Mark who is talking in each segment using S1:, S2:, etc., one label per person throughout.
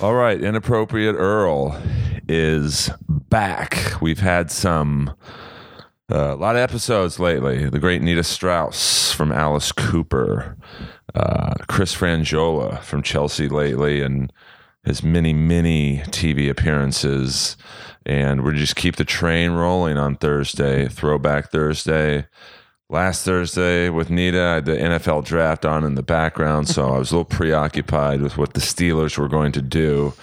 S1: All right, inappropriate Earl is back. We've had some uh, a lot of episodes lately. The great Nita Strauss from Alice Cooper, uh, Chris Frangiola from Chelsea lately, and his many many TV appearances. And we're just keep the train rolling on Thursday, Throwback Thursday. Last Thursday with Nita, I had the NFL draft on in the background, so I was a little preoccupied with what the Steelers were going to do.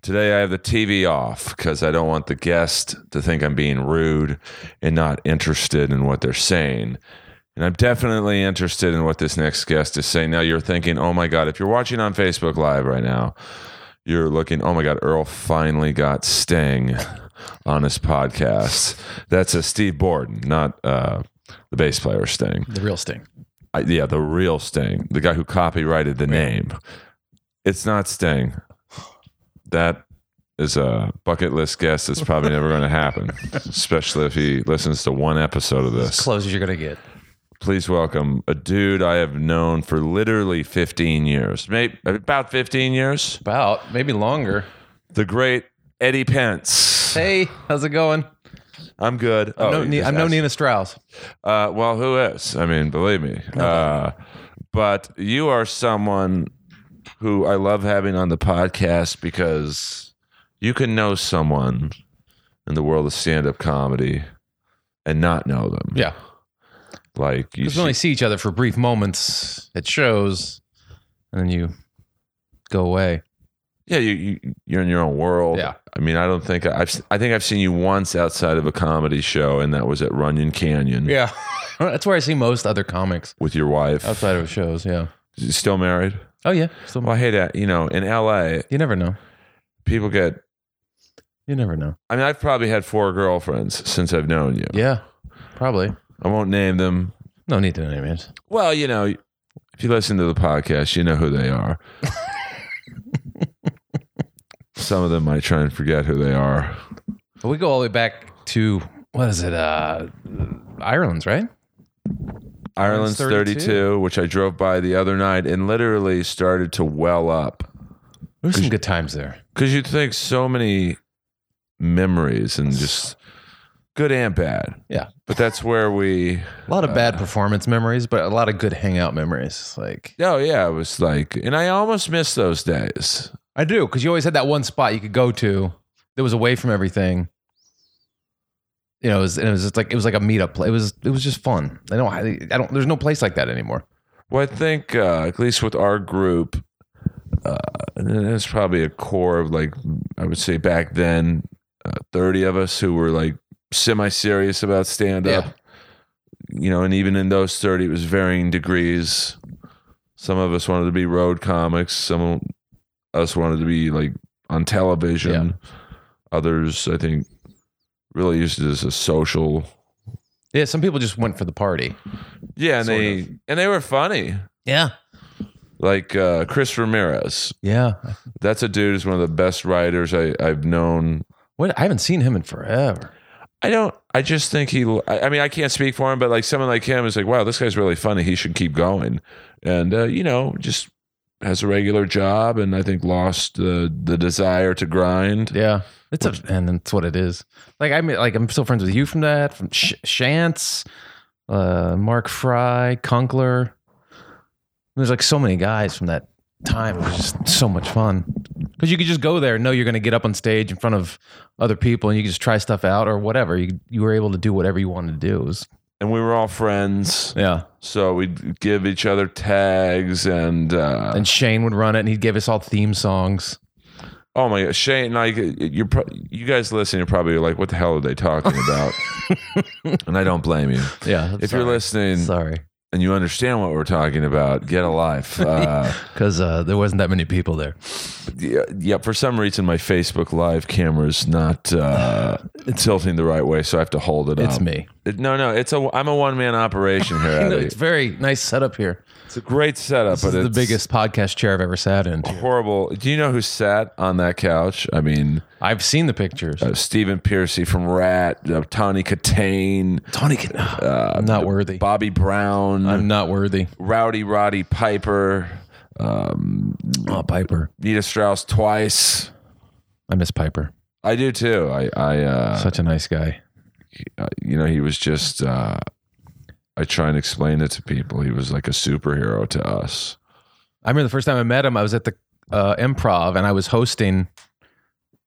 S1: Today I have the TV off because I don't want the guest to think I'm being rude and not interested in what they're saying. And I'm definitely interested in what this next guest is saying. Now you're thinking, oh my God, if you're watching on Facebook Live right now, you're looking, oh my God, Earl finally got Sting on his podcast. That's a Steve Borden, not uh, the bass player Sting.
S2: The real Sting.
S1: I, yeah, the real Sting, the guy who copyrighted the name. It's not Sting. That is a bucket list guess that's probably never going to happen, especially if he listens to one episode of
S2: As
S1: this.
S2: close as you're gonna get.
S1: Please welcome a dude I have known for literally 15 years, maybe about 15 years,
S2: About maybe longer.
S1: the great Eddie Pence.
S2: Hey, how's it going?
S1: I'm good. Oh,
S2: no,
S1: you
S2: Ne-
S1: just
S2: I'm no
S1: asked-
S2: Nina Strauss.
S1: Uh, well, who is? I mean, believe me. Uh, but you are someone who I love having on the podcast because you can know someone in the world of stand up comedy and not know them.
S2: Yeah,
S1: Like, you
S2: because we only see each other for brief moments at shows, and then you go away.
S1: Yeah, you, you you're in your own world.
S2: Yeah.
S1: I mean, I don't think I, I've I think I've seen you once outside of a comedy show, and that was at Runyon Canyon.
S2: Yeah, that's where I see most other comics
S1: With your wife.
S2: outside of shows. Yeah.
S1: You Still married?
S2: Oh yeah. So
S1: Well, I hate that. You know, in L.A.,
S2: you never know.
S1: people get.
S2: You never know.
S1: I mean, I've probably had four girlfriends since I've known you.
S2: Yeah, probably.
S1: I won't name them.
S2: No need to name it.
S1: Well, you know, if you listen to the podcast, you know who they are. Some of them might try and forget who they are.
S2: But we go all the way back to what is it? Uh, Ireland's right.
S1: Ireland's
S2: Ireland's 32.
S1: 32, which I drove by the other night and literally started to well up.
S2: There's some good times there.
S1: Because you'd think so many memories and just good and bad.
S2: Yeah.
S1: But that's where we,
S2: A lot of bad performance memories, but a lot of good hangout memories. Like
S1: oh, yeah, it was like, and I almost miss those days.
S2: I do, because you always had that one spot you could go to that was away from everything. You know, it was, and it was just like it was like a meetup. pla- It was it was just fun. I don't I don't. There's no place like that anymore.
S1: Well, I think uh, at least with our group, uh, there's probably a core of like I would say back then, uh, thirty of us who were like semi-serious about stand-up.
S2: Yeah.
S1: You know, and even in those thirty, it was varying degrees. Some of us wanted to be road comics. Some of us wanted to be like on television. Others, I think, really used it as a social.
S2: Yeah, some people just went for the party.
S1: Yeah, and
S2: Sort
S1: they and they were funny.
S2: Yeah,
S1: Like uh, Chris Ramirez,
S2: yeah.
S1: That's a dude who's one of the best writers I, I've known.
S2: What I haven't seen him in forever.
S1: I don't. I just think he. I I mean, I can't speak for him, but like someone like him is like, wow, this guy's really funny. He should keep going, and uh, you know, just has a regular job, and I think lost the the desire to grind.
S2: Yeah, it's a and that's what it is. Like I mean, like I'm still friends with you from that, from Sh- Shantz, uh, Mark Fry, Conkler. There's like so many guys from that time. It was just so much fun because you could just go there and know you're going to get up on stage in front of other people and you could just try stuff out or whatever. You you were able to do whatever you wanted to do. It was,
S1: And we were all friends,
S2: yeah.
S1: so we'd give each other tags, and uh,
S2: And Shane would run it and he'd give us all theme songs.
S1: oh my god, Shane, like you're pro- you guys listening, you're probably like, what the hell are they talking about? and I don't blame you
S2: Yeah.
S1: if you're listening.
S2: Sorry.
S1: and you understand what we're talking about, get a life. Uh,
S2: Because uh, there wasn't that many people there.
S1: yeah, yeah, for some reason, my Facebook Live camera is not uh, tilting the right way, so I have to hold it
S2: It's
S1: up.
S2: me.
S1: It- no, no, it's a. I'm a one man operation here.
S2: You know,
S1: Eddie.
S2: it's very nice setup here.
S1: It's a great setup,
S2: This
S1: but
S2: is the
S1: it's
S2: biggest podcast chair I've ever sat in.
S1: horrible. Do you know who sat on that couch? I mean,
S2: I've seen the pictures.
S1: uh, Stephen Piercy from Rat, uh, Tony Katane, uh,
S2: Tony, can, I'm not worthy.
S1: Bobby Brown,
S2: I'm not worthy.
S1: Rowdy Roddy Piper. Um,
S2: Oh, Piper.
S1: Nita Strauss twice.
S2: I miss Piper.
S1: I do too. I, I, uh,
S2: Such a nice guy.
S1: uh, you know, he was just, uh, I try and explain it to people. He was like a superhero to us.
S2: I remember the first time I met him, I was at the uh, improv and I was hosting.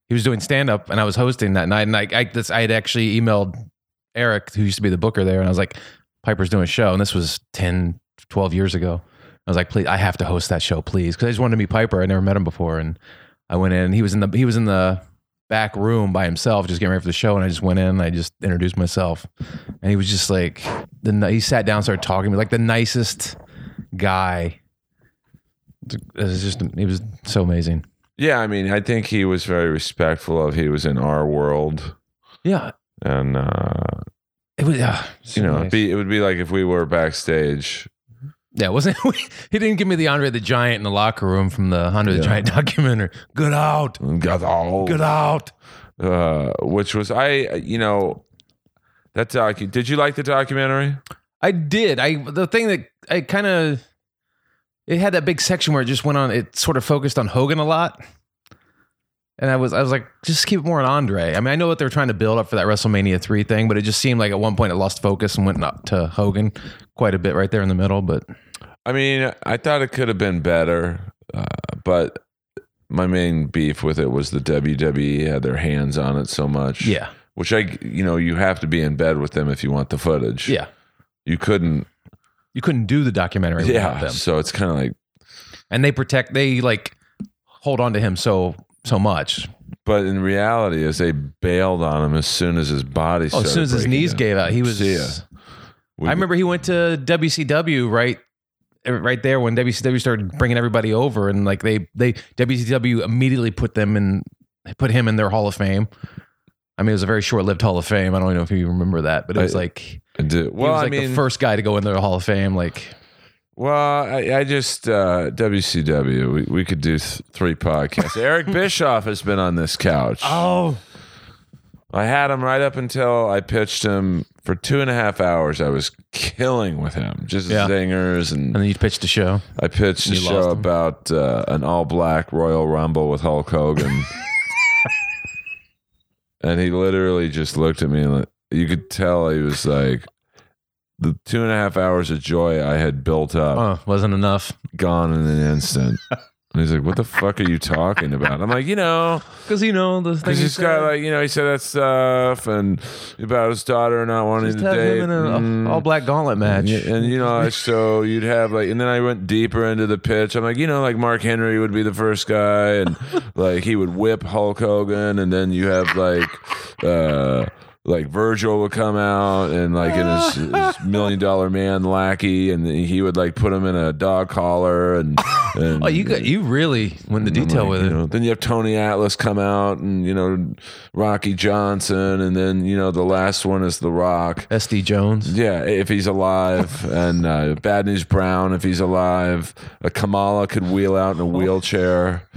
S2: He was doing stand up and I was hosting that night. And I, I, this, I had actually emailed Eric, who used to be the booker there, and I was like, Piper's doing a show. And this was 10, 12 years ago. I was like, please, I have to host that show, please. Cause I just wanted to meet Piper. I never met him before. And I went in, he was in the, he was in the, back room by himself just getting ready for the show and i just went in and i just introduced myself and he was just like the ni- he sat down and started talking to me like the nicest guy it was just it was so amazing.
S1: Yeah. I mean, I think he was very respectful of, he was in our world
S2: Yeah,
S1: and, uh,
S2: it was. Yeah,
S1: you know, it'd be, it would be like if we were backstage
S2: yeah, it wasn't he didn't give me the Andre the Giant in the locker room from the Andre the
S1: Yeah.
S2: Giant documentary? Good out,
S1: Got all.
S2: good out.
S1: uh, which was I, you know, that docu. Did you like the documentary?
S2: I did. I the thing that I kind of it had that big section where it just went on. It sort of focused on Hogan a lot, and I was I was like, just keep it more on Andre. I mean, I know what they're trying to build up for that WrestleMania three thing, but it just seemed like at one point it lost focus and went up to Hogan quite a bit right there in the middle. But
S1: I mean, I thought it could have been better, uh, but my main beef with it was the WWE had their hands on it so much.
S2: yeah,
S1: which I, you know, you have to be in bed with them if you want the footage.
S2: yeah.
S1: you couldn't.
S2: you couldn't do the documentary without
S1: Yeah,
S2: them.
S1: so it's kind of like,
S2: And they protect, they like hold on to him so so much.
S1: but in reality, is they bailed on him as soon as his body.
S2: Oh, as soon as his knees gave out, he was.
S1: See ya.
S2: I remember he went to WCW right er, right there when WCW started bringing everybody over, and like they they WCW immediately put them in put him in their Hall of Fame. I mean, it was a very short lived Hall of Fame. I don't know if you remember that, but it was
S1: I-
S2: like
S1: Well,
S2: he was
S1: I
S2: like
S1: mean,
S2: the first guy to go in the Hall of Fame. Like,
S1: Well, I, I just uh, WCW. We, we could do th- three podcasts. Eric Bischoff has been on this couch.
S2: oh,
S1: I had him right up until I pitched him for two and a half hours. I was killing with him, just
S2: Yeah.
S1: zingers,
S2: and
S1: and
S2: then you pitched a show.
S1: I pitched a
S2: You lost
S1: show
S2: him.
S1: about uh, an all-black Royal Rumble with Hulk Hogan, and he literally just looked at me. Like, you could tell he was like the two and a half hours of joy I had built up
S2: Oh, wasn't enough
S1: gone in an instant. And he's like, "What the fuck are you talking about?" I'm like, "You know,
S2: because you know the thing.
S1: because
S2: you
S1: he's got
S2: said.
S1: like, you know, he said that stuff and about his daughter not wanting
S2: Just
S1: to
S2: have
S1: date."
S2: him in an
S1: Mm.
S2: all black gauntlet match.
S1: And, and, you know, so you'd have like, and then I went deeper into the pitch. I'm like, you know, like Mark Henry would be the first guy, and like he would whip Hulk Hogan, and then you have like, uh, like Virgil would come out and like in his, his million dollar man lackey, and he would like put him in a dog collar, and, and
S2: oh, you got you really
S1: and
S2: went into
S1: I'm
S2: detail
S1: like,
S2: with
S1: you
S2: it.
S1: know, then you have Tony Atlas come out, and you know Rocky Johnson, and then you know the last one is The Rock.
S2: SD Jones.
S1: Yeah, if he's alive, and uh, Bad News Brown, if he's alive, uh, Kamala could wheel out in
S2: Oh.
S1: a wheelchair,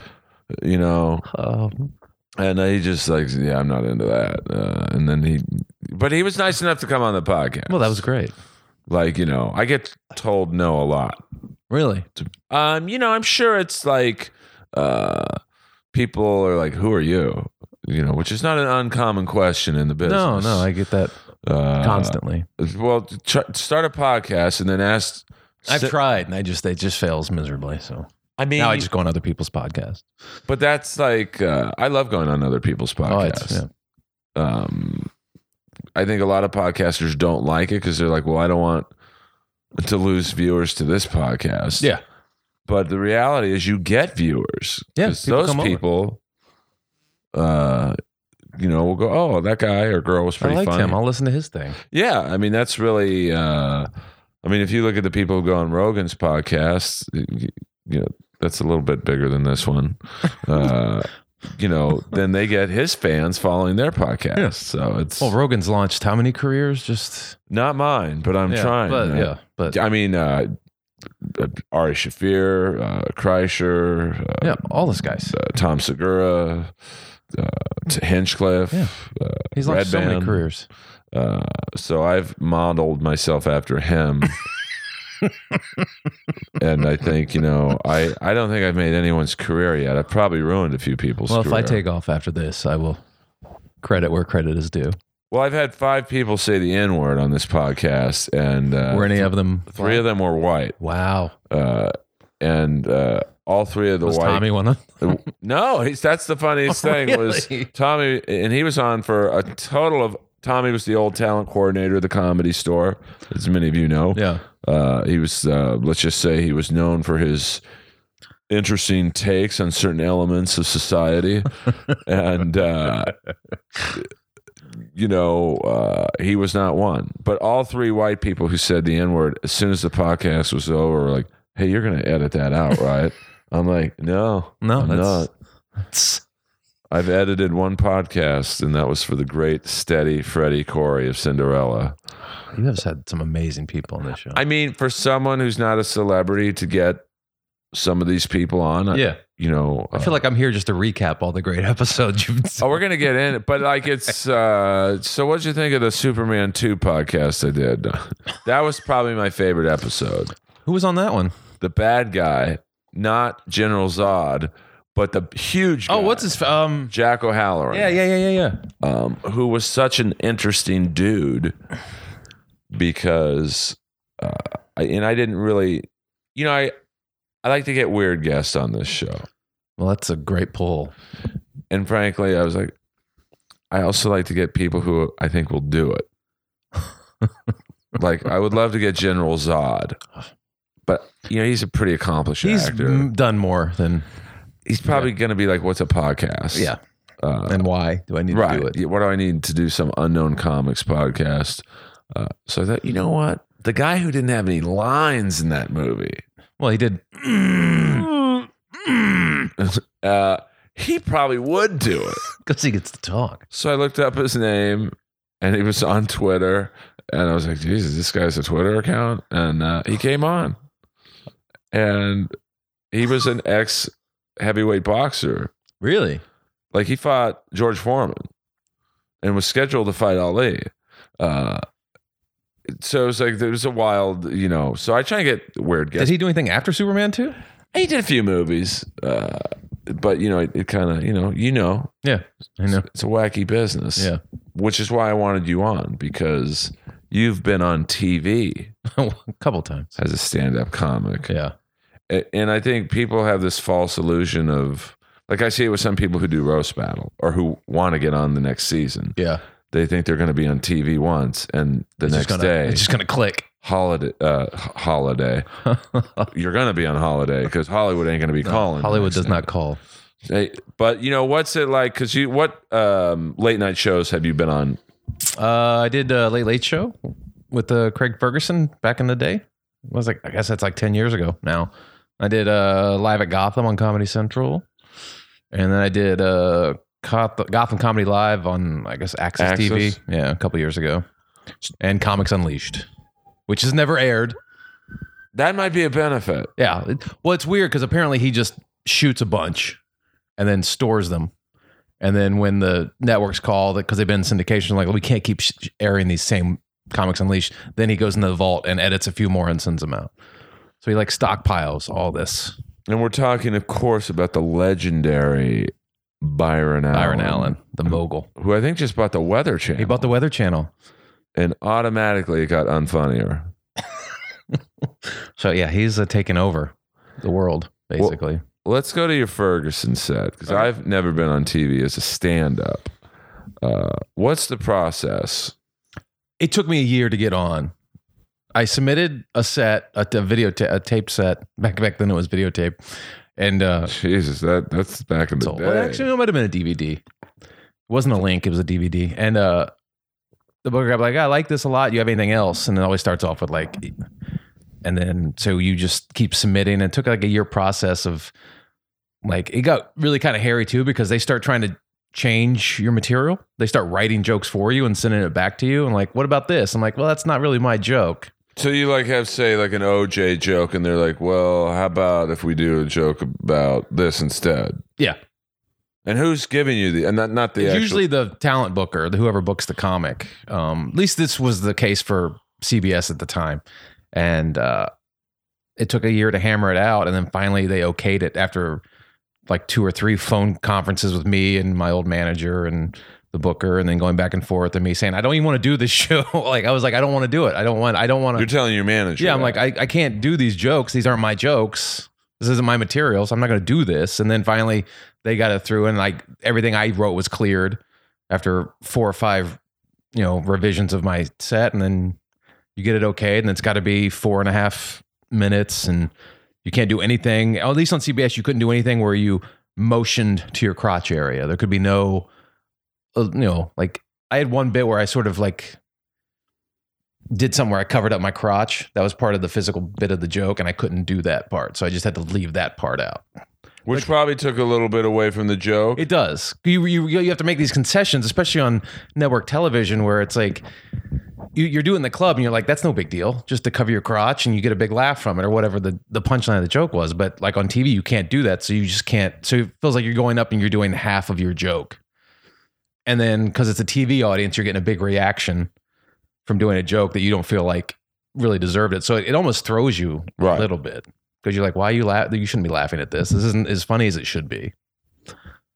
S1: you know.
S2: Um,
S1: And uh, he just like, yeah, I'm not into that. Uh, and then he, but he was nice enough to come on the podcast.
S2: well, that was great.
S1: like, you know, I get told no a lot.
S2: Really?
S1: Um, you know, I'm sure it's like, uh, people are like, who are you? You know, which is not an uncommon question in the
S2: No,
S1: business.
S2: no, I get that
S1: uh,
S2: constantly.
S1: Well, tr- start a podcast and then ask.
S2: I've
S1: sit-
S2: tried, and I just it just fails miserably. So
S1: I mean,
S2: now I just go on other people's podcasts.
S1: but that's like uh, I love going on other people's
S2: Oh, it's,
S1: podcasts.
S2: yeah.
S1: um, I think a lot of podcasters don't like it because they're like, "Well, I don't want to lose viewers to this podcast."
S2: Yeah.
S1: but the reality is, you get viewers.
S2: Yeah,
S1: 'Cause
S2: people
S1: those
S2: come over.
S1: people, uh, you know, will go, "Oh, that guy or girl was
S2: I
S1: pretty
S2: liked
S1: funny."
S2: him. I'll listen to his thing.
S1: Yeah, I mean that's really. Uh, I mean, if you look at the people who go on Rogan's podcast, you you know that's a little bit bigger than this one. Uh, you know, then they get his fans following their podcast.
S2: Yeah.
S1: So it's
S2: Well, Rogan's launched how many careers? Just
S1: not mine, but I'm
S2: yeah,
S1: trying.
S2: but
S1: Uh,
S2: yeah, but
S1: I mean, uh, Ari Shafir, uh, Kreischer, uh,
S2: yeah, all those guys.
S1: uh, Tom Segura, uh, T- Hinchcliffe. uh,
S2: Yeah. He's launched so many
S1: Redband.
S2: careers.
S1: Uh, so I've modeled myself after him and I think you know, I I don't think I've made anyone's career yet. I've probably ruined a few people's.
S2: Well, if
S1: career.
S2: I take off after this, I will credit where credit is due.
S1: well, I've had five people say the N word on this podcast, and uh,
S2: Were any of them?
S1: three of them were white,
S2: Wow.
S1: uh, and uh, all three of the
S2: Was
S1: white.
S2: Tommy one of
S1: no, he's, that's the funniest thing was
S2: Really?
S1: Tommy, and he was on for a total of. Tommy was the old talent coordinator of the Comedy Store, as many of you know.
S2: Yeah.
S1: Uh, he was, uh, let's just say, he was known for his interesting takes on certain elements of society, and uh, you know, uh, he was not one. But all three white people who said the N word as soon as the podcast was over, were like, "Hey, you're going to edit that out, right?" I'm like, "No,
S2: No,
S1: I'm
S2: Oh, that's-
S1: not." I've edited one podcast, and that was for the great, steady Freddie Corey of Cinderella.
S2: You have had some amazing people on this show.
S1: I mean, for someone who's not a celebrity to get some of these people on, I-
S2: yeah.
S1: you know, uh,
S2: I feel like I'm here just to recap all the great episodes you've
S1: oh, we're gonna get in it, but like it's. uh So, what'd you think of the Superman two podcast I did? That was probably my favorite episode.
S2: Who was on that one?
S1: The bad guy, not General Zod, but the huge.
S2: Oh,
S1: guy,
S2: what's his um
S1: Jack O'Halloran?
S2: Yeah, yeah, yeah, yeah, yeah.
S1: um, who was such an interesting dude because uh, I, and I didn't really, you know, I I like to get weird guests on this show,
S2: Well, that's a great pull.
S1: and frankly, I was like, I also like to get people who I think will do it. like I would love to get General Zod, but you know he's a pretty accomplished
S2: He's
S1: actor.
S2: m- done more than
S1: he's probably going to be like, "What's a podcast?"
S2: yeah.
S1: Uh,
S2: and why do I need
S1: right.
S2: to do it?
S1: Yeah, What do I need to do some unknown comics podcast? Uh, so I thought, you know what? The guy who didn't have any lines in that movie,
S2: Well, he did. Mm-hmm.
S1: uh, he probably would do it.
S2: Because he gets to talk.
S1: so I looked up his name, and he was on Twitter, and I was like, Jesus, this guy's a Twitter account, and uh, he came on, and he was an ex heavyweight boxer.
S2: Really?
S1: Like he fought George Foreman and was scheduled to fight Ali. Uh, so it was like there was a wild, you know. So I try and get weird guests.
S2: Did he do anything after Superman too?
S1: He, did a few movies, uh, but you know, it, it kind of, you know, you know,
S2: Yeah, I know.
S1: it's a wacky business.
S2: Yeah.
S1: which is why I wanted you on because you've been on TV
S2: a couple times.
S1: as a stand-up comic.
S2: Yeah.
S1: A- and I think people have this false illusion of, like, I see it with some people who do roast battle or who want to get on the next season.
S2: Yeah.
S1: they think they're going to be on TV once, and the
S2: It's
S1: next
S2: just gonna-
S1: day,
S2: It's just going to click.
S1: holiday, uh, h- holiday. You're going to be on holiday because Hollywood ain't going to be calling. the
S2: Hollywood
S1: next
S2: does
S1: day.
S2: not call.
S1: Hey, but you know what's it like? Because you, what um, late night shows have you been on?
S2: Uh, I did a Late Late Show with uh, Craig Ferguson back in the day. I was like, I guess that's like ten years ago now. I did uh, live at Gotham on Comedy Central, and then I did uh, Goth- Gotham Comedy Live on I guess Access,
S1: Access?
S2: TV. Yeah, a couple years ago, and Comics Unleashed, which has never aired.
S1: That might be a benefit.
S2: Yeah, it- well, it's weird because apparently he just shoots a bunch and then stores them. And then when the networks call that because they've been in syndication, like we can't keep sh- sh- airing these same comics unleashed. Then he goes into the vault and edits a few more and sends them out. So he like stockpiles all this.
S1: And we're talking, of course, about the legendary Byron Allen,
S2: Byron Allen, the mogul,
S1: who I think just bought the Weather Channel.
S2: Oh. he bought the Weather Channel.
S1: and automatically it got unfunnier.
S2: So yeah, he's uh, taken over the world basically.
S1: Let's go to your Ferguson set because
S2: Okay.
S1: I've never been on TV as a stand up. Uh, what's the process?
S2: it took me a year to get on. I submitted a set, a, a video, ta- a tape set. Back back then it was videotape, and uh,
S1: Jesus, that that's back in the
S2: So-
S1: day.
S2: well, actually, it might have been a DVD. It wasn't a link; it was a DVD. And uh, the booker got like, "I like this a lot. You have anything else?" And it always starts off with like, e-, and then so you just keep submitting. It took like a year process of like it got really kind of hairy too because they start trying to change your material. They start writing jokes for you and sending it back to you. And like, what about this? I'm like, well, that's not really my joke.
S1: so you like have say like an OJ joke, and they're like, "Well, how about if we do a joke about this instead?"
S2: Yeah,
S1: And who's giving you the and not not the
S2: It's
S1: actual-
S2: usually the talent booker, the whoever books the comic. Um, at least this was the case for CBS at the time, and uh, it took a year to hammer it out, and then finally they okayed it after like two or three phone conferences with me and my old manager and the booker, and then going back and forth, and me saying I don't even want to do this show. like I was like I don't want to do it. I don't want. I don't want
S1: You're
S2: to.
S1: telling your manager.
S2: Yeah, I'm
S1: that.
S2: like I, I can't do these jokes. These aren't my jokes. This isn't my material, so I'm not going to do this. And then finally they got it through, and like everything I wrote was cleared after four or five, you know, revisions of my set, and then you get it okay, and it's got to be four and a half minutes, and you can't do anything. At least on CBS, you couldn't do anything where you motioned to your crotch area. There could be no, uh, you know, like I had one bit where I sort of like did something where I covered up my crotch. That was part of the physical bit of the joke, and I couldn't do that part, so I just had to leave that part out.
S1: which probably took a little bit away from the joke.
S2: It does. You you you have to make these concessions, especially on network television, where it's like you, you're doing the club, and you're like, that's no big deal, just to cover your crotch, and you get a big laugh from it, or whatever the the punchline of the joke was. But like on TV, you can't do that, so you just can't. So it feels like you're going up and you're doing half of your joke, and then because it's a TV audience, you're getting a big reaction from doing a joke that you don't feel like really deserved it. So it, it almost throws you a
S1: Right.
S2: little bit because you're like, why are you laugh? You shouldn't be laughing at this. This isn't as funny as it should be.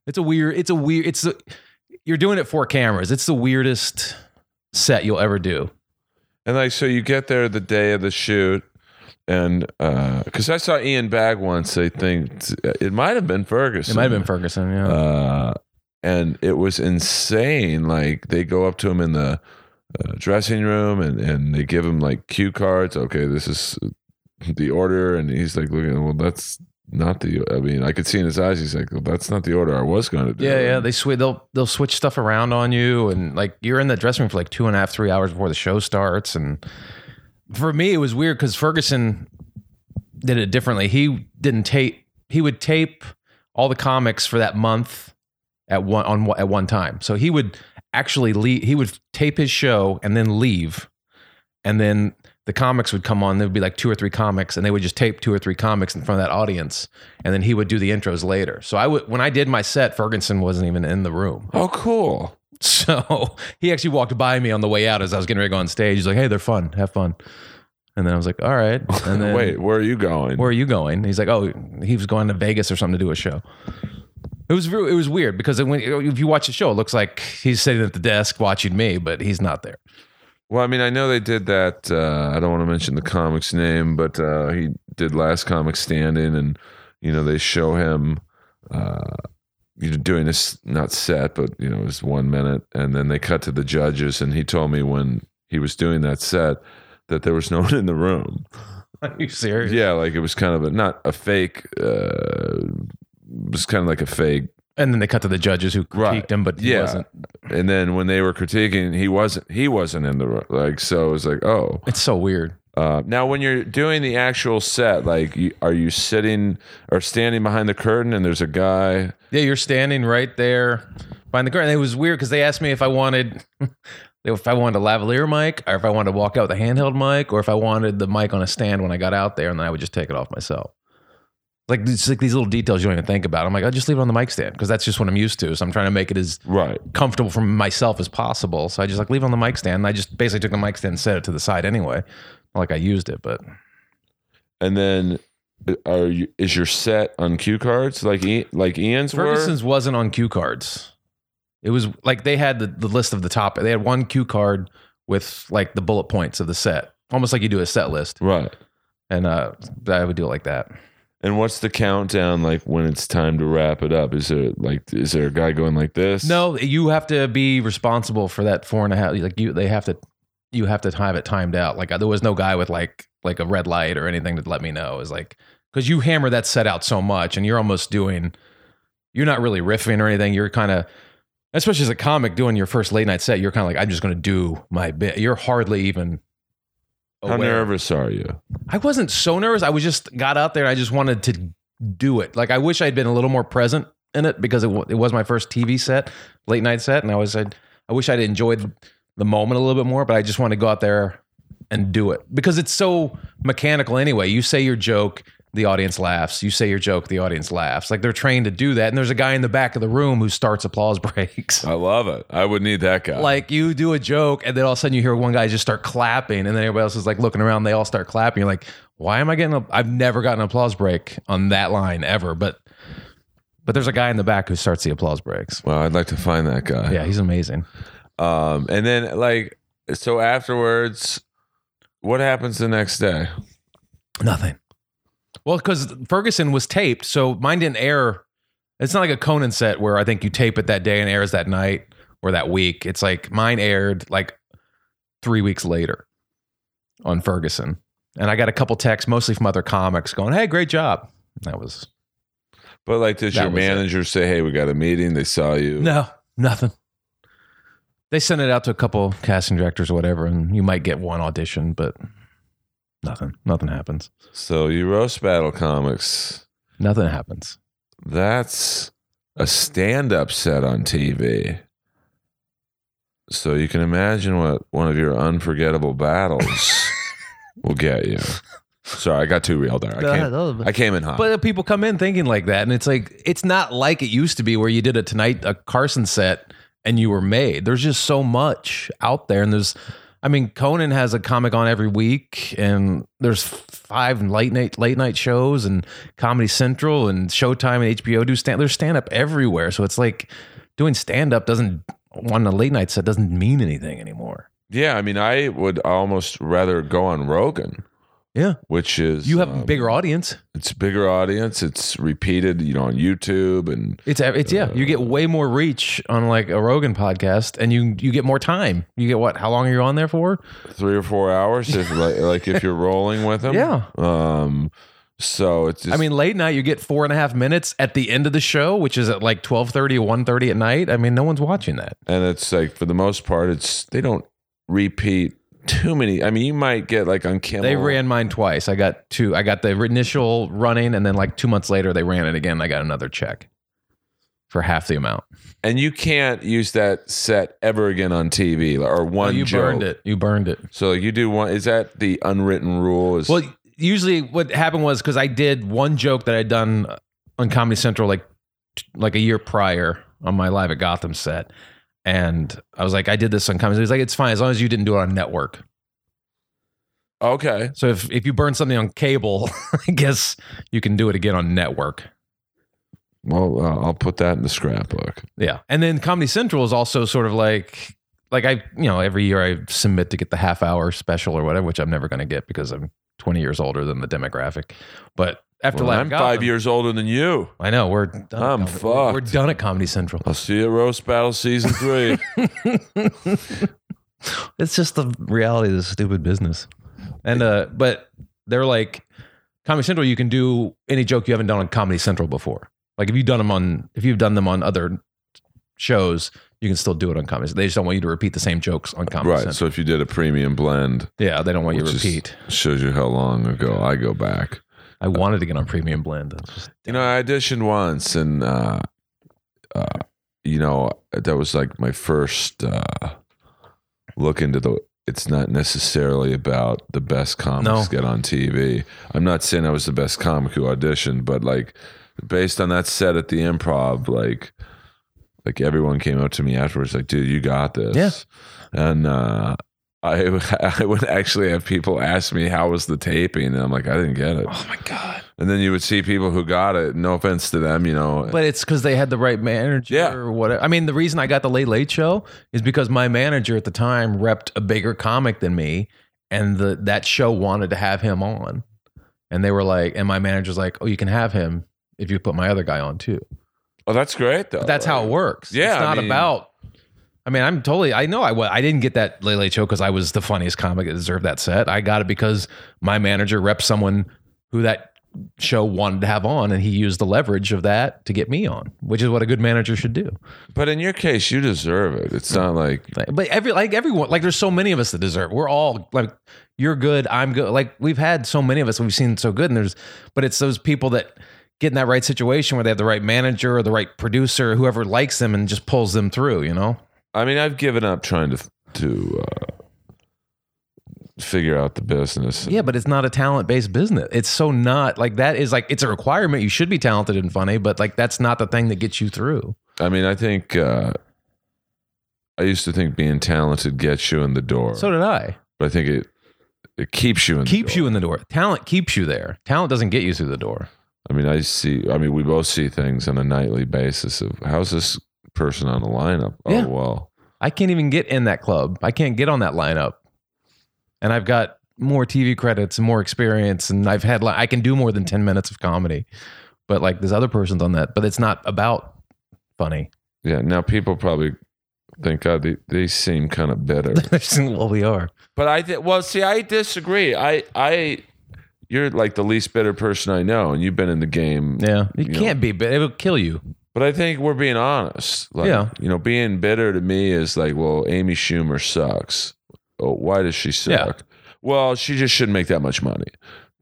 S2: It's a weird. It's a weird. It's a, you're doing it for cameras. It's the weirdest set you'll ever do.
S1: And like, so you get there the day of the shoot, and because I saw Ian Bag once, I think it might have been Ferguson.
S2: It might have been Ferguson. Yeah.
S1: Uh, and it was insane. Like they go up to him in the uh, dressing room and, and they give him like cue cards. Okay, this is the order. And he's like, looking, well, that's not the, I mean, I could see in his eyes, he's like, well, that's not the order I was going to do.
S2: yeah, yeah.
S1: And
S2: They sw- they'll they'll switch stuff around on you, and like you're in the dressing room for like two and a half, three hours before the show starts. And for me, it was weird because Ferguson did it differently. He didn't tape. He would tape all the comics for that month at one on one- at one time. So he would actually leave. He would tape his show and then leave, and then the comics would come on. There would be like two or three comics, and they would just tape two or three comics in front of that audience, and then he would do the intros later. So I would when I did my set, Ferguson wasn't even in the room.
S1: Oh, cool.
S2: So he actually walked by me on the way out as I was getting ready to go on stage. He's like, "Hey, they're fun. Have fun." And then I was like, "All right." And then
S1: Wait, where are you going?
S2: where are you going? He's like, oh, he was going to Vegas or something to do a show. It was re- it was weird because when, if you watch the show, it looks like he's sitting at the desk watching me, but he's not there.
S1: Well, I mean, I know they did that. Uh, I don't want to mention the comic's name, but uh, he did last comic standing, and you know they show him, uh, you know, doing this not set, but you know, it was one minute, and then they cut to the judges, and he told me when he was doing that set that there was no one in the room.
S2: Are you serious?
S1: Yeah, like it was kind of a not a fake. Uh, it was kind of like a fake
S2: And then they cut to the judges who critiqued
S1: Right.
S2: him, but he
S1: Yeah.
S2: wasn't.
S1: and then when they were critiquing he wasn't he wasn't in the room like so it was like oh
S2: It's so weird.
S1: Uh, now, when you're doing the actual set, like, you, are you sitting or standing behind the curtain and there's a guy?
S2: Yeah, you're standing right there behind the curtain. It was weird because they asked me if I wanted if I wanted a lavalier mic or if I wanted to walk out with a handheld mic or if I wanted the mic on a stand when I got out there and then I would just take it off myself. Like it's like these little details you don't even think about. I'm like, I'll just leave it on the mic stand because that's just what I'm used to. So I'm trying to make it as
S1: Right.
S2: comfortable for myself as possible. So I just like leave it on the mic stand. And I just basically took the mic stand and set it to the side anyway. Not Like I used it, but
S1: And then uh, are you, is your set on cue cards like I- like Ian's were?
S2: Ferguson's wasn't on cue cards. It was like they had the, the list of the top. They had one cue card with like the bullet points of the set, almost like you do a set list.
S1: Right.
S2: And uh, I would do it like that.
S1: And what's the countdown like when it's time to wrap it up? Is there like is there a guy going like this?
S2: No, you have to be responsible for that four and a half. Like you, they have to, you have to have it timed out. Like there was no guy with like like a red light or anything to let me know. Is like because you hammer that set out so much, and you're almost doing, you're not really riffing or anything. You're kind of, especially as a comic doing your first late night set, you're kind of like, I'm just going to do my bit. You're hardly even.
S1: How nervous are you?
S2: I wasn't so nervous. I was just got out there. and I just wanted to do it. Like I wish I'd been a little more present in it because it, wa- it was my first TV set, late night set, and I was I, I wish I'd enjoyed the moment a little bit more. But I just wanted to go out there and do it because it's so mechanical anyway. You say your joke, the audience laughs. You say your joke, the audience laughs. Like they're trained to do that. And there's a guy in the back of the room who starts applause breaks.
S1: I love it. I would need that guy.
S2: Like you do a joke, and then all of a sudden you hear one guy just start clapping, and then everybody else is like looking around. They all start clapping. You're like, Why am I getting? A, I've never gotten an applause break on that line ever. But but there's a guy in the back who starts the applause breaks.
S1: Well, I'd like to find that guy.
S2: Yeah, he's amazing.
S1: Um, and then like so afterwards, what happens the next day?
S2: Nothing. Well, because Ferguson was taped, so mine didn't air. It's not like a Conan set where I think you tape it that day and airs that night or that week. It's like mine aired like three weeks later on Ferguson, and I got a couple texts, mostly from other comics, going, "Hey, great job." That was
S1: But like, does
S2: That
S1: your
S2: was it.
S1: manager say, "Hey, we got a meeting. They saw you."
S2: no nothing. They sent it out to a couple casting directors or whatever, and you might get one audition, but nothing. Nothing happens.
S1: So you roast battle comics.
S2: Nothing happens.
S1: That's a stand-up set on TV. So you can imagine what one of your unforgettable battles will get you. Sorry, I got too real there. I came, I came in hot.
S2: But uh, people come in thinking like that, and it's like it's not like it used to be where you did a tonight a Carson set and you were made. There's just so much out there, and there's, I mean, Conan has a comic on every week, and there's five late night late night shows, and Comedy Central and Showtime and HBO do stand. There's stand up everywhere, so it's like doing stand up doesn't on a late night set doesn't mean anything anymore.
S1: yeah, I mean, I would almost rather go on Rogan.
S2: Yeah.
S1: which is
S2: You have
S1: um,
S2: a bigger audience.
S1: It's a bigger audience. It's repeated, you know, on YouTube and
S2: It's it's yeah. You
S1: Uh,
S2: get way more reach on like a Rogan podcast, and you you get more time. You get what? How long are you on there for?
S1: three or four hours if like, like if you're rolling with them.
S2: Yeah.
S1: Um. So it's. Just,
S2: I mean, late night you get four and a half minutes at the end of the show, which is at like 1230, 1.30 at night. I mean, no one's watching that.
S1: and it's like for the most part, it's they don't repeat too many. I mean, you might get like on Kimmel.
S2: They ran mine twice. I got two. I got the initial running, and then like two months later they ran it again. I got another check for half the amount.
S1: and you can't use that set ever again on TV or one.
S2: Oh, you
S1: joke.
S2: burned it. You burned it.
S1: So you do one. Is that the unwritten rule? Is
S2: Well, usually what happened was because I did one joke that I'd done on Comedy Central like like a year prior on my live at Gotham set, and I was like, I did this on Comedy. Central. He's like, it's fine as long as you didn't do it on network.
S1: okay.
S2: So if if you burn something on cable, I guess you can do it again on network.
S1: Well, uh, I'll put that in the scrapbook.
S2: Yeah. And then Comedy Central is also sort of like like I, you know, every year I submit to get the half hour special or whatever, which I'm never going to get because I'm 20 years older than the demographic. But after
S1: Well,
S2: Live at
S1: I'm five
S2: Gotham-
S1: years older than you.
S2: I know we're done. at
S1: I'm
S2: Comedy-
S1: fucked.
S2: We're done at Comedy Central.
S1: I'll see you at Roast Battle Season 3.
S2: It's just the reality of this stupid business. And uh, but they're like Comedy Central. You can do any joke you haven't done on Comedy Central before. Like if you've done them on if you've done them on other shows, you can still do it on Comedy. Central. They just don't want you to repeat the same jokes on Comedy
S1: right.
S2: Central.
S1: So if you did a premium blend,
S2: yeah, they don't want you to
S1: Which is-
S2: repeat.
S1: shows you how long ago I go back.
S2: I wanted to get on Premium Blend. That's just-
S1: You know, I auditioned once and, uh, uh, you know, that was like my first uh, look into the. It's not necessarily about the best comics
S2: No.
S1: get on TV. I'm not saying I was the best comic who auditioned, but like based on that set at the improv, like like everyone came up to me afterwards, like, dude, you got this.
S2: Yeah.
S1: And uh, I I would actually have people ask me how was the taping, and I'm like, I didn't get it.
S2: oh my god!
S1: And then you would see people who got it. No offense to them, you know.
S2: But it's because they had the right manager
S1: Yeah.
S2: or whatever. I mean, the reason I got the Late Late Show is because my manager at the time repped a bigger comic than me, and the that show wanted to have him on, and they were like, and my manager's like, oh, you can have him if you put my other guy on too.
S1: oh, that's great though.
S2: But that's how it works.
S1: Uh, Yeah, I
S2: it's not
S1: mean-
S2: about. I mean, I'm totally. I know I wa- I didn't get that Late Late Show because I was the funniest comic that deserved that set. I got it because my manager repped someone who that show wanted to have on, and he used the leverage of that to get me on, which is what a good manager should do.
S1: But in your case, you deserve it. It's not like
S2: But every like everyone like there's so many of us that deserve. We're all like you're good, I'm good. Like we've had so many of us we've seen so good and there's but it's those people that get in that right situation where they have the right manager or the right producer or whoever likes them and just pulls them through, you know?
S1: I mean, I've given up trying to to uh, figure out the business.
S2: Yeah, but it's not a talent based business. It's so not like that is like it's a requirement. You should be talented and funny, but like that's not the thing that gets you through.
S1: I mean, I think uh, I used to think being talented gets you in the door,
S2: So did I.
S1: but I think it It keeps you in. the
S2: keeps
S1: door.
S2: you in the door. Talent keeps you there. Talent doesn't get you through the door.
S1: I mean, I see. I mean, we both see things on a nightly basis of how's this person on the lineup?
S2: Yeah.
S1: Oh well,
S2: I can't even get in that club. I can't get on that lineup. And I've got more TV credits and more experience, and I've had li- I can do more than ten minutes of comedy. But like this other person's on that, but it's not about funny.
S1: yeah. Now people probably think God, they, they seem kind of bitter.
S2: well, we are.
S1: But I thi- well, see, I disagree. I I you're like the least bitter person I know, and you've been in the game.
S2: Yeah, you
S1: You know.
S2: can't be, but it'll kill you.
S1: But I think we're being honest. Like,
S2: Yeah.
S1: You know, being bitter to me is like, well, Amy Schumer sucks. Oh, why does she suck?
S2: Yeah.
S1: Well, she just shouldn't make that much money.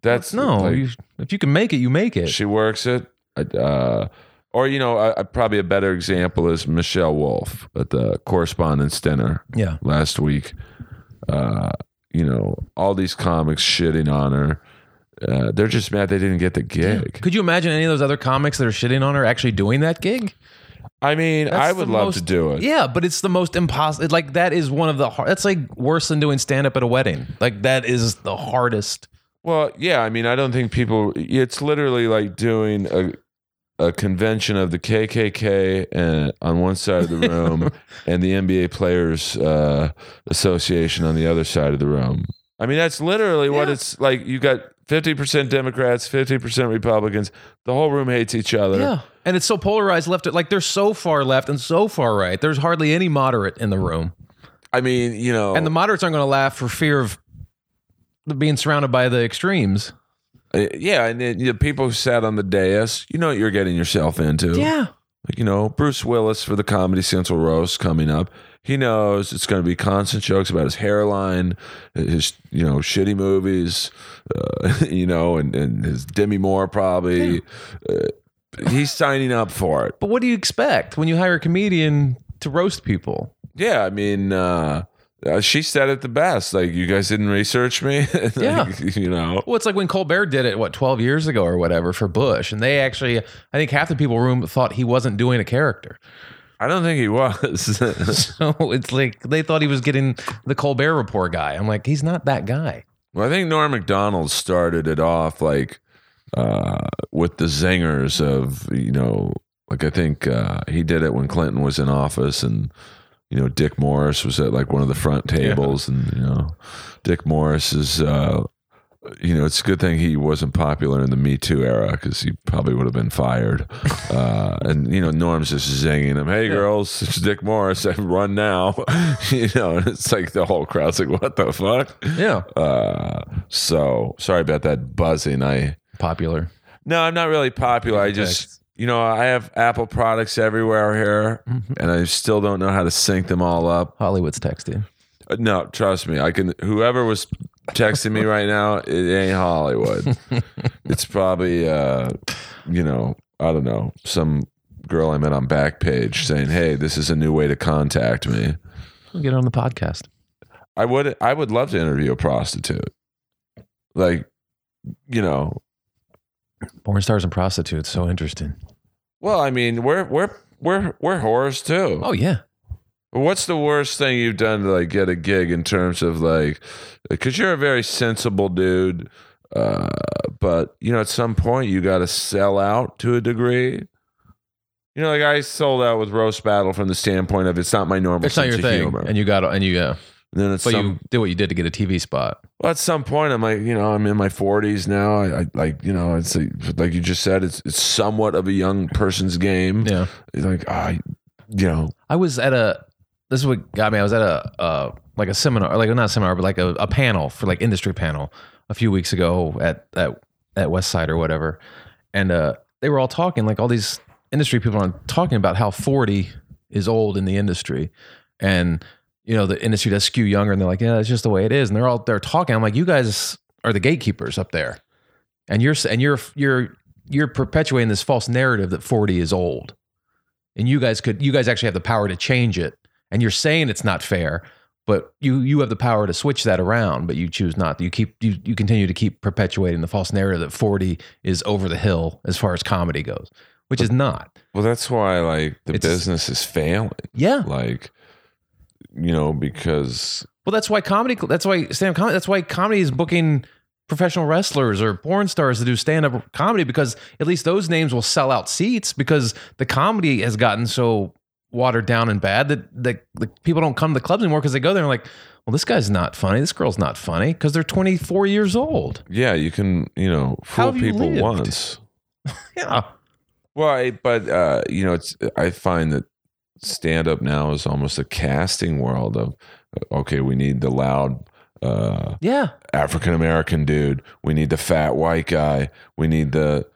S1: That's
S2: No,
S1: like,
S2: you, if you can make it, you make it.
S1: she works it. Uh, or you know, uh, probably a better example is Michelle Wolf at the correspondence dinner
S2: yeah,
S1: last week. Uh, you know, all these comics shitting on her. Uh, they're just mad they didn't get the gig.
S2: could you imagine any of those other comics that are shitting on her actually doing that gig?
S1: I mean,
S2: That's
S1: I
S2: the
S1: would love to
S2: most-
S1: do it.
S2: Yeah, but it's the most impossible. Like that is one of the hard. That's like worse than doing stand up at a wedding. Like that is the hardest.
S1: Well, yeah, I mean, I don't think people. It's literally like doing a a convention of the KKK and, uh, on one side of the room and the NBA Players uh, Association on the other side of the room. I mean, that's literally what
S2: Yeah.
S1: it's like. You got fifty percent Democrats, fifty percent Republicans. The whole room hates each other.
S2: Yeah, and it's so polarized left. Like they're so far left and so far right. There's hardly any moderate in the room,
S1: I mean, you know,
S2: and the moderates aren't going to laugh for fear of being surrounded by the extremes.
S1: uh, yeah, and then, you know, people who sat on the dais. You know what you're getting yourself into.
S2: Yeah,
S1: Like, you know, Bruce Willis for the Comedy Central roast coming up. He knows it's going to be constant jokes about his hairline, his you know shitty movies, uh, you know, and, and his Demi Moore probably. Uh, he's signing up for it.
S2: but what do you expect when you hire a comedian to roast people?
S1: Yeah, I mean, uh, uh, she said it the best. Like, you guys didn't research me. Like,
S2: Yeah.
S1: you know.
S2: Well, it's like when Colbert did it, what, 12 years ago or whatever, for Bush. And they actually, I think half the people in the room thought he wasn't doing a character.
S1: I don't think he was.
S2: So it's like they thought he was getting the Colbert Report guy. I'm like, he's not that guy.
S1: Well, I think Norm MacDonald started it off like uh, with the zingers of, you know, like I think uh, he did it when Clinton was in office and, you know, Dick Morris was at like one of the front tables and, you know, Dick Morris is, uh, you know, it's a good thing he wasn't popular in the Me Too era because he probably would have been fired. Uh, and, you know, Norm's just zinging him, hey, girls, it's Dick Morris, run now. you know, and it's like the whole crowd's like, what the fuck?
S2: Yeah.
S1: Uh, so sorry about that buzzing. I
S2: Popular.
S1: no, I'm not really popular. I just you know I have Apple products everywhere here, and I still don't know how to sync them all up.
S2: Hollywood's texting.
S1: Uh, No, trust me, I can. Whoever was texting me right now, it ain't Hollywood. it's probably uh, you know I don't know some girl I met on Backpage saying, "Hey, this is a new way to contact me."
S2: We'll get on the podcast.
S1: I would I would love to interview a prostitute, like you know
S2: Porn stars and prostitutes. So interesting.
S1: Well, I mean, we're we're we're we're whores too.
S2: Oh, yeah.
S1: What's the worst thing you've done to like get a gig in terms of like, because you're a very sensible dude, uh, but you know at some point you got to sell out to a degree. You know, like I sold out with roast battle from the standpoint of it's not my normal
S2: It's not
S1: sense
S2: your
S1: of
S2: thing.
S1: humor.
S2: And you got, and you, yeah.
S1: And then at
S2: But
S1: some
S2: you did what you did to get a TV spot.
S1: well, at some point, I'm like, you know, I'm in my 40s now. I, I like, you know, it's like, like you just said, it's it's somewhat of a young person's game.
S2: Yeah.
S1: It's like, I, you know,
S2: I was at a. This is what got me. I was at a uh, like a seminar, like not a seminar, but like a, a panel for like industry panel a few weeks ago at at at Westside or whatever, and uh, they were all talking like all these industry people are talking about how forty is old in the industry, and you know the industry does skew younger, and they're like, yeah, that's just the way it is, and they're all they're talking. I'm like, you guys are the gatekeepers up there, and you're s- and you're you're you're perpetuating this false narrative that forty is old and you guys could you guys actually have the power to change it and you're saying it's not fair but you you have the power to switch that around but you choose not you keep you, you continue to keep perpetuating the false narrative that 40 is over the hill as far as comedy goes which is not
S1: Well, that's why like the
S2: It's-
S1: business is failing.
S2: yeah
S1: Like, you know, because
S2: Well, that's why comedy. That's why stand up comedy. That's why comedy is booking professional wrestlers or porn stars to do stand up comedy because at least those names will sell out seats because the comedy has gotten so watered down and bad that that the people don't come to clubs anymore because they go there and like, well, this guy's not funny. This girl's not funny because they're 24 years old.
S1: Yeah, you can, you know,
S2: How
S1: fool
S2: have you
S1: people
S2: lived?
S1: once.
S2: Yeah.
S1: Well, I, but uh, you know, it's I find that stand up now is almost a casting world of uh, okay, we need the loud uh,
S2: Yeah.
S1: African American dude, we need the fat white guy, we need the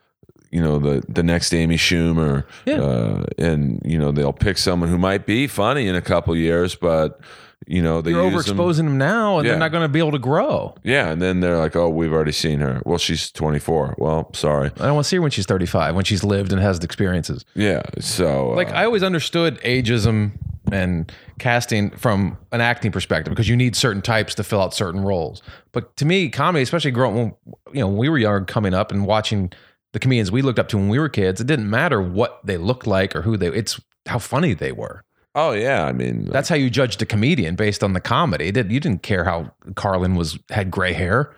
S1: you know the the next Amy Schumer,
S2: Yeah.
S1: uh, and you know they'll pick someone who might be funny in a couple years, but you know they
S2: You're
S1: use them-
S2: overexposing them now and
S1: Yeah.
S2: they're not going to be able to grow.
S1: Yeah, and then they're like, "Oh, we've already seen her. Well, she's 24. Well, sorry.
S2: I don't want to see her when she's 35, when she's lived and has the experiences.
S1: Yeah, so uh,
S2: Like I always understood ageism and casting from an acting perspective because you need certain types to fill out certain roles. But to me, comedy, especially growing, when, you know, when we were young, coming up and watching the comedians we looked up to when we were kids, it didn't matter what they looked like or who they. It's how funny they were.
S1: oh yeah, I mean,
S2: That's how you judged a comedian based on the comedy. It did, you didn't care how Carlin was had gray hair.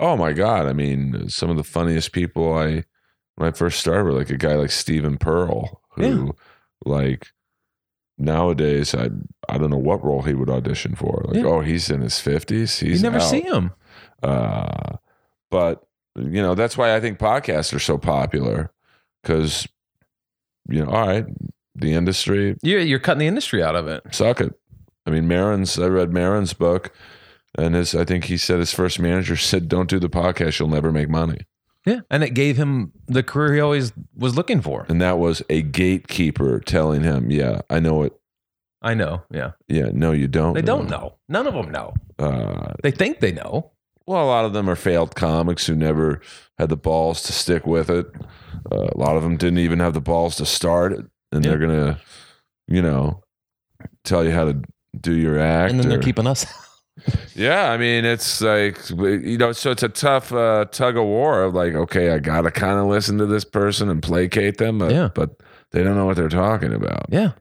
S1: oh my god, I mean, some of the funniest people I when I first started were like a guy like Stephen Pearl, who like nowadays I I don't know what role he would audition for. Like,
S2: Yeah.
S1: oh, he's in his 50s. He's
S2: You never
S1: out.
S2: see him.
S1: Uh, but you know that's why I think podcasts are so popular because you know, all right, the industry
S2: You're, you're cutting the industry out of it.
S1: suck it. I mean, Marin's. I read Marin's book, and his. I think he said his first manager said, "Don't do the podcast; you'll never make money."
S2: Yeah, and it gave him the career he always was looking for.
S1: And that was a gatekeeper telling him, "Yeah, I know it.
S2: I know. Yeah,
S1: Yeah, Oh, no, you don't.
S2: they don't know. None of them know.
S1: Uh,
S2: They think they know.
S1: well, a lot of them are failed comics who never had the balls to stick with it. Uh, a lot of them didn't even have the balls to start it, and
S2: Yeah.
S1: they're gonna, you know, tell you how to do your act.
S2: And then they're
S1: or-
S2: keeping us.
S1: Yeah, I mean, it's like you know, so it's a tough uh, tug of war of like, okay, I gotta kind of listen to this person and placate them, but,
S2: Yeah.
S1: but they don't know what they're talking about.
S2: yeah.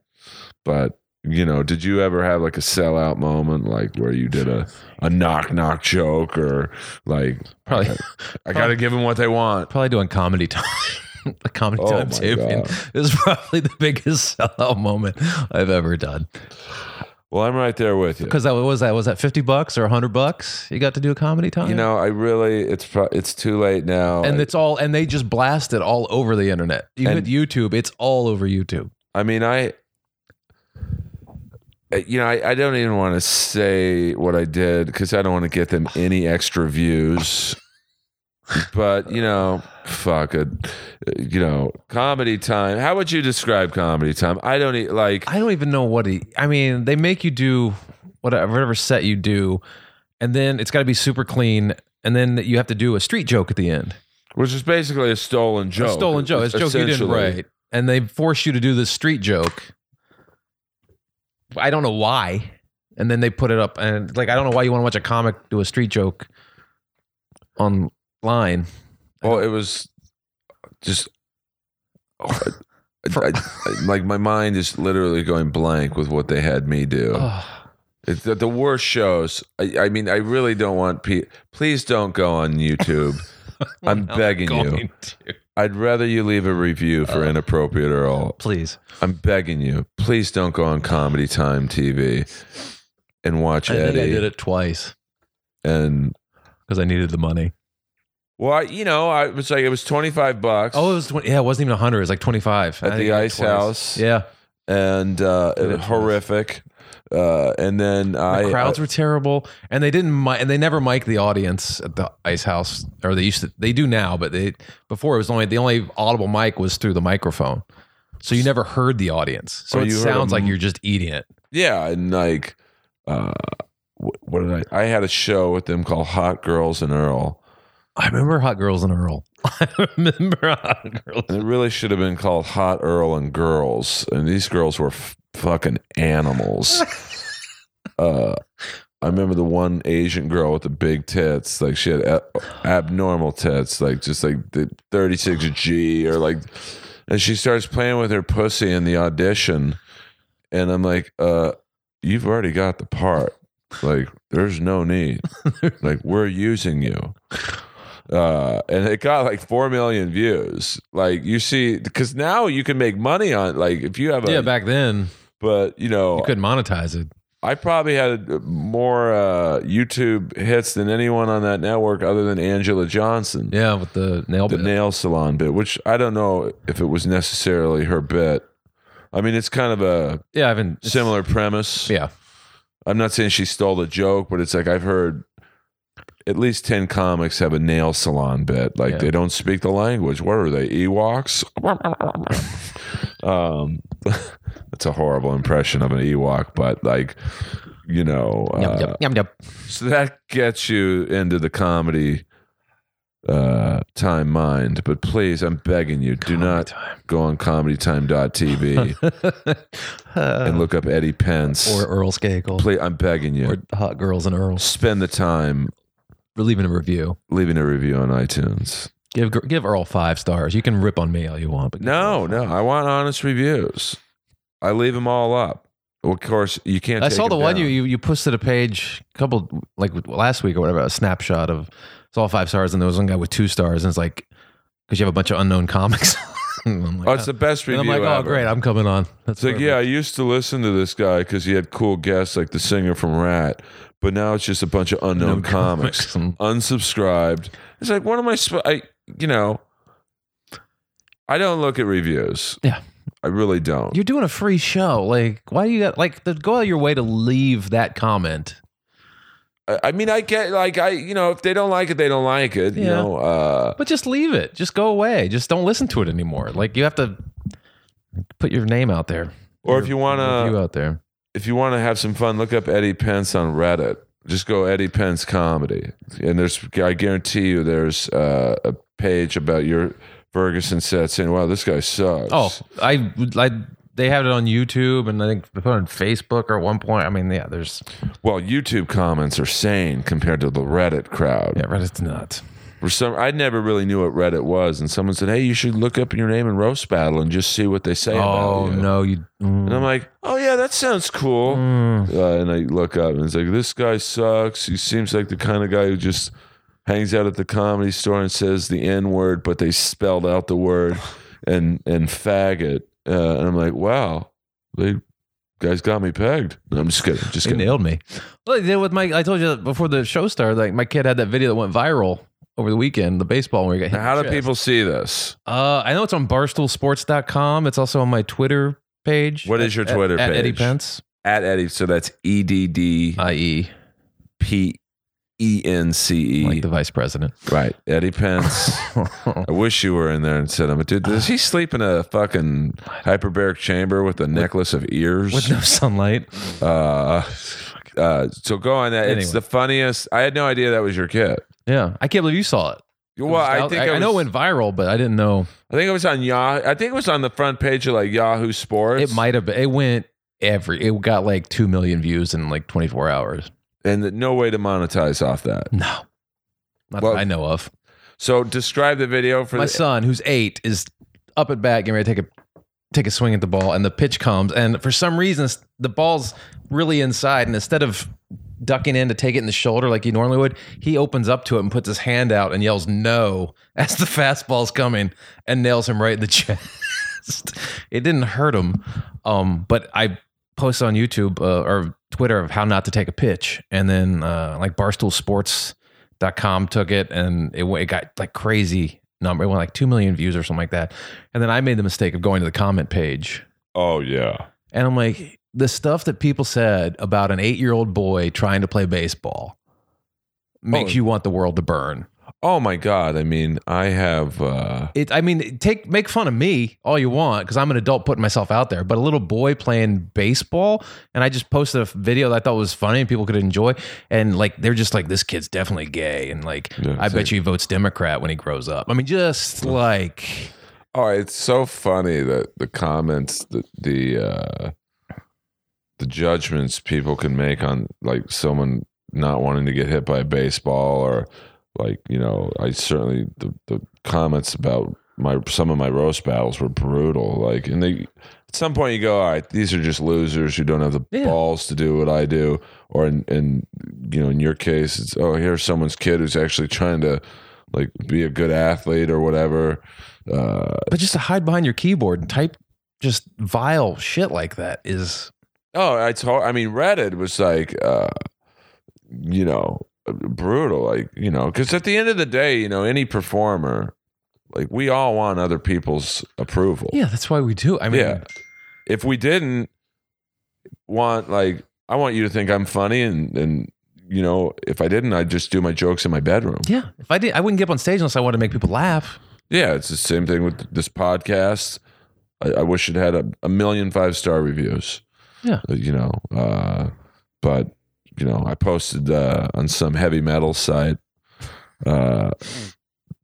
S1: But you know, did you ever have like a sellout moment, like where you did a a knock knock joke or like
S2: Probably
S1: I gotta give them what they want?
S2: probably doing comedy time. the comedy
S1: Oh
S2: time
S1: my
S2: taping
S1: God.
S2: is probably the biggest sellout moment I've ever done.
S1: Well, I'm right there with you.
S2: Because that was that was that fifty bucks or hundred bucks you got to do a comedy time.
S1: You know, I really it's pro- it's too late now.
S2: and
S1: I-
S2: it's all and they just blast it all over the internet. You
S1: And-
S2: hit YouTube, it's all over YouTube.
S1: I mean, I, uh, you know, I, I don't even want to say what I did because I don't want to get them any extra views. But you know, fuck it. Eh, You know, comedy time. How would you describe comedy time? I don't e- like.
S2: I don't even know what he. I mean, they make you do whatever, whatever set you do, and then it's got to be super clean, and then you have to do a street joke at the end,
S1: Which is basically a stolen
S2: a
S1: joke.
S2: stolen joke, it's a joke you didn't
S1: essentially.
S2: write, and they force you to do this street joke. I don't know why, and then they put it up, and like I don't know why you want to watch a comic do a street joke online.
S1: Well, it was just oh,
S2: For-
S1: I- I- like my mind is literally going blank with what they had me do.
S2: Ugh.
S1: It's the, the worst shows. I, I mean, I really don't want people. Please don't go on YouTube. I'm begging you.
S2: Going to-
S1: I'd rather you leave a review for Inappropriate Earl.
S2: please.
S1: I'm begging you. Please don't go on Comedy Time TV and watch
S2: I think I
S1: Eddie.
S2: did it twice
S1: And
S2: because I needed the money.
S1: well, I, you know, I was like, it was 25 bucks
S2: Oh, it was 20, yeah, it wasn't even 100. It was like
S1: at
S2: 25.
S1: the
S2: I think I did
S1: Ice
S2: twice.
S1: House,
S2: Yeah.
S1: and uh,
S2: Did it
S1: it-
S2: twice.
S1: horrific. Uh, and then I
S2: The crowds
S1: I-
S2: were terrible and they didn't mi- and they never mic the audience at the Ice House or they used to they do now, but they before it was only the only audible mic was through the microphone. So you never heard the audience. So
S1: Or
S2: it
S1: you heard
S2: sounds
S1: a
S2: like
S1: m-
S2: you're just eating it.
S1: Yeah, and like, uh, wh- what did I? I had a show with them called Hot Girls and Earl,
S2: I remember Hot Girls and Earl. I remember Hot Girls.
S1: and it really should have been called Hot Earl and Girls. And these girls were f- fucking animals. uh, I remember the one Asian girl with the big tits, like she had a- abnormal tits, like just like the thirty six G or like, and she starts playing with her pussy in the audition, and I'm like, uh, you've already got the part. Like, there's no need. like, we're using you. Uh, and it got like 4 million views. Like, you see, because now you can make money on, like, if you have a,
S2: yeah, back then
S1: but you know,
S2: you couldn't monetize it.
S1: I probably had more uh, YouTube hits than anyone on that network other than Angela Johnson.
S2: Yeah, with the nail
S1: the
S2: bit.
S1: nail salon bit, which I don't know if it was necessarily her bit. I mean, it's kind of a
S2: yeah, I've been it's-
S1: similar premise.
S2: Yeah,
S1: I'm not saying she stole the joke, but it's like I've heard at least 10 comics have a nail salon bit. Like
S2: Yeah.
S1: they don't speak the language. What are they? Ewoks? um, that's a horrible impression of an Ewok, but like, you know, uh, so that gets you into the comedy uh time mind but please i'm begging you do not go on comedytime.tv and look up eddie pence
S3: or Earl Skakel
S1: please i'm begging you
S3: or Hot Girls and Earl.
S1: spend the time
S3: We're leaving a review.
S1: leaving a review on iTunes.
S3: Give gr- give Earl five stars. You can rip on me all you want, but
S1: No, no, I want honest reviews. I leave them all up. Of course, you can't.
S2: I
S1: take
S2: saw the
S1: them
S2: one you,
S1: down.
S2: you you posted a page a couple like last week or whatever a snapshot of it's all five stars and there was one guy with two stars and it's like because you have a bunch of unknown comics. And I'm like,
S1: Oh, it's the best
S2: and
S1: review
S2: I'm like, oh
S1: ever.
S2: great, I'm coming on. That's
S1: It's like,
S2: perfect.
S1: yeah, I used to listen to this guy because he had cool guests like the singer from Rat, but now it's just a bunch of unknown
S2: Unknown
S1: comics.
S2: comics.
S1: Unsubscribed. It's like, what am I? Sp- I, you know, I don't look at reviews.
S2: Yeah.
S1: I really don't.
S2: You're doing a free show. Like, why do you got like the, go out of your way to leave that comment?
S1: I, I mean, I get like, I, you know, if they don't like it, they don't like it. You
S2: Yeah.
S1: know, uh,
S2: But just leave it. Just go away. Just don't listen to it anymore. Like you have to put your name out there.
S1: or if you want to,
S2: you out there.
S1: if you want to have some fun, look up Eddie Pence on Reddit. Just go Eddie Pence comedy, and there's I guarantee you there's uh, a page about your Ferguson set saying, "Wow, this guy sucks."
S2: Oh, I would- I they have it on YouTube and I think they put it on Facebook or at one point. I mean, yeah, there's
S1: well, YouTube comments are sane compared to the Reddit crowd.
S2: yeah, Reddit's nuts.
S1: For some, I never really knew what Reddit was, and someone said, "Hey, you should look up your name in roast battle and just see what they say."
S2: Oh
S1: about you.
S2: no, you. mm,
S1: And I'm like, "Oh yeah, that sounds cool."
S2: mm.
S1: uh, and I look up and it's like this guy sucks. He seems like the kind of guy who just hangs out at the comedy store and says the N word, but they spelled out the word and and faggot. Uh, and I'm like, wow, they guys got me pegged. No, I'm just kidding, just
S2: They
S1: kidding.
S2: nailed me. Well, they did with my. I told you that before the show started. Like my kid had that video that went viral over the weekend. The baseball where he got hit.
S1: Now,
S2: in
S1: how
S2: the
S1: do
S2: chest.
S1: people see this?
S2: Uh, I know it's on BarstoolSports.com. It's also on my Twitter page.
S1: What is your
S2: At-
S1: Twitter
S2: at, Eddie
S1: page?
S2: Pence,
S1: At Eddie, so that's E D D
S2: i.e.,
S1: P E N C
S2: like
S1: E.
S2: the vice president.
S1: Right, Eddie Pence. I wish you were in there and said, "I'm dude. Does he sleep in a fucking hyperbaric chamber with a necklace of ears?"
S2: With no sunlight.
S1: uh, uh, so go on that. It's
S2: Anyway.
S1: the funniest. I had no idea that was your kid.
S2: Yeah, I can't believe you saw it. It
S1: Well,
S2: was
S1: I
S2: out-
S1: think I,
S2: I,
S1: was,
S2: know it went viral, but I didn't know
S1: I think it was on Yahoo. I think it was on the front page of like Yahoo Sports.
S2: it might have. been It went every. It got like two million views in like twenty four hours.
S1: and th- no way to monetize off that.
S2: No, not
S1: Well,
S2: that I know of.
S1: So describe the video for
S2: My
S1: the,
S2: son, who's eight, is up at bat, getting ready to take a take a swing at the ball, and the pitch comes, and for some reason the ball's really inside, and instead of ducking in to take it in the shoulder like he normally would, he opens up to it and puts his hand out and yells no as the fastball's coming and nails him right in the chest. it didn't hurt him, um, but I posted on YouTube uh, or Twitter of how not to take a pitch, and then uh, like Barstool Sports. Dot com took it and it, went- it got like crazy number. It went like 2 million views or something like that. And then I made the mistake of going to the comment page.
S1: Oh yeah.
S2: And I'm like, the stuff that people said about an eight year old boy trying to play baseball makes
S1: Oh.
S2: you want the world to burn.
S1: Oh my God. I mean, I have. uh
S2: It, I mean, take make fun of me all you want because I'm an adult putting myself out there, but a little boy playing baseball, and I just posted a video that I thought was funny and people could enjoy, and like they're just like, this kid's definitely gay, and like
S1: Yeah,
S2: I bet
S1: same.
S2: you he votes Democrat when he grows up. I mean, just like
S1: Oh, it's so funny that the comments, the the uh, the judgments people can make on like someone not wanting to get hit by a baseball, or like you know, I certainly the the comments about my some of my roast battles were brutal. Like, and they at some point you go, all right, these are just losers who don't have the
S2: Yeah.
S1: balls to do what I do. Or in, in you know, in your case, it's oh, here's someone's kid who's actually trying to like be a good athlete or whatever. Uh,
S2: But just to hide behind your keyboard and type just vile shit like that is
S1: oh, it's hard. I mean, Reddit was like, uh, you know, brutal. Like, you know, because at the end of the day, you know, any performer, like, we all want other people's approval.
S2: yeah. That's why we do. I mean,
S1: Yeah. if we didn't want like I want you to think I'm funny and and you know if I didn't I'd just do my jokes in my bedroom.
S2: yeah. If I did, I wouldn't get up on stage unless I wanted to make people laugh.
S1: Yeah, it's the same thing with this podcast. I, I wish it had a, a million five star reviews.
S2: Yeah.
S1: Uh, you know, uh, but you know I posted uh, on some heavy metal site uh,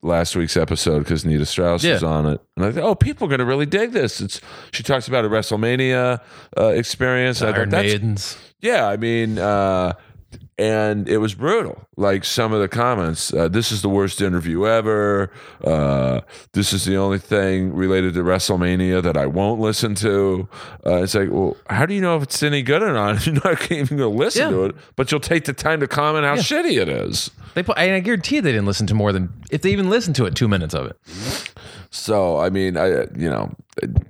S1: last week's episode because Nita Strauss
S2: Yeah.
S1: was on it, and I thought, oh, people are going to really dig this. It's she talks about a WrestleMania uh, experience. and I
S2: Iron
S1: thought that's
S2: Maidens.
S1: Yeah, I mean, uh, and it was brutal. Like some of the comments, uh, this is the worst interview ever. Uh, this is the only thing related to WrestleMania that I won't listen to. Uh, it's like, well, how do you know if it's any good or not? You're not even going to listen
S2: Yeah.
S1: to it, but you'll take the time to comment how shitty it is.
S2: They put, and I guarantee you they didn't listen to more than if they even listened to it, two minutes of it.
S1: So, I mean, I you know,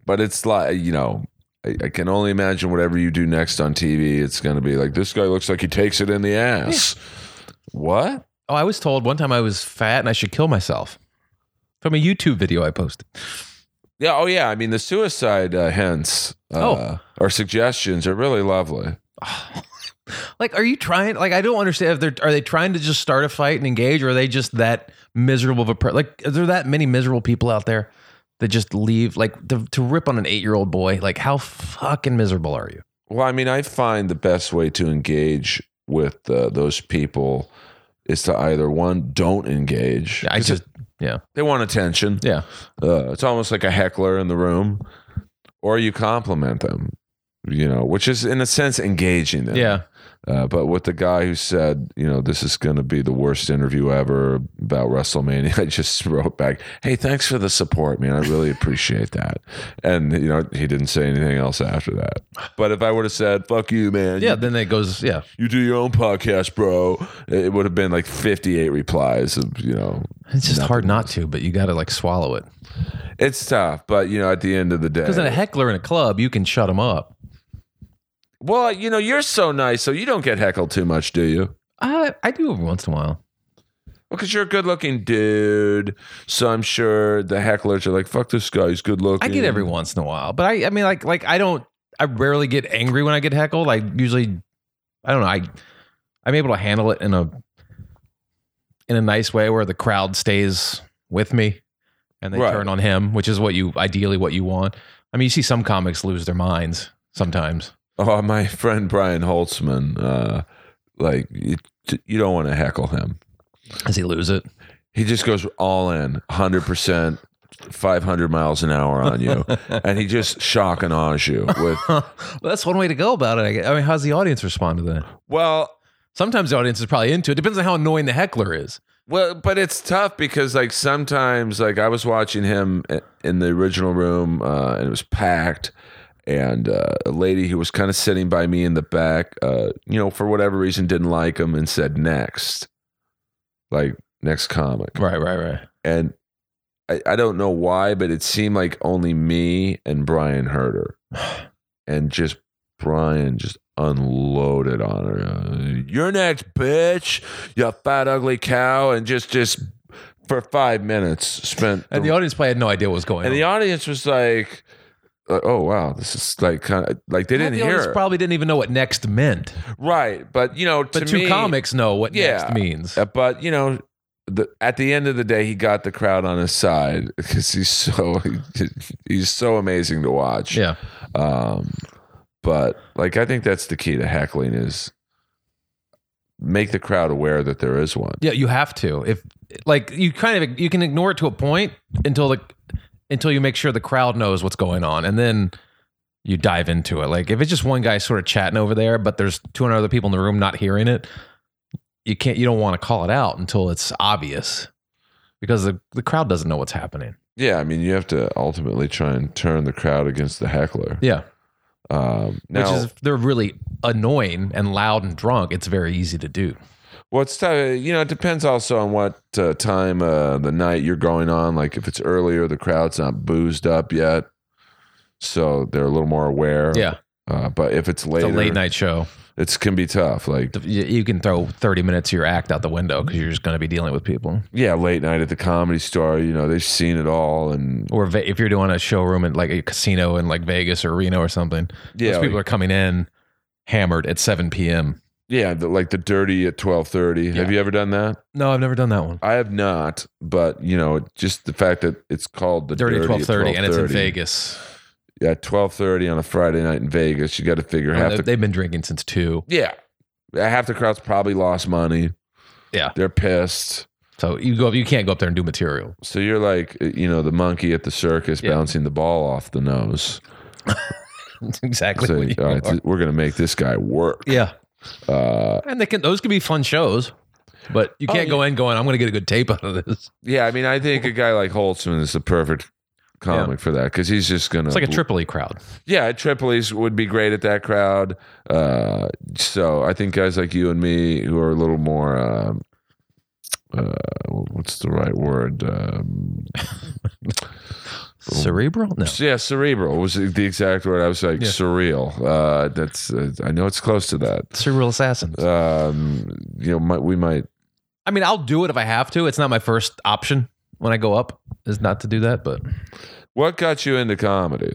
S1: but it's like you know. I I can only imagine whatever you do next on TV, it's going to be like this guy looks like he takes it in the ass. What?
S2: Oh, I was told one time I was fat and I should kill myself from a YouTube video I posted.
S1: Yeah. Oh, yeah. I mean, the suicide uh, hints uh,
S2: Oh.
S1: or suggestions are really lovely.
S2: Like, are you trying? Like, I don't understand if they're are they trying to just start a fight and engage, or are they just that miserable of a person? Like, are there that many miserable people out there that just leave? Like, to, to rip on an eight year old boy, like, how fucking miserable are you?
S1: Well, I mean, I find the best way to engage with uh, those people is to either one, don't engage.
S2: I
S1: 'Cause
S2: just
S1: they want attention.
S2: yeah,
S1: Uh, it's almost like a heckler in the room, or you compliment them. You know, which is in a sense engaging them.
S2: yeah.
S1: Uh, but with the guy who said, you know, this is going to be the worst interview ever about WrestleMania, I just wrote back, hey, thanks for the support, man. I really appreciate that. And, you know, he didn't say anything else after that. But if I would have said, fuck you, man.
S2: Yeah,
S1: You,
S2: then it goes. Yeah,
S1: you do your own podcast, bro, it would have been like 58 replies of, you know,
S2: it's just hard not to, but you got to like swallow it.
S1: it's tough. But, you know, at the end of the day.
S2: Because in a heckler in a club, you can shut them up.
S1: well, you know, you're so nice, so you don't get heckled too much, do you?
S2: I Uh, I do every once in a while.
S1: Well, because you're a good looking dude. So I'm sure the hecklers are like, fuck this guy, he's good looking.
S2: I get every once in a while, but I I mean like like I don't I rarely get angry when I get heckled. I usually I don't know I I'm able to handle it in a in a nice way where the crowd stays with me and they
S1: Right.
S2: turn on him, which is what you ideally what you want. I mean, you see some comics lose their minds sometimes.
S1: Oh, my friend Brian Holtzman, uh, like, you, you don't want to heckle him.
S2: Does he lose it?
S1: He just goes all in, 100%. 500 miles an hour on you, and he just shock and awes you with,
S2: well, that's one way to go about it. I, guess. I mean, how's the audience respond to that?
S1: well,
S2: Sometimes the audience is probably into it. Depends on how annoying the heckler is.
S1: Well, but it's tough because like sometimes like I was watching him i- in the original room uh, and it was packed, and uh, a lady who was kind of sitting by me in the back, uh, you know, for whatever reason didn't like him and said next, like next comic,
S2: Right, right, right.
S1: and I, I don't know why, but it seemed like only me and Brian heard her, and just Brian just unloaded on her. Uh, You're next, bitch. You fat ugly cow, and just just for five minutes spent.
S2: And the audience probably had no idea what was going
S1: and
S2: on.
S1: the audience was like. like, oh wow, this is like kind of like they
S2: Half
S1: didn't
S2: the
S1: hear
S2: audience
S1: her.
S2: probably didn't even know what next meant.
S1: right, but you know,
S2: But
S1: to
S2: two
S1: me,
S2: comics know what
S1: Yeah.
S2: next means.
S1: Uh, but you know, the, at the end of the day, he got the crowd on his side because he's so he's so amazing to watch.
S2: Yeah.
S1: Um, but like, I think that's the key to heckling is make the crowd aware that there is one.
S2: Yeah, you have to. If like you kind of you can ignore it to a point until the until you make sure the crowd knows what's going on and then you dive into it. Like if it's just one guy sort of chatting over there but there's 200 other people in the room not hearing it, you can't you don't want to call it out until it's obvious because the, the crowd doesn't know what's happening.
S1: Yeah, I mean, you have to ultimately try and turn the crowd against the heckler.
S2: Yeah.
S1: Um, now,
S2: Which is if they're really annoying and loud and drunk, it's very easy to do.
S1: Well, it's ti- you know it depends also on what uh, time uh, the night you're going on. Like if it's earlier, the crowd's not boozed up yet, so they're a little more aware.
S2: Yeah.
S1: Uh, but if it's
S2: It's
S1: later,
S2: a late night show.
S1: it's can be tough. Like
S2: You you can throw 30 minutes of your act out the window because you're just going to be dealing with people.
S1: yeah, late night at the comedy store. You know they've seen it all, and
S2: Or ve- if you're doing a showroom at like a casino in like Vegas or Reno or something,
S1: yeah,
S2: those people
S1: like,
S2: are coming in hammered at 7 p.m.
S1: yeah, the, like the dirty at twelve thirty. Have you ever done that?
S2: No, I've never done that one.
S1: I have not, but you know, just the fact that it's called the
S2: Dirty,
S1: dirty, at
S2: 1230, and it's in
S1: 12:30.
S2: Vegas.
S1: Yeah, twelve thirty on a Friday night in Vegas. You got to figure half
S2: They-
S1: the
S2: Uh, They've been drinking since 2.
S1: Yeah. Half the crowd's probably lost money.
S2: Yeah.
S1: They're pissed.
S2: So you go up, you can't go up there and do material.
S1: So you're like, you know, the monkey at the circus
S2: Yeah.
S1: bouncing the ball off the nose.
S2: That's exactly
S1: So
S2: what you
S1: all right,
S2: are.
S1: th- we're going to make this guy work.
S2: Yeah.
S1: Uh,
S2: And they can those can be fun shows, but you
S1: Oh,
S2: can't go in going, I'm gonna get a good tape out of this.
S1: yeah. I mean, I think a guy like Holtzman is the perfect comic for that because he's just going to.
S2: It's like a Tripoli crowd.
S1: Yeah. Tripoli's would be great at that crowd. Uh, so I think guys like you and me who are a little more. Um, uh, what's the right word? Um,
S2: Cerebral? No.
S1: Yeah, cerebral was the exact word. I was like
S2: Yeah.
S1: surreal. Uh, that's uh, I know it's close to that.
S2: Cerebral assassins.
S1: Um, you know, might, we might.
S2: I mean, I'll do it if I have to. It's not my first option when I go up, is not to do that, but
S1: What got you into comedy?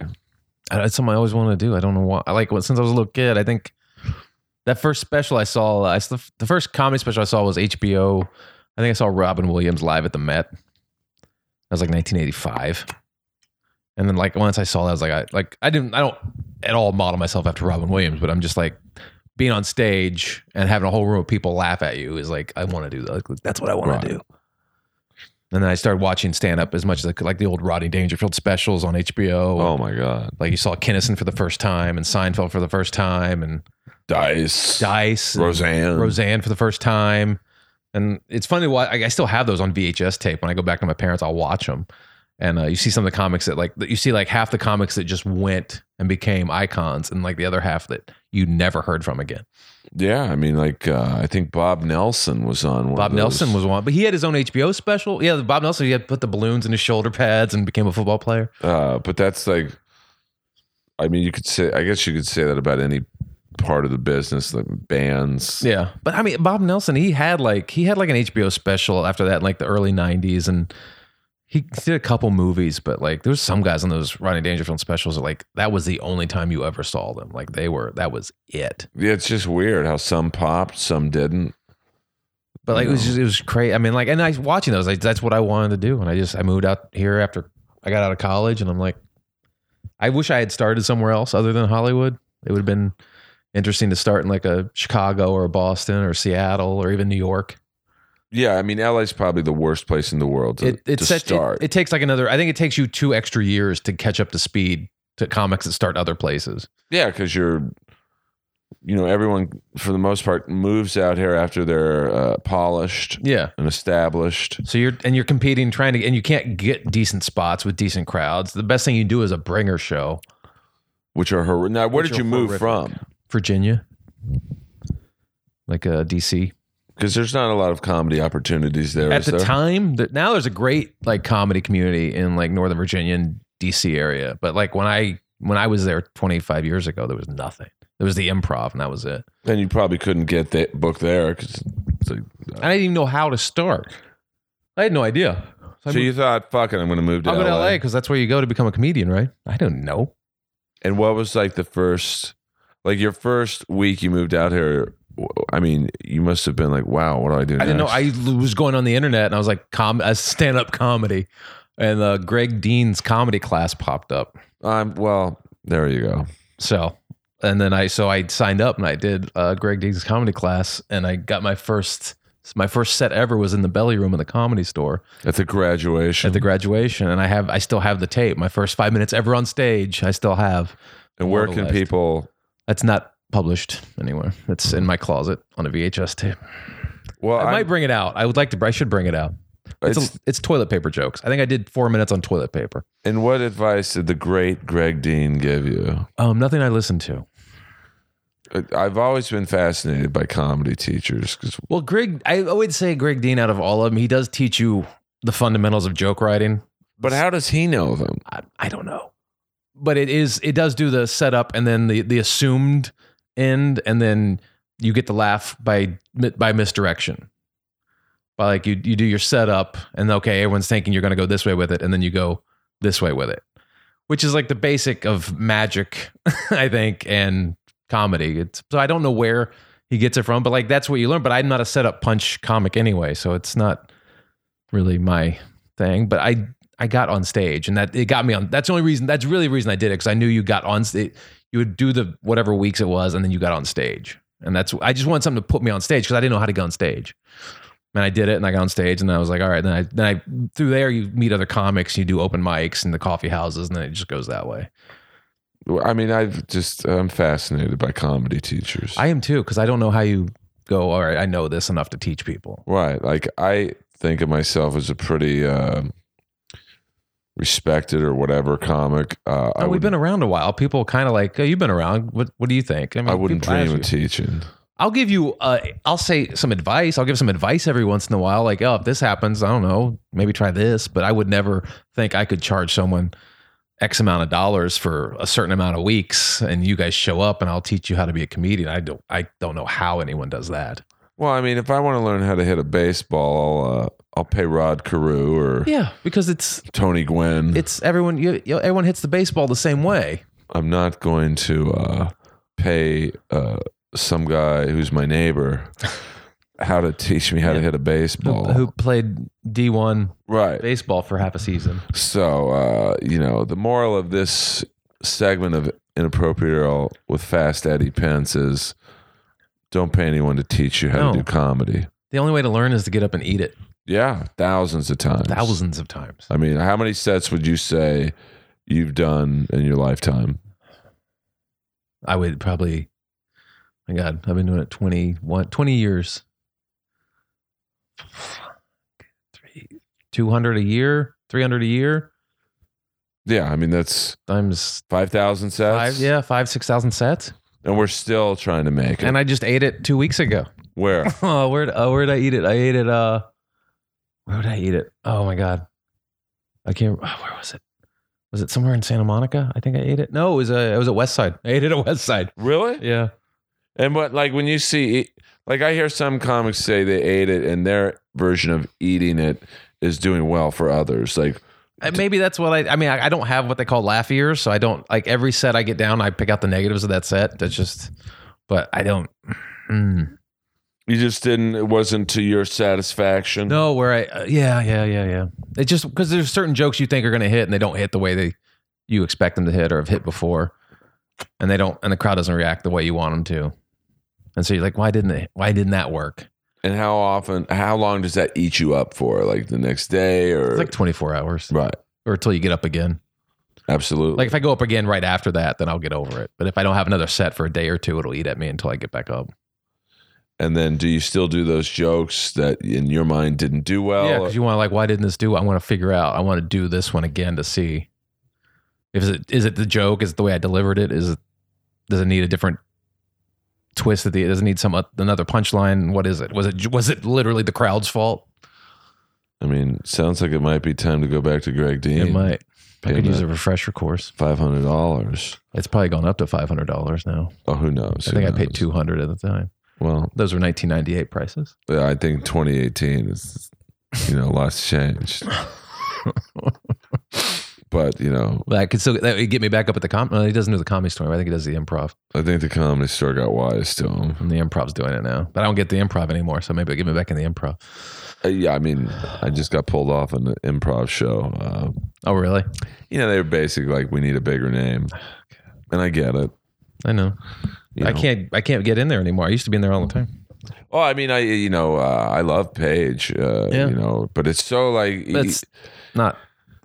S2: I- it's something I always wanted to do. I don't know why. I like what since I was a little kid. I think that first special I saw, I, s- the first comedy special I saw was HBO. I think I saw Robin Williams live at the Met. That was like 1985. And then like once I saw that, I was like, I like I didn't, I don't at all model myself after Robin Williams, but I'm just like being on stage and having a whole room of people laugh at you is like I want to do that. Like, that's what I want
S1: Right.
S2: to do. And then I started watching stand up as much as I could, like the old Rodney Dangerfield specials on HBO.
S1: Oh my god,
S2: Like you saw Kinnison for the first time and Seinfeld for the first time and
S1: Dice,
S2: Dice and
S1: Roseanne,
S2: Roseanne for the first time. And it's funny why I I still have those on VHS tape. When I go back to my parents, I'll watch them. And uh, you see some of the comics that like that you see like half the comics that just went and became icons, and like the other half that you never heard from again.
S1: Yeah, I mean, like uh, I think Bob Nelson was on. One
S2: Bob
S1: of those.
S2: Nelson was one, but he had his own HBO special. Yeah, Bob Nelson he had put the balloons in his shoulder pads and became a football player.
S1: Uh, but that's like, I mean, you could say. I guess you could say that about any part of the business, like bands.
S2: Yeah, but I mean, Bob Nelson, he had like he had like an HBO special after that, in like the early '90s, and he did a couple movies. But like, there's some guys on those Ronnie Dangerfield specials that like that was the only time you ever saw them. Like they were that was it.
S1: yeah, it's just weird how some popped, some didn't.
S2: But like it was just it was crazy. I mean, like, and I was watching those. Like that's what I wanted to do, and I just I moved out here after I got out of college, and I'm like, I wish I had started somewhere else other than Hollywood. It would have been interesting to start in like a Chicago or Boston or Seattle or even New York.
S1: Yeah, I mean, LA's probably the worst place in the world to,
S2: it, it,
S1: to
S2: set- it-
S1: start.
S2: It, takes like another. I think it takes you two extra years to catch up to speed to comics that start other places.
S1: yeah, because you're, you know, everyone for the most part moves out here after they're uh, polished
S2: Yeah.
S1: and established.
S2: So you're and you're competing, trying to, and you can't get decent spots with decent crowds. The best thing you do is a bringer show.
S1: Which are her. Now, where
S2: Which
S1: did
S2: are
S1: you move
S2: horrific.
S1: from?
S2: Virginia, like uh, DC.
S1: Because there's not a lot of comedy opportunities there.
S2: At
S1: is
S2: the
S1: there?
S2: time, that now there's a great like comedy community in like Northern Virginia and DC area. But like when I when I was there 25 years ago, there was nothing. There was the improv, and that was it.
S1: then you probably couldn't get the book there. Cause it's like,
S2: I didn't even know how to start. I had no idea. I
S1: so you thought, "Fucking, I'm going to move to
S2: I'll go to
S1: LA.
S2: LA because that's where you go to become a comedian, right? I don't know.
S1: And what was like the first, like your first week you moved out here? w- I mean, you must have been like, "Wow, what do I do?"
S2: I didn't know.
S1: next?
S2: I l- was going on the internet and I was like, com- uh, stand up comedy. And uh, Greg Dean's comedy class popped up.
S1: I'm Um, well. There you go.
S2: So, and then I, so I signed up and I did uh, Greg Dean's comedy class and I got my first, my first set ever was in the belly room of the comedy store
S1: At the graduation.
S2: at the graduation. And I have, I still have the tape. My first five minutes ever on stage, I still have.
S1: and where can
S2: immortalized.
S1: people?
S2: That's not published anywhere. It's in my closet on a VHS tape.
S1: Well,
S2: I
S1: I
S2: might bring it out. I would like to. I should bring it out.
S1: It's,
S2: It's, it's, toilet paper jokes. I think I did four minutes on toilet paper.
S1: and what advice did the great Greg Dean give you?
S2: Um, nothing I listened to.
S1: Uh, I've always been fascinated by comedy teachers because
S2: Well, Greg, I would say Greg Dean out of all of them, he does teach you the fundamentals of joke writing.
S1: But how does he know them?
S2: I, I don't know. But it is it does do the setup and then the the assumed end and then you get the laugh by mi- by misdirection. By like you you do your setup and okay, everyone's thinking you're going to go this way with it and then you go this way with it. Which is like the basic of magic, I think, and comedy. It's, so I don't know where he gets it from, but like that's what you learn, but I'm not a setup punch comic anyway, so it's not really my thing, but I I got on stage and that it got me on. That's the only reason. That's really the reason I did it because I knew you got on stage. You would do the whatever weeks it was, and then you got on stage. And that's I just wanted something to put me on stage because I didn't know how to get on stage. And I did it, and I got on stage, and I was like, all right. Then I then I through there you meet other comics, you do open mics and the coffee houses, and then it just goes that way.
S1: I mean, I've just I'm fascinated by comedy teachers.
S2: I am too because I don't know how you go. All right, I know this enough to teach people.
S1: right, like I think of myself as a pretty um respected or whatever comic. Uh, I
S2: Oh, we've
S1: wouldn't-
S2: been around a while. People kind of like, oh, you've been around. What what do you think? mean,
S1: I wouldn't
S2: people ask
S1: dream
S2: you.
S1: of teaching.
S2: I'll give you. Uh, I'll say some advice. I'll give some advice every once in a while. Like, oh, if this happens, I don't know, maybe try this. But I would never think I could charge someone X amount of dollars for a certain amount of weeks, and you guys show up, and I'll teach you how to be a comedian. I don't. I don't know how anyone does that.
S1: Well, I mean, if I want to learn how to hit a baseball, I'll uh, I'll pay Rod Carew or
S2: Yeah, because it's
S1: Tony Gwynn.
S2: it's everyone. You, you, everyone hits the baseball the same way.
S1: I'm not going to uh, pay uh, some guy who's my neighbor how to teach me how to hit a
S2: Who,
S1: baseball.
S2: who played D one
S1: right.
S2: baseball for half a season?
S1: So, uh, you know, the moral of this segment of Inappropriate Earl with Fast Eddie Pence is don't pay anyone to teach you how
S2: No.
S1: to do comedy.
S2: The only way to learn is to get up and eat it
S1: Yeah, thousands of times.
S2: thousands of times.
S1: I mean, how many sets would you say you've done in your lifetime?
S2: I would probably, my God, I've been doing it 21, 20 years. Three, 200 a year, 300 a year
S1: Yeah, I mean, that's
S2: times
S1: 5,000 sets.
S2: five. Yeah, five, 6,000 sets.
S1: And we're still trying to make it.
S2: And I just ate it two weeks ago.
S1: Where?
S2: Oh, where'd, oh, where'd I eat it? I ate it. Uh, where would I eat it? Oh my God. I can't, oh, where was it? Was it somewhere in Santa Monica? I think I ate it. No, it was a, it was at West Side. I ate it at West Side.
S1: Really?
S2: Yeah.
S1: And what, like, when you see, e, like, I hear some comics say they ate it, and their version of eating it is doing well for others. Like,
S2: Uh, Maybe that's what I. I mean, I, I don't have what they call laugh ears, so I don't like every set I get down. I pick out the negatives of that set. That's just, but I don't. Mm.
S1: you just didn't, it wasn't to your satisfaction.
S2: No, where I, uh, yeah, yeah, yeah, yeah. It just because there's certain jokes you think are going to hit and they don't hit the way they you expect them to hit or have hit before, and they don't, and the crowd doesn't react the way you want them to, and so you're like, why didn't it? Why didn't that work?
S1: And how often, how long does that eat you up for? Like, the next day or?
S2: It's like 24 hours
S1: right.
S2: or until you get up again.
S1: Absolutely.
S2: Like if I go up again right after that, then I'll get over it. But if I don't have another set for a day or two, it'll eat at me until I get back up.
S1: and then do you still do those jokes that in your mind didn't do well?
S2: Yeah, because you want to like, why didn't this do? I want to figure out. I want to do this one again to see. If is it is it the joke? Is it the way I delivered it? Is it does it need a different twist? At the does it need some another punchline? What is it? Was it was it literally the crowd's fault?
S1: I mean, sounds like it might be time to go back to Greg Dean.
S2: It might. I
S1: Yeah,
S2: could use
S1: man.
S2: a refresher course.
S1: Five hundred dollars.
S2: It's probably gone up to five hundred dollars now.
S1: Oh, who knows?
S2: I think
S1: Who
S2: I paid
S1: knows?
S2: two hundred at the time.
S1: Well,
S2: Those were nineteen ninety eight prices.
S1: yeah, I think 2018 is, you know, lots changed. but you know,
S2: But I could still that would get me back up at the com. No, he doesn't do the comedy store. I think he does the improv.
S1: I think the comedy store got wise to him.
S2: And the improv's doing it now. But I don't get the improv anymore. So maybe it'll get me back in the improv.
S1: Uh, yeah, I mean, I just got pulled off an improv show. Uh,
S2: Oh, really?
S1: you know, they were basically like, "We need a bigger name," and I get it.
S2: I know.
S1: you
S2: I
S1: know.
S2: can't. I can't get in there anymore. I used to be in there all the time.
S1: Well, I mean, I you know, uh, I love Paige. Uh,
S2: Yeah.
S1: You know, but it's so like
S2: That's not.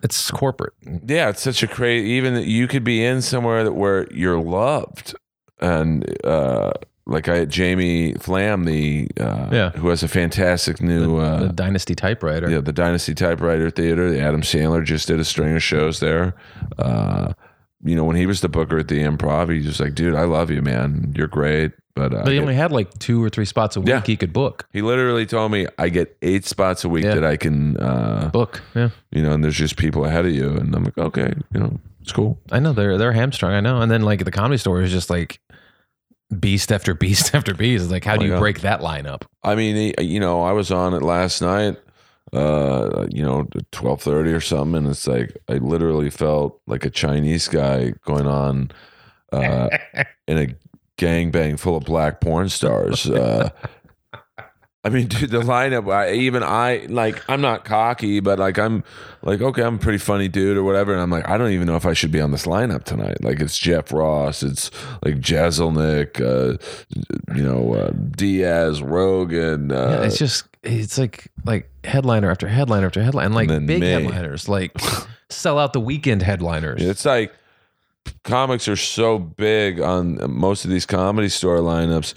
S2: It's corporate.
S1: yeah, it's such a crazy. Even that you could be in somewhere that where you're loved, and uh, like I Jamie Flam, the uh,
S2: Yeah.
S1: who has a fantastic new uh,
S2: the Dynasty typewriter.
S1: yeah, the Dynasty Typewriter Theater. The Adam Sandler just did a string of shows there. Uh, you know, when he was the booker at the Improv, he was like, "Dude, I love you, man. You're great." But, uh,
S2: But
S1: I
S2: he
S1: get-
S2: only had like two or three spots a week
S1: Yeah.
S2: he could book.
S1: he literally told me, "I get eight spots a week
S2: Yeah.
S1: that I can, uh,
S2: Book. Yeah.
S1: you know, and there's just people ahead of you." And I'm like, "Okay, you know, it's cool."
S2: I know they're they're hamstrung. I know. And then like the comedy store is just like beast after beast after beast. It's like how
S1: Oh
S2: do
S1: my
S2: you
S1: God.
S2: break that lineup?
S1: I mean, he- you know, I was on it last night, uh, you know, twelve thirty or something, and it's like I literally felt like a Chinese guy going on uh, in a gangbang full of black porn stars. Uh, I mean, dude, the lineup. I, even I like. I'm not cocky, but like I'm like okay, I'm a pretty funny dude or whatever, and I'm like I don't even know if I should be on this lineup tonight. Like it's Jeff Ross, it's like Jezelnik, uh, you know, uh, Diaz, Rogan. Uh,
S2: yeah, it's just it's like like headliner after headliner after headliner, and like
S1: then
S2: big
S1: me.
S2: headliners, like sell out the weekend headliners.
S1: It's like comics are so big on most of these comedy store lineups.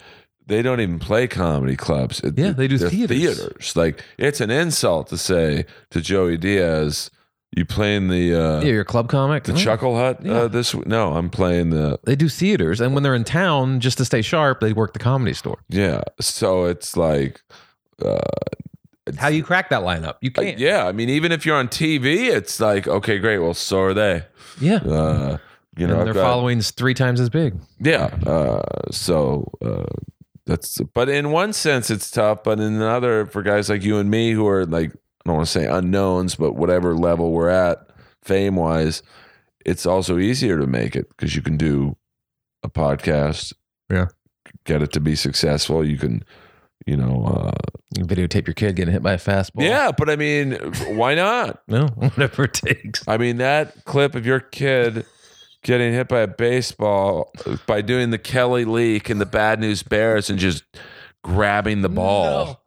S1: They don't even play comedy clubs. It-
S2: Yeah, they do
S1: they're
S2: theaters.
S1: theaters. Like it's an insult to say to Joey Diaz, "You playing the uh,
S2: yeah, you're a club comic.
S1: the
S2: Oh.
S1: Chuckle Hut
S2: Yeah.
S1: uh, this? w- No, I'm playing the
S2: They do theaters, and when they're in town, just to stay sharp, they work the comedy store.
S1: yeah." So it's like, uh,
S2: How do you crack that lineup? You can't.
S1: yeah. I mean, even if you're on TV, it's like, okay, great. Well, so are they.
S2: yeah.
S1: Uh, you know,
S2: and
S1: I've
S2: their
S1: got-
S2: following's three times as big.
S1: Yeah. Uh, so uh, that's, but in one sense, it's tough. But in another, for guys like you and me who are like, I don't want to say unknowns, but whatever level we're at, fame wise, it's also easier to make it because you can do a podcast.
S2: Yeah.
S1: Get it to be successful. You can, you know, uh,
S2: You videotape your kid getting hit by a fastball.
S1: yeah, but I mean, why not?
S2: No, whatever it takes.
S1: I mean, that clip of your kid getting hit by a baseball by doing the Kelly leak and the Bad News Bears and just grabbing the ball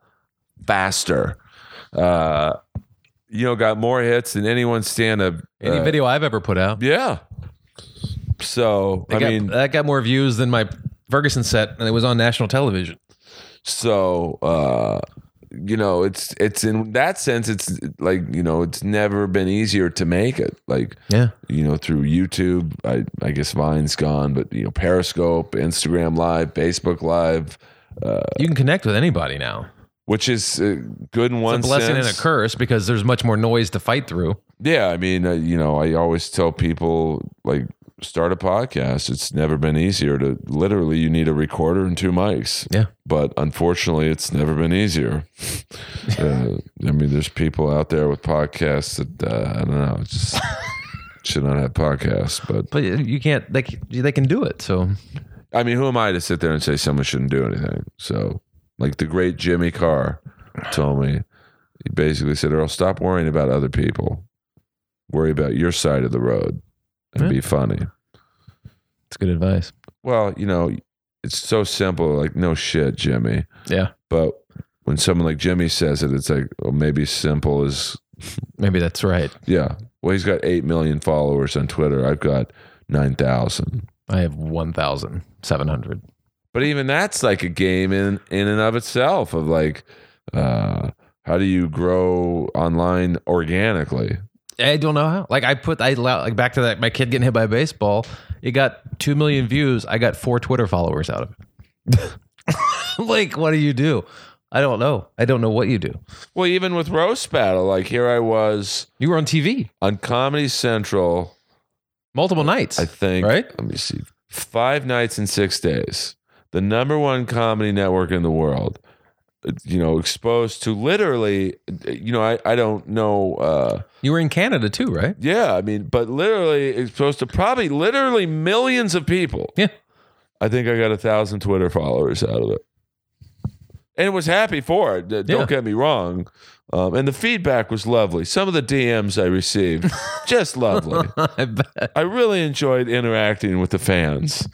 S1: faster, uh, you know, got more hits than anyone stand up. uh,
S2: Any video I've ever put out.
S1: Yeah. So,
S2: That
S1: I
S2: got,
S1: mean,
S2: that got more views than my Ferguson set, and it was on national television.
S1: so uh you know it's it's in that sense it's like you know it's never been easier to make it like
S2: Yeah.
S1: you know through youtube i i guess vine's gone but you know periscope instagram live facebook live
S2: Uh, You can connect with anybody now.
S1: which is uh, good in one
S2: It's a blessing
S1: sense.
S2: and a curse because there's much more noise to fight through.
S1: Yeah, I mean, uh, you know, I always tell people like start a podcast. It's never been easier to literally you need a recorder and two mics.
S2: Yeah.
S1: But unfortunately, it's never been easier. uh, I mean, there's people out there with podcasts that uh, I don't know, just should not have podcasts, but
S2: But you can't. They c- they can do it. So
S1: I mean, who am I to sit there and say someone shouldn't do anything? So, like the great Jimmy Carr told me, he basically said, Earl, stop worrying about other people. Worry about your side of the road and
S2: Yeah.
S1: be funny.
S2: it's good advice.
S1: Well, you know, it's so simple. Like, no shit, Jimmy.
S2: Yeah.
S1: But when someone like Jimmy says it, it's like, well, maybe simple is,
S2: Maybe that's right.
S1: yeah. Well, he's got 8 million followers on Twitter. I've got 9,000.
S2: I have one thousand seven hundred.
S1: but even that's like a game in in and of itself of like uh how do you grow online organically
S2: I don't know how. Like I put, I allow- like back to that. My kid getting hit by a baseball. It got two million views. I got four Twitter followers out of it. like, what do you do? I don't know. I don't know what you do.
S1: well even with roast battle like here i was
S2: You were on TV
S1: on comedy central
S2: multiple nights.
S1: i think
S2: Right?
S1: let me see five nights in six days the number one comedy network in the world Uh, you know exposed to literally uh, you know i, I don't know uh
S2: you were in Canada too, right?
S1: Yeah, I mean, but literally exposed to probably literally millions of people.
S2: Yeah.
S1: I think I got a thousand Twitter followers out of it. And was happy for it. Don't
S2: Yeah.
S1: get me wrong. Um, and the feedback was lovely. Some of the DMs I received, just lovely.
S2: I bet.
S1: I really enjoyed interacting with the fans.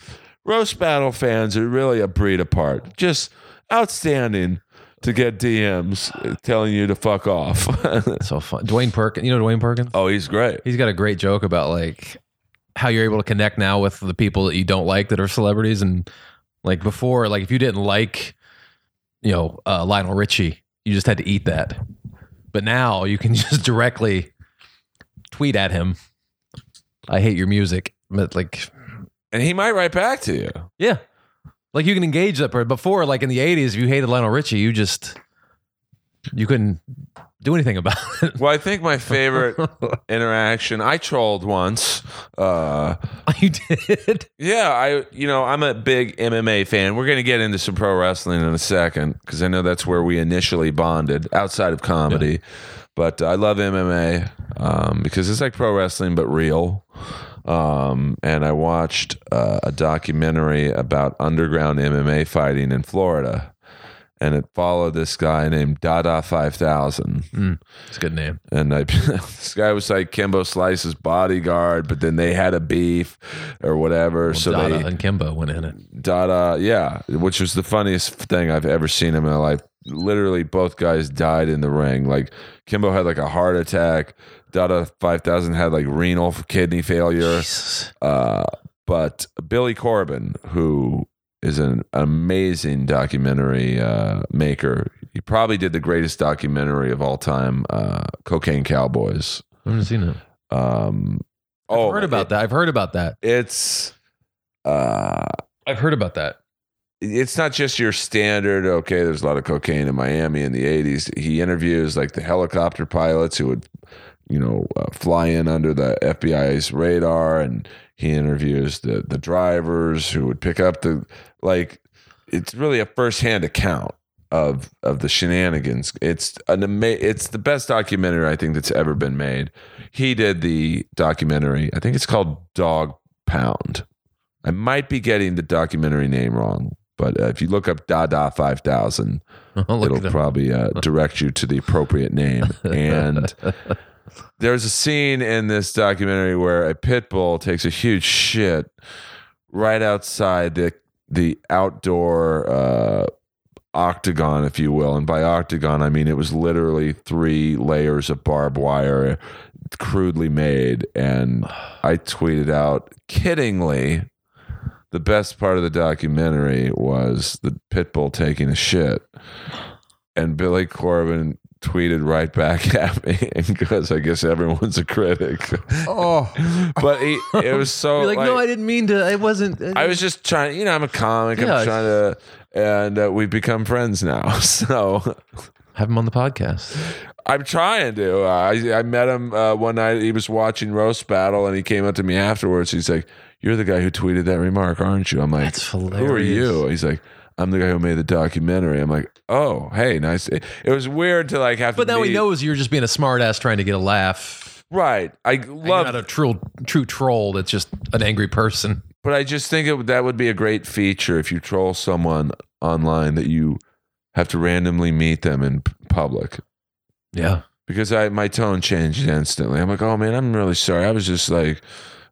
S1: Roast battle fans are really a breed apart. Just outstanding to get DMs telling you to fuck off.
S2: So fun. Dwayne Perkins. You know Dwayne Perkins.
S1: oh, he's great.
S2: He's got a great joke about like how you're able to connect now with the people that you don't like that are celebrities and Like before, like if you didn't like, you know, uh, Lionel Richie, you just had to eat that. But now you can just directly tweet at him. I hate your music. But like,
S1: And he might write back to you.
S2: yeah, like you can engage that person. Before, like in the '80s, if you hated Lionel Richie, you just you couldn't do anything about it.
S1: Well, I think my favorite interaction I trolled once. Uh,
S2: you did.
S1: yeah, I you know I'm a big MMA fan. We're gonna get into some pro wrestling in a second because I know that's where we initially bonded outside of comedy. But I love MMA um, because it's like pro wrestling but real. Um, and I watched uh, a documentary about underground MMA fighting in Florida, and it followed this guy named Dada Five Thousand.
S2: It's a good name.
S1: And I, this guy was like Kimbo Slice's bodyguard, but then they had a beef or whatever. so
S2: Dada
S1: they
S2: and Kimbo went in it.
S1: Dada, yeah, which was the funniest thing I've ever seen in my life. Literally, both guys died in the ring. Like Kimbo had like a heart attack. Dada five thousand had like renal kidney failure.
S2: Jesus.
S1: Uh, but Billy Corbin, who is an amazing documentary uh, maker, he probably did the greatest documentary of all time, uh, Cocaine Cowboys.
S2: I haven't seen it.
S1: Um,
S2: I've heard about
S1: it-
S2: that. I've heard about that.
S1: It's uh,
S2: I've heard about that.
S1: it's not just your standard. Okay, there's a lot of cocaine in Miami in the '80s. He interviews like the helicopter pilots who would, you know, uh, fly in under the FBI's radar, and he interviews the the drivers who would pick up the like. It's really a firsthand account of of the shenanigans. It's an ama- It's the best documentary I think that's ever been made. He did the documentary. I think it's called Dog Pound. I might be getting the documentary name wrong, but uh, if you look up Dada Five Thousand,
S2: I'll look
S1: it'll
S2: it up.
S1: probably uh, direct you to the appropriate name. And there's a scene in this documentary where a pit bull takes a huge shit right outside the the outdoor uh, octagon, if you will. And by octagon, I mean it was literally three layers of barbed wire, crudely made. And I tweeted out kiddingly. The best part of the documentary was the pit bull taking a shit, and Billy Corbin tweeted right back at me and goes, "I guess everyone's a critic."
S4: Oh,
S1: But he, it was so
S2: You're like,
S1: like-
S2: no, I didn't mean to. I wasn't.
S1: I was just trying, you know, I'm a comic.
S2: Yeah,
S1: I'm
S2: it's-
S1: trying to, and uh, we've become friends now. So
S2: have him on the podcast.
S1: I'm trying to. Uh, I, I met him uh, one night. He was watching Roast Battle and he came up to me afterwards. He's like, You're the guy who tweeted that remark, aren't you? I'm like,
S2: That's hilarious.
S1: Who are you? He's like, I'm the guy who made the documentary. I'm like, Oh, hey, nice. It, it was weird to like have
S2: But
S1: to.
S2: now he
S1: meet-
S2: knows you're just being a smartass trying to get a laugh.
S1: Right. I
S2: And you're
S1: love
S2: not a true true troll that's just an angry person.
S1: But I just think it, that would be a great feature if you troll someone online that you have to randomly meet them in p- public.
S2: Yeah.
S1: Because I my tone changed instantly. I'm like, oh man, I'm really sorry. I was just like,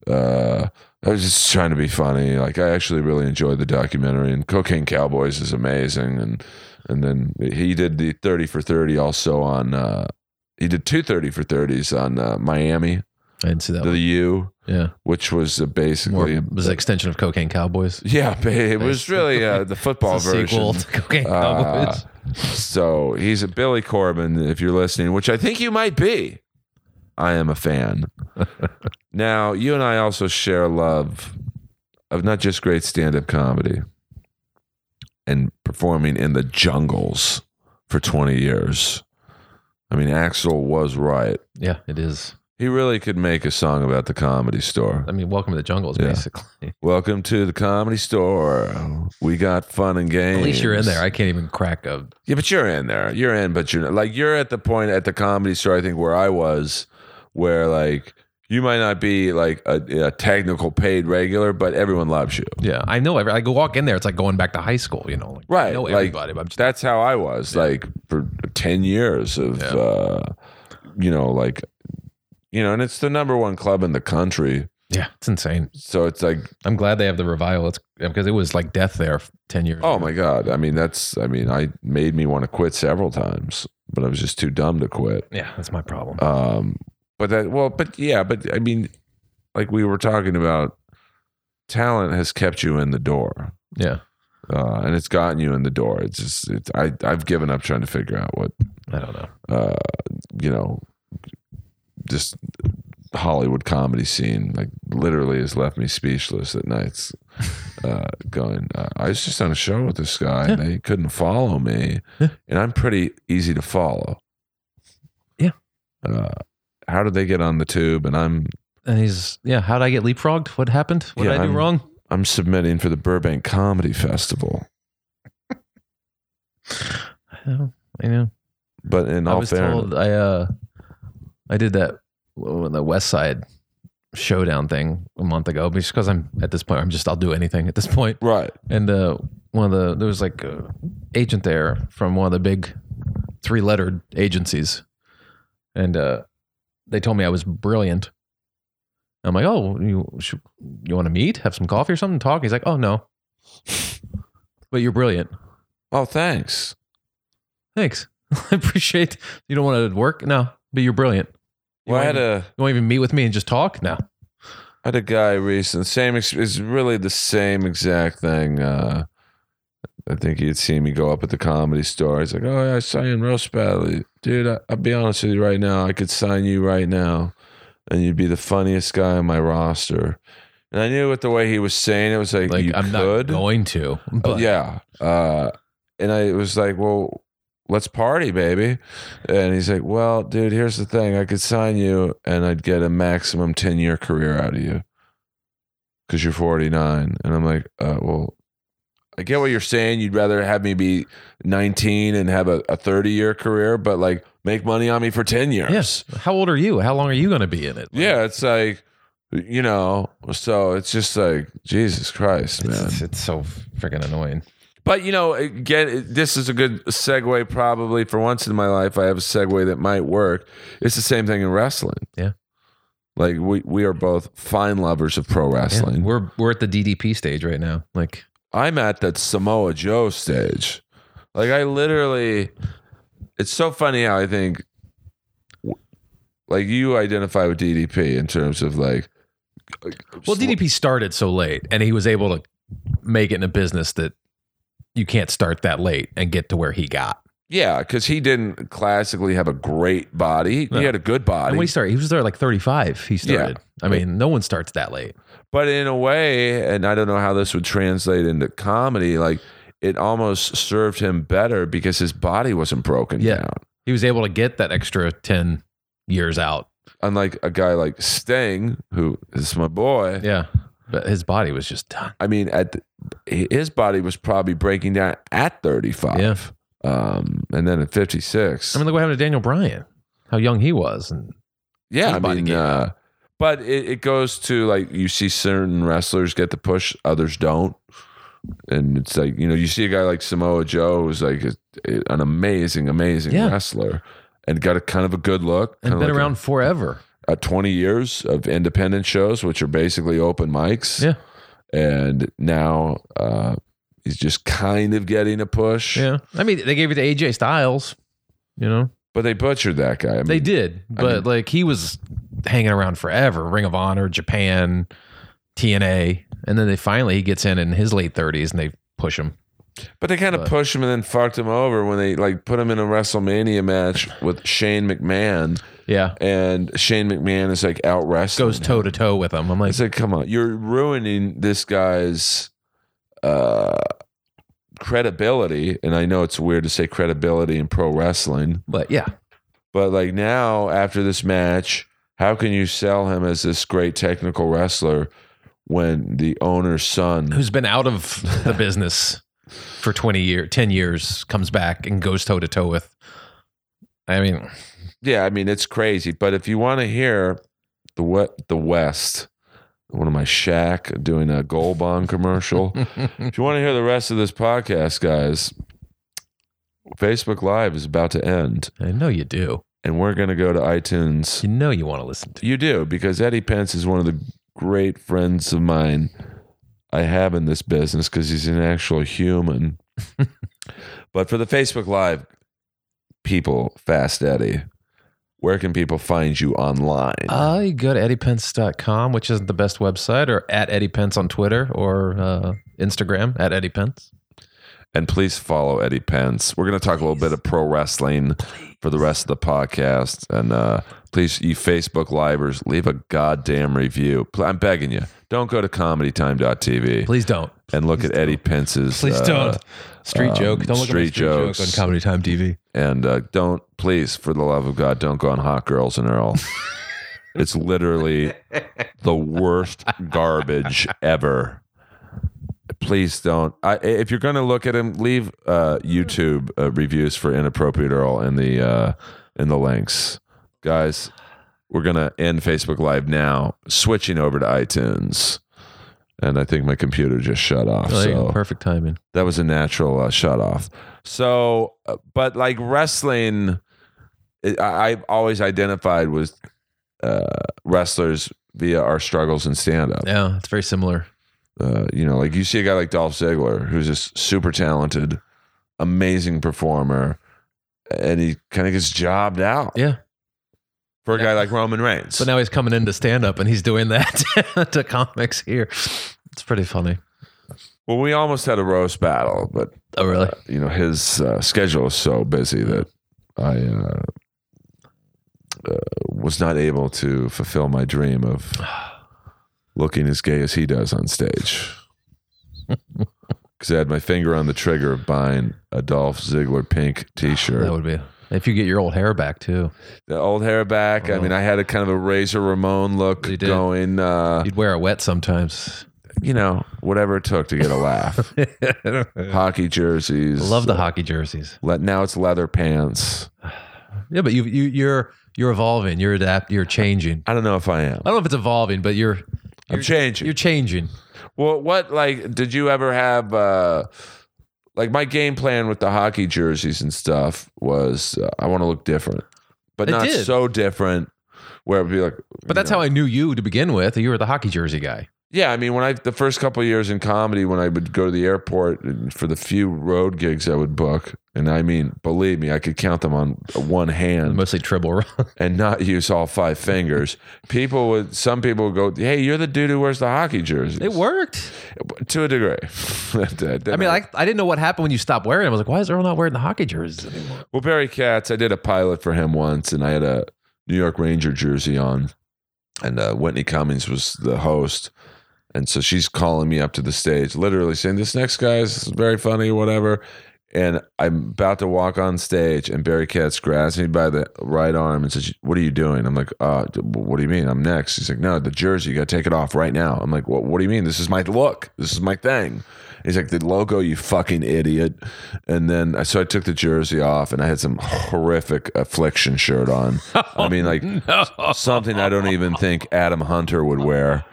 S1: uh, I was just trying to be funny. Like I actually really enjoyed the documentary, and Cocaine Cowboys is amazing. And and then he did the thirty for thirty also on. Uh, he did two 30 for 30s on uh, Miami,
S2: I didn't see that.
S1: the
S2: one.
S1: U,
S2: Yeah.
S1: which was uh,
S2: More,
S1: basically
S2: it was an extension of Cocaine Cowboys.
S1: yeah, ba- it was
S2: Nice.
S1: really uh, the football
S2: It's a sequel
S1: version.
S2: to Cocaine
S1: Uh,
S2: Cowboys.
S1: So he's a Billy Corbin, if you're listening, which I think you might be. I am a fan. now, you and I also share love of not just great stand up comedy and performing in the jungles for 20 years. I mean, Axel was right.
S2: Yeah, it is.
S1: He really could make a song about the comedy store.
S2: I mean, welcome to the jungles,
S1: Yeah.
S2: basically.
S1: Welcome to the comedy store. We got fun and games.
S2: At least you're in there. I can't even crack a
S1: Yeah, but you're in there. You're in, but you're not. like you're at the point at the comedy store. I think where I was, where like you might not be like a, a technical paid regular, but everyone loves you.
S2: Yeah, I know. Every, I go walk in there. It's like going back to high school. You know, like,
S1: Right,
S2: I know
S1: like,
S2: everybody. but I'm just
S1: That's how I was like for ten years of,
S2: Yeah.
S1: uh, you know, like you know, and it's the number one club in the country.
S2: yeah, it's insane.
S1: So it's like,
S2: I'm glad they have the revival. It's because it was like death there f- ten years.
S1: oh
S2: ago.
S1: my god. I mean, that's I mean, I made me want to quit several times, but I was just too dumb to quit.
S2: Yeah, that's my problem.
S1: Um, but that, well, but yeah, but I mean, like we were talking about, talent has kept you in the door.
S2: yeah,
S1: uh, and it's gotten you in the door. It's just it's, I I've given up trying to figure out what
S2: I don't know.
S1: uh, you know, just Hollywood comedy scene, like literally has left me speechless at nights. Uh, going, uh, I was just on a show with this guy, and they couldn't follow me,
S2: Yeah.
S1: and I'm pretty easy to follow.
S2: Yeah.
S1: Uh, how did they get on the tube? And I'm
S2: And he's yeah. How would I get leapfrogged? What happened? What
S1: Yeah,
S2: did I do
S1: I'm-
S2: wrong?
S1: I'm submitting for the Burbank Comedy Festival.
S2: I know.
S1: But in
S2: I
S1: all
S2: was
S1: fairness,
S2: told I uh I did that w- the West Side showdown thing a month ago just because I'm at this point I'm just I'll do anything at this point.
S1: right?
S2: And uh, one of the there was like a agent there from one of the big three lettered agencies, and uh, they told me I was brilliant. I'm like, oh, you should, you want to meet, have some coffee or something, talk? He's like, oh no, but you're brilliant.
S1: Oh, thanks.
S2: Thanks, I appreciate. You don't want to work, no, but you're brilliant. You
S1: Well, I
S2: won't
S1: had
S2: even-
S1: a
S2: You won't even meet with me and just talk? No.
S1: I had a guy recent same ex- it's really the same exact thing. Uh, I think he'd seen me go up at the comedy store. He's like, "Oh, yeah, I saw you in roast battle, dude. I, I'll be honest with you right now. I could sign you right now, and you'd be the funniest guy on my roster." And I knew with the way he was saying it, it was like,
S2: Like
S1: "You
S2: I'm
S1: could, Oh,
S2: not going to. But
S1: yeah." Uh, and I was like, "Well, let's party, baby." And he's like, "Well, dude, here's the thing. I could sign you, and I'd get a maximum ten year career out of you." because you're 49 and i'm like uh, well i get what you're saying you'd rather have me be 19 and have a, a 30 year career but like make money on me for 10 years
S2: Yes. How old are you? How long are you going to be in it? Like,
S1: yeah it's like you know so it's just like jesus christ man
S2: It's, it's so freaking annoying.
S1: But you know, again, it- this is a good segue. Probably for once in my life, I have a segue that might work. It's the same thing in wrestling.
S2: Yeah.
S1: like we we are both fine lovers of pro wrestling.
S2: We're we're at the DDP stage right now. Like
S1: I'm at that Samoa Joe stage. Like I literally, it's so funny how I think, like you identify with DDP in terms of like,
S2: well, DDP started so late and he was able to make it in a business that you can't start that late and get to where he got.
S1: yeah, because he didn't classically have a great body. He,
S2: No.
S1: had a good body,
S2: And when he started, he was there like 35. He started. I
S1: Right.
S2: mean, no one starts that late.
S1: but in a way, and I don't know how this would translate into comedy. Like it almost served him better because his body wasn't broken
S2: Yeah.
S1: down.
S2: He was able to get that extra 10 years out.
S1: Unlike a guy like Sting, who is my boy,
S2: Yeah. But his body was just done.
S1: I mean, at the, his body was probably breaking down at 35.
S2: Yeah.
S1: Um, and then at 56.
S2: I mean, look what happened to Daniel Bryan, how young he was. And
S1: yeah,
S2: his
S1: I
S2: body
S1: mean,
S2: gave
S1: uh, but it, it goes to like you see certain wrestlers get the push, others don't. And it's like, you know, you see a guy like Samoa Joe who's like a, an amazing, amazing
S2: Yeah.
S1: wrestler and got a kind of a good look.
S2: and
S1: kinda
S2: been
S1: like
S2: around forever.
S1: A, a 20 years of independent shows, which are basically open mics.
S2: Yeah.
S1: And now uh, he's just kind of getting a push.
S2: Yeah. I mean, they gave it to AJ Styles, you know?
S1: But they butchered that guy. I mean,
S2: They did, but
S1: mean-
S2: like he was hanging around forever. Ring of Honor, Japan, TNA, and then they finally he gets in in his late thirties and they push him.
S1: But they kind of
S2: But-
S1: pushed him and then fucked him over when they like put him in a WrestleMania match with Shane McMahon,
S2: Yeah,
S1: and Shane McMahon is like out wrestling.
S2: goes toe to toe with him. I'm like,
S1: It's like, come on, you're ruining this guy's uh, credibility. And I know it's weird to say credibility in pro wrestling,
S2: but yeah,
S1: but like now after this match, how can you sell him as this great technical wrestler when the owner's son?
S2: who's been out of the business for twenty year, ten years, comes back and goes toe to toe with. I mean,
S1: yeah, I mean it's crazy. But if you want to hear the what the West, one of my Shack doing a gold bond commercial. if you want to hear the rest of this podcast, guys, Facebook Live is about to end,
S2: I know you do.
S1: and we're gonna go to iTunes.
S2: You know you want to listen to.
S1: You do because Eddie Pence is one of the great friends of mine I have in this business because he's an actual human. but for the Facebook Live people, Fast Eddie, where can people find you online?
S2: Uh, you go to eddiepence.com, which isn't the best website, or at Eddie Pence on Twitter or uh, Instagram at Eddie Pence.
S1: And please follow Eddie Pence. We're going to talk a little bit of pro wrestling for the rest of the podcast. And uh, please, you Facebook livers, leave a goddamn review. Pl- I'm begging you. Don't go to comedytime.tv
S2: Please don't.
S1: and look at Eddie Pence's.
S2: Please
S1: uh,
S2: don't. Street
S1: um,
S2: joke. Don't look at my
S1: street
S2: street joke on
S1: jokes.
S2: Comedy Time TV.
S1: And uh, don't, please, for the love of God, don't go on Hot Girls and Earl. it's literally the worst garbage ever. Please don't. I, if you're going to look at him, leave uh, YouTube uh, reviews for inappropriate Earl in the uh, in the links, guys. We're gonna end Facebook Live now, switching over to iTunes. And I think my computer just shut off.
S2: Oh, there you go.
S1: so
S2: Perfect timing.
S1: that was a natural uh, shut off. So, uh, but like wrestling, it, I, I've always identified with uh, wrestlers via our struggles in stand up.
S2: Yeah, it's very similar.
S1: Uh, you know, like you see a guy like Dolph Ziggler, who's just super talented, amazing performer, and he kind of gets jobbed out.
S2: Yeah.
S1: For a guy like Roman Reigns.
S2: But now he's coming into stand up and he's doing that to comics here. It's pretty funny.
S1: well, we almost had a roast battle, but
S2: Oh, really?
S1: you know his uh, schedule is so busy that I uh, uh, was not able to fulfill my dream of looking as gay as he does on stage. Because I had my finger on the trigger of buying a Dolph Ziggler pink T-shirt,
S2: That would be. If you get your old hair back too,
S1: the old hair back. I
S2: Oh.
S1: mean, I had a kind of a Razor Ramon look
S2: You did.
S1: going. Uh,
S2: you'd wear it wet sometimes.
S1: you know, whatever it took to get a laugh.
S2: I
S1: Hockey jerseys.
S2: love the hockey jerseys.
S1: Let now it's leather pants.
S2: Yeah, but you you you're you're evolving. You're adapt. You're changing.
S1: I don't know if I am.
S2: I don't know if it's evolving, but you're
S1: I'm changing.
S2: you're changing.
S1: Well, what like did you ever have? uh Like my game plan with the hockey jerseys and stuff was uh, I want to look different, but
S2: It
S1: not
S2: did.
S1: so different where it'd be like.
S2: But that's how I knew you to begin with. You were the hockey jersey guy.
S1: Yeah, I mean, when I the first couple of years in comedy, when I would go to the airport and for the few road gigs I would book, and I mean, believe me, I could count them on one hand.
S2: Mostly triple.
S1: and not use all five fingers. People would, some people would go, "Hey, you're the dude who wears the hockey jersey."
S2: it worked.
S1: to a degree.
S2: I mean, I, I didn't know what happened when you stopped wearing it. I was like, why is Earl not wearing the hockey jerseys anymore?
S1: Well, Barry Katz, I did a pilot for him once, and I had a New York Ranger jersey on, and uh, Whitney Cummings was the host, and so she's calling me up to the stage, literally saying, "This next guy is very funny, or whatever." And I'm about to walk on stage, and Barry Katz grabs me by the right arm and says, "What are you doing?" I'm like, "Uh, d- what do you mean? I'm next." He's like, "No, the jersey, you got to take it off right now." I'm like, "What? What do you mean? This is my look. This is my thing." He's like, the logo, you fucking idiot. And then, I so I took the jersey off and I had some horrific affliction shirt on. I mean, like something I don't even think Adam Hunter would wear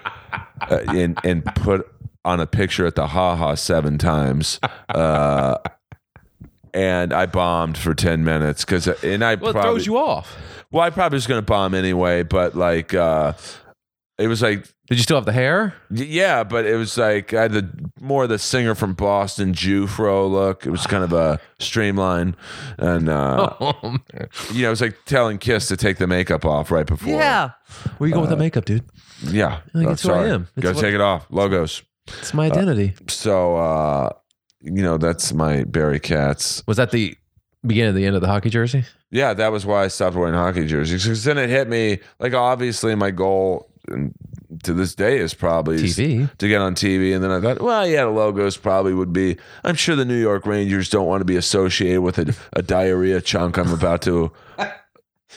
S1: uh, and, and put on a picture at the Ha Ha seven times. Uh, and I bombed for 10 minutes because, and I
S2: Well, it
S1: probably,
S2: throws you off.
S1: well, I probably was going to bomb anyway, but like, uh, it was like
S2: Did you still have the hair?
S1: Y- Yeah, but it was like I had the more of the singer from Boston Jew fro look. It was kind of a streamline, and
S2: Oh.
S1: uh, you know, it was like telling Kiss to take the makeup off right before.
S2: Where you going
S1: Uh,
S2: with that makeup, dude?
S1: yeah.
S2: Like,
S1: Oh,
S2: it's who I
S1: sorry.
S2: am. It's
S1: Go
S2: what-
S1: take it off. Logos.
S2: It's
S1: uh,
S2: my identity.
S1: So uh, you know, that's my Barry Katz.
S2: was that the beginning of the end of the hockey jersey?
S1: Yeah, that was why I stopped wearing hockey jerseys. Because then it hit me. Like obviously, my goal and to this day is probably is-
S2: TV.
S1: to get on TV. And then I thought, well, yeah, the logos probably would be. I'm sure the New York Rangers don't want to be associated with a, a diarrhea chunk I'm about to,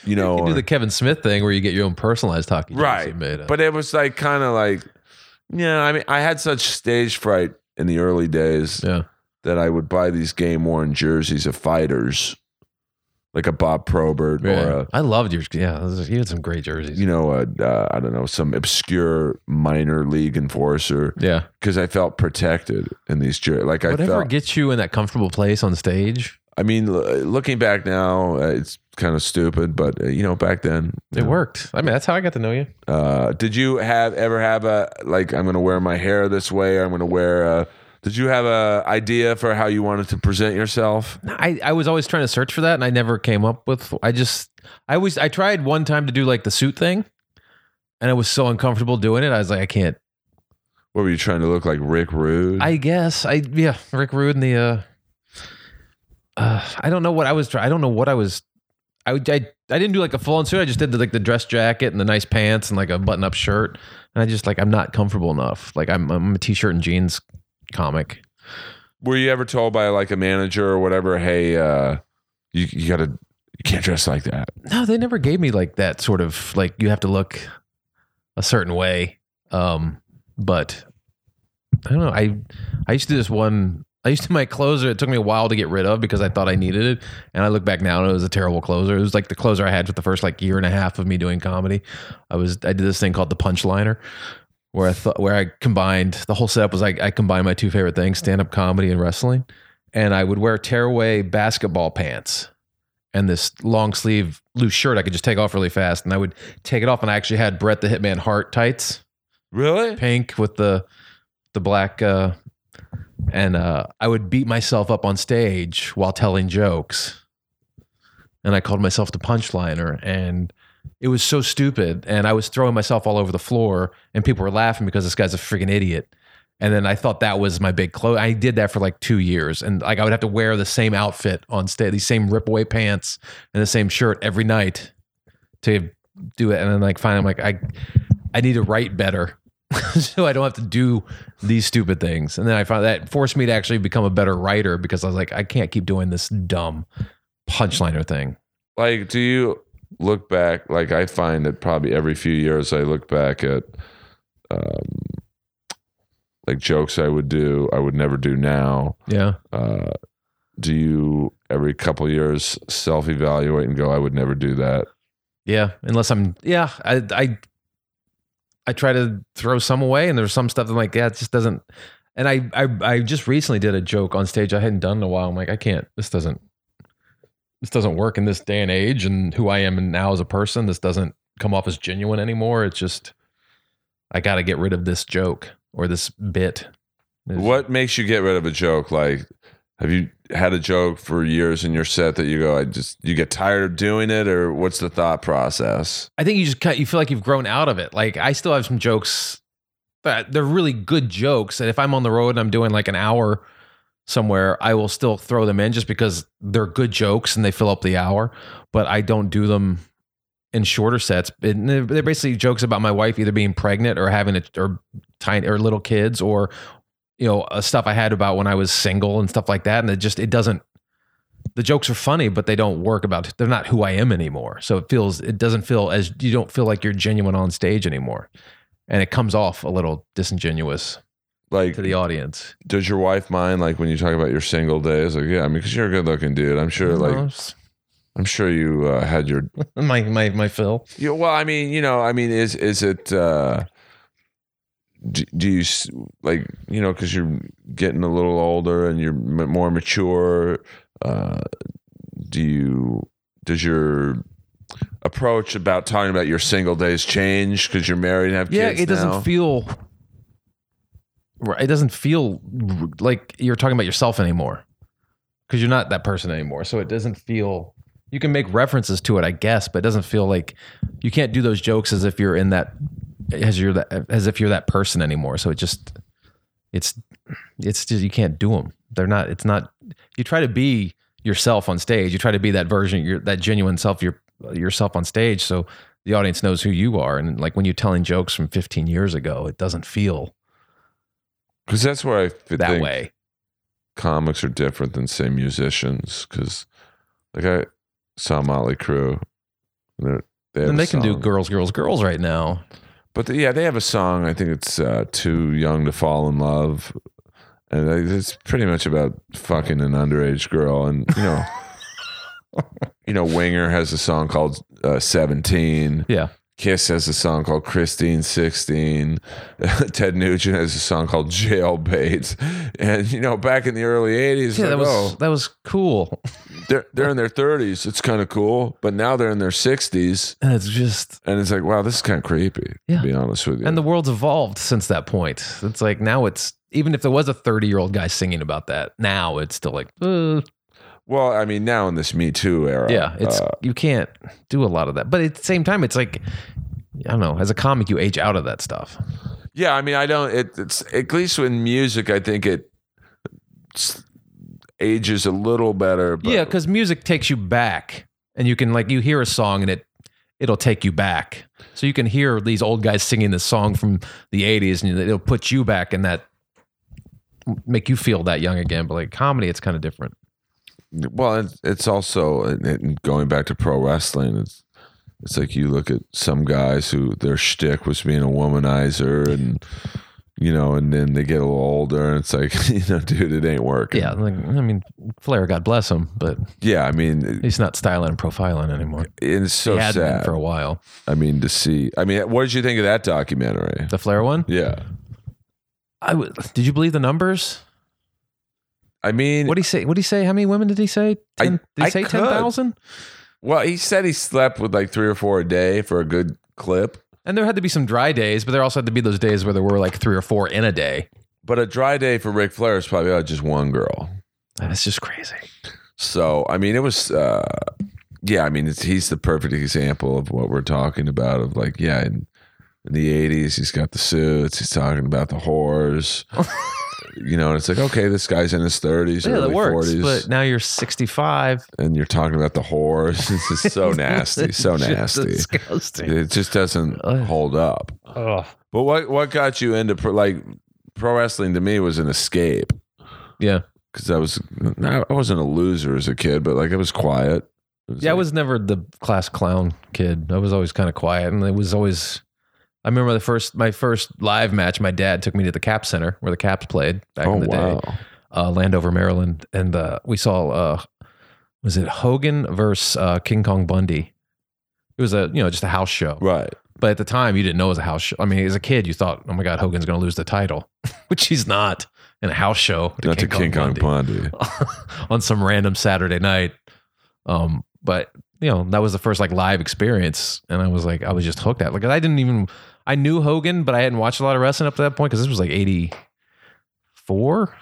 S1: you know.
S2: You do
S1: or-
S2: the Kevin Smith thing where you get your own personalized hockey jersey
S1: Right.
S2: made up.
S1: but it was like kind of like, yeah, I mean, I had such stage fright in the early days
S2: yeah.
S1: that I would buy these game worn jerseys of fighters, like a Bob Probert
S2: yeah.
S1: or a.
S2: I loved your yeah, those are- you had some great jerseys.
S1: uh, You know, a, uh, I don't know, some obscure minor league enforcer
S2: yeah.
S1: because I felt protected in these jerseys. Like I
S2: Whatever
S1: felt,
S2: gets you in that comfortable place on stage,
S1: I mean, l- looking back now, uh, it's kind of stupid, but uh, you know, back then
S2: it worked. I mean, that's how I got to know you.
S1: Uh, did you have ever have a like? I'm going to wear my hair this way, or I'm going to wear. A, did you have a idea for how you wanted to present yourself?
S2: I, I was always trying to search for that and I never came up with I just I always I tried one time to do like the suit thing and I was so uncomfortable doing it. I was like, I can't
S1: What were you trying to look like, Rick Rude?
S2: I guess I yeah, Rick Rude and the uh I don't know what I was trying. I don't know what I was. I, would- I I didn't do like a full on suit. I just did the, like the dress jacket and the nice pants and like a button up shirt. And I just like I'm not comfortable enough. Like I'm I'm a t shirt and jeans comic.
S1: Were you ever told by like a manager or whatever, hey, uh, you you gotta you can't dress like that?
S2: No, they never gave me like that sort of like you have to look a certain way. Um, but I don't know. I I used to do this one. I used to do my closer. It took me a while to get rid of because I thought I needed it, and I look back now and it was a terrible closer. It was like the closer I had for the first like year and a half of me doing comedy. I was I did this thing called the punchliner, where I thought where I combined the whole setup was like I combined my two favorite things: stand up comedy and wrestling. And I would wear tearaway basketball pants and this long sleeve loose shirt I could just take off really fast. And I would take it off, and I actually had Brett the Hitman Hart tights,
S1: Really?
S2: pink with the the black. Uh, and uh, I would beat myself up on stage while telling jokes. And I called myself the punchliner, and it was so stupid. And I was throwing myself all over the floor, and people were laughing because this guy's a freaking idiot. And then I thought that was my big clothes. I did that for like two years, and like I would have to wear the same outfit on stage, these same ripaway pants and the same shirt every night to do it. And then like finally, I'm like, I I need to write better, so I don't have to do these stupid things. And then I found that forced me to actually become a better writer because I was like, I can't keep doing this dumb punchliner thing.
S1: like do you look back like i find that probably every few years i look back at um, like jokes i would do i would never do now
S2: Yeah.
S1: uh, do you every couple years self-evaluate and go i would never do that
S2: Yeah, unless I'm yeah, I I I try to throw some away, and there's some stuff that I'm like, yeah, it just doesn't. And I I I just recently did a joke on stage I hadn't done in a while. I'm like, I can't. This doesn't. This doesn't work in this day and age, and who I am now as a person. This doesn't come off as genuine anymore. It's just I got to get rid of this joke or this bit. There's-
S1: what makes you get rid of a joke like have you had a joke for years in your set that you go i just you get tired of doing it or what's the thought process
S2: I think you just kind you feel like you've grown out of it. Like I still have some jokes, but they're really good jokes. And if I'm on the road and I'm doing like an hour somewhere, I will still throw them in just because they're good jokes and they fill up the hour. But I don't do them in shorter sets. And they're they're basically jokes about my wife either being pregnant or having a or tiny or little kids or you know uh, stuff I had about when I was single and stuff like that. And it just it doesn't the jokes are funny, but they don't work about they're not who I am anymore. So it feels it doesn't feel as you don't feel like you're genuine on stage anymore. And it comes off a little disingenuous
S1: like
S2: to the audience.
S1: does your wife mind like when you talk about your single days like yeah i mean because you're a good looking dude i'm sure
S2: Uh-huh.
S1: like I'm sure you uh, had your.
S2: my my my Phil.
S1: You, well, I mean, you know, I mean, is is it? Uh, do, do you s- like you know because you're getting a little older and you're m- more mature? Uh, do you? Does your approach about talking about your single days change because you're married and have
S2: Yeah,
S1: kids?
S2: it doesn't
S1: now?
S2: feel. Right, It doesn't feel r- like you're talking about yourself anymore, because you're not that person anymore. So it doesn't feel. You can make references to it, I guess, but it doesn't feel like you can't do those jokes as if you're in that as you're that as if you're that person anymore. So it just it's it's just you can't do them. They're not. It's not. You try to be yourself on stage. You try to be that version, your that genuine self, your yourself on stage. So the audience knows who you are. And like when you're telling jokes from 15 years ago, it doesn't feel
S1: because that's where I f-
S2: that
S1: think
S2: way.
S1: comics are different than say musicians because like I saw Motley Crue. and they're- have
S2: And
S1: a
S2: they can do
S1: song.
S2: girls, girls, girls right now.
S1: But the, yeah, they have a song. I think it's uh, "Too Young to Fall in Love," and I- it's pretty much about fucking an underage girl. And you know, you know, Winger has a song called uh, "17."
S2: Yeah.
S1: Kiss has a song called "Christine 16." Ted Nugent has a song called "Jailbait." And you know, back in the early '80s,
S2: Yeah,
S1: like,
S2: that was
S1: oh,
S2: that was cool.
S1: they're they're in their 30s. It's kind of cool, but now they're in their 60s,
S2: And it's just
S1: and it's like, wow, this is kind of creepy.
S2: Yeah.
S1: To be honest with you,
S2: and the world's evolved since that point. It's like now it's even if there was a 30 year old guy singing about that, now it's still like, uh,
S1: Well, I mean, now in this Me Too era,
S2: yeah, it's
S1: uh,
S2: you can't do a lot of that. But at the same time, it's like I don't know. As a comic, you age out of that stuff.
S1: yeah. I mean, I don't. It, it's at least in music, I think it ages a little better. But
S2: Yeah, because music takes you back, and you can like you hear a song and it it'll take you back. So you can hear these old guys singing this song from the '80s, and it'll put you back in that, make you feel that young again. But like comedy, it's kind of different.
S1: well, it's, it's also and- and going back to pro wrestling. It's it's like you look at some guys who their shtick was being a womanizer, and you know, and then they get a little older, and it's like you know, dude, it ain't working.
S2: Yeah, like I mean, Flair, God bless him, but
S1: yeah. I mean,
S2: he's not styling and profiling anymore.
S1: it- it's so
S2: he had been
S1: sad.
S2: for a while.
S1: I mean, to see. I mean, what did you think of that documentary?
S2: The Flair one.
S1: Yeah.
S2: I w- did you believe the numbers?
S1: I mean,
S2: What did he say? What did he say? How many women did he say?
S1: I-
S2: Ten, did he
S1: I
S2: say
S1: could.
S2: ten thousand?
S1: well, he said he slept with like three or four a day for a good clip.
S2: And there had to be some dry days, but there also had to be those days where there were like three or four in a day.
S1: But a dry day for Ric Flair is probably oh, just one girl.
S2: That's just crazy.
S1: So I mean, it was. Uh, yeah, I mean, it's, he's the perfect example of what we're talking about. Of like, yeah, in, in the '80s, he's got the suits. He's talking about the whores. you know, and it's like, okay, this guy's in his 30s,
S2: Yeah,
S1: early
S2: that works.
S1: 40s,
S2: But now you're 65.
S1: and you're talking about the whores. It's just so nasty, so
S2: Just
S1: nasty.
S2: Disgusting.
S1: It just doesn't
S2: Ugh.
S1: hold up. But what what got you into pro, like pro wrestling to me was an escape.
S2: Yeah.
S1: because I was I wasn't a loser as a kid, but like it was quiet. It
S2: Yeah, I
S1: like-
S2: was never the class clown kid. I was always kind of quiet, and it was always. I remember the first my first live match. My dad took me to the Cap Center where the Caps played back
S1: oh
S2: in the
S1: wow.
S2: day, uh, Landover, Maryland, and uh, we saw uh, was it Hogan versus uh, King Kong Bundy? It was a you know just a house show,
S1: Right.
S2: but at the time you didn't know it was a house show. I mean, as a kid, you thought, oh my god, Hogan's going to lose the title, which he's not in a house show. to
S1: Not to King Kong
S2: Bundy
S1: Pondy.
S2: on some random Saturday night. Um, but you know, that was the first like live experience, and I was like, I was just hooked at. Like, I didn't even, I knew Hogan, but I hadn't watched a lot of wrestling up to that point because this was like eighty four,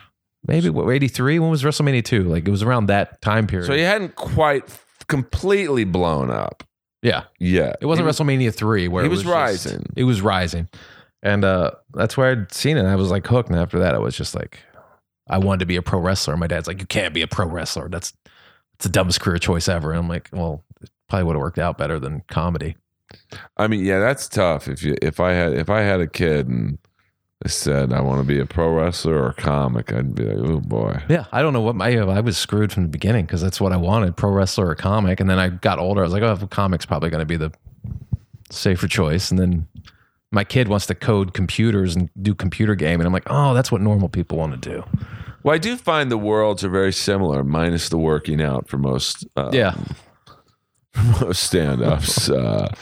S2: maybe what eighty three. When was WrestleMania two? Like, it was around that time period.
S1: So he hadn't quite f- completely blown up
S2: yeah,
S1: yet.
S2: it wasn't
S1: He-
S2: WrestleMania three where
S1: he
S2: it
S1: was
S2: just-
S1: rising.
S2: it was rising, and uh, that's where I'd seen it. and I was like hooked, and after that, I was just like, I wanted to be a pro wrestler. My dad's like, you can't be a pro wrestler. That's it's the dumbest career choice ever. And I'm like, well, it probably would have worked out better than comedy.
S1: I mean, yeah, that's tough. If you if I had if I had a kid and I said I want to be a pro wrestler or a comic, I'd be like, oh boy.
S2: Yeah, I don't know what my I was screwed from the beginning because that's what I wanted, pro wrestler or comic. And then I got older, I was like, oh, comic's probably going to be the safer choice. And then my kid wants to code computers and do computer game, and I'm like, oh, that's what normal people want to do.
S1: Well, I do find the worlds are very similar, minus the working out for most uh,
S2: Yeah.
S1: most stand ups. Uh,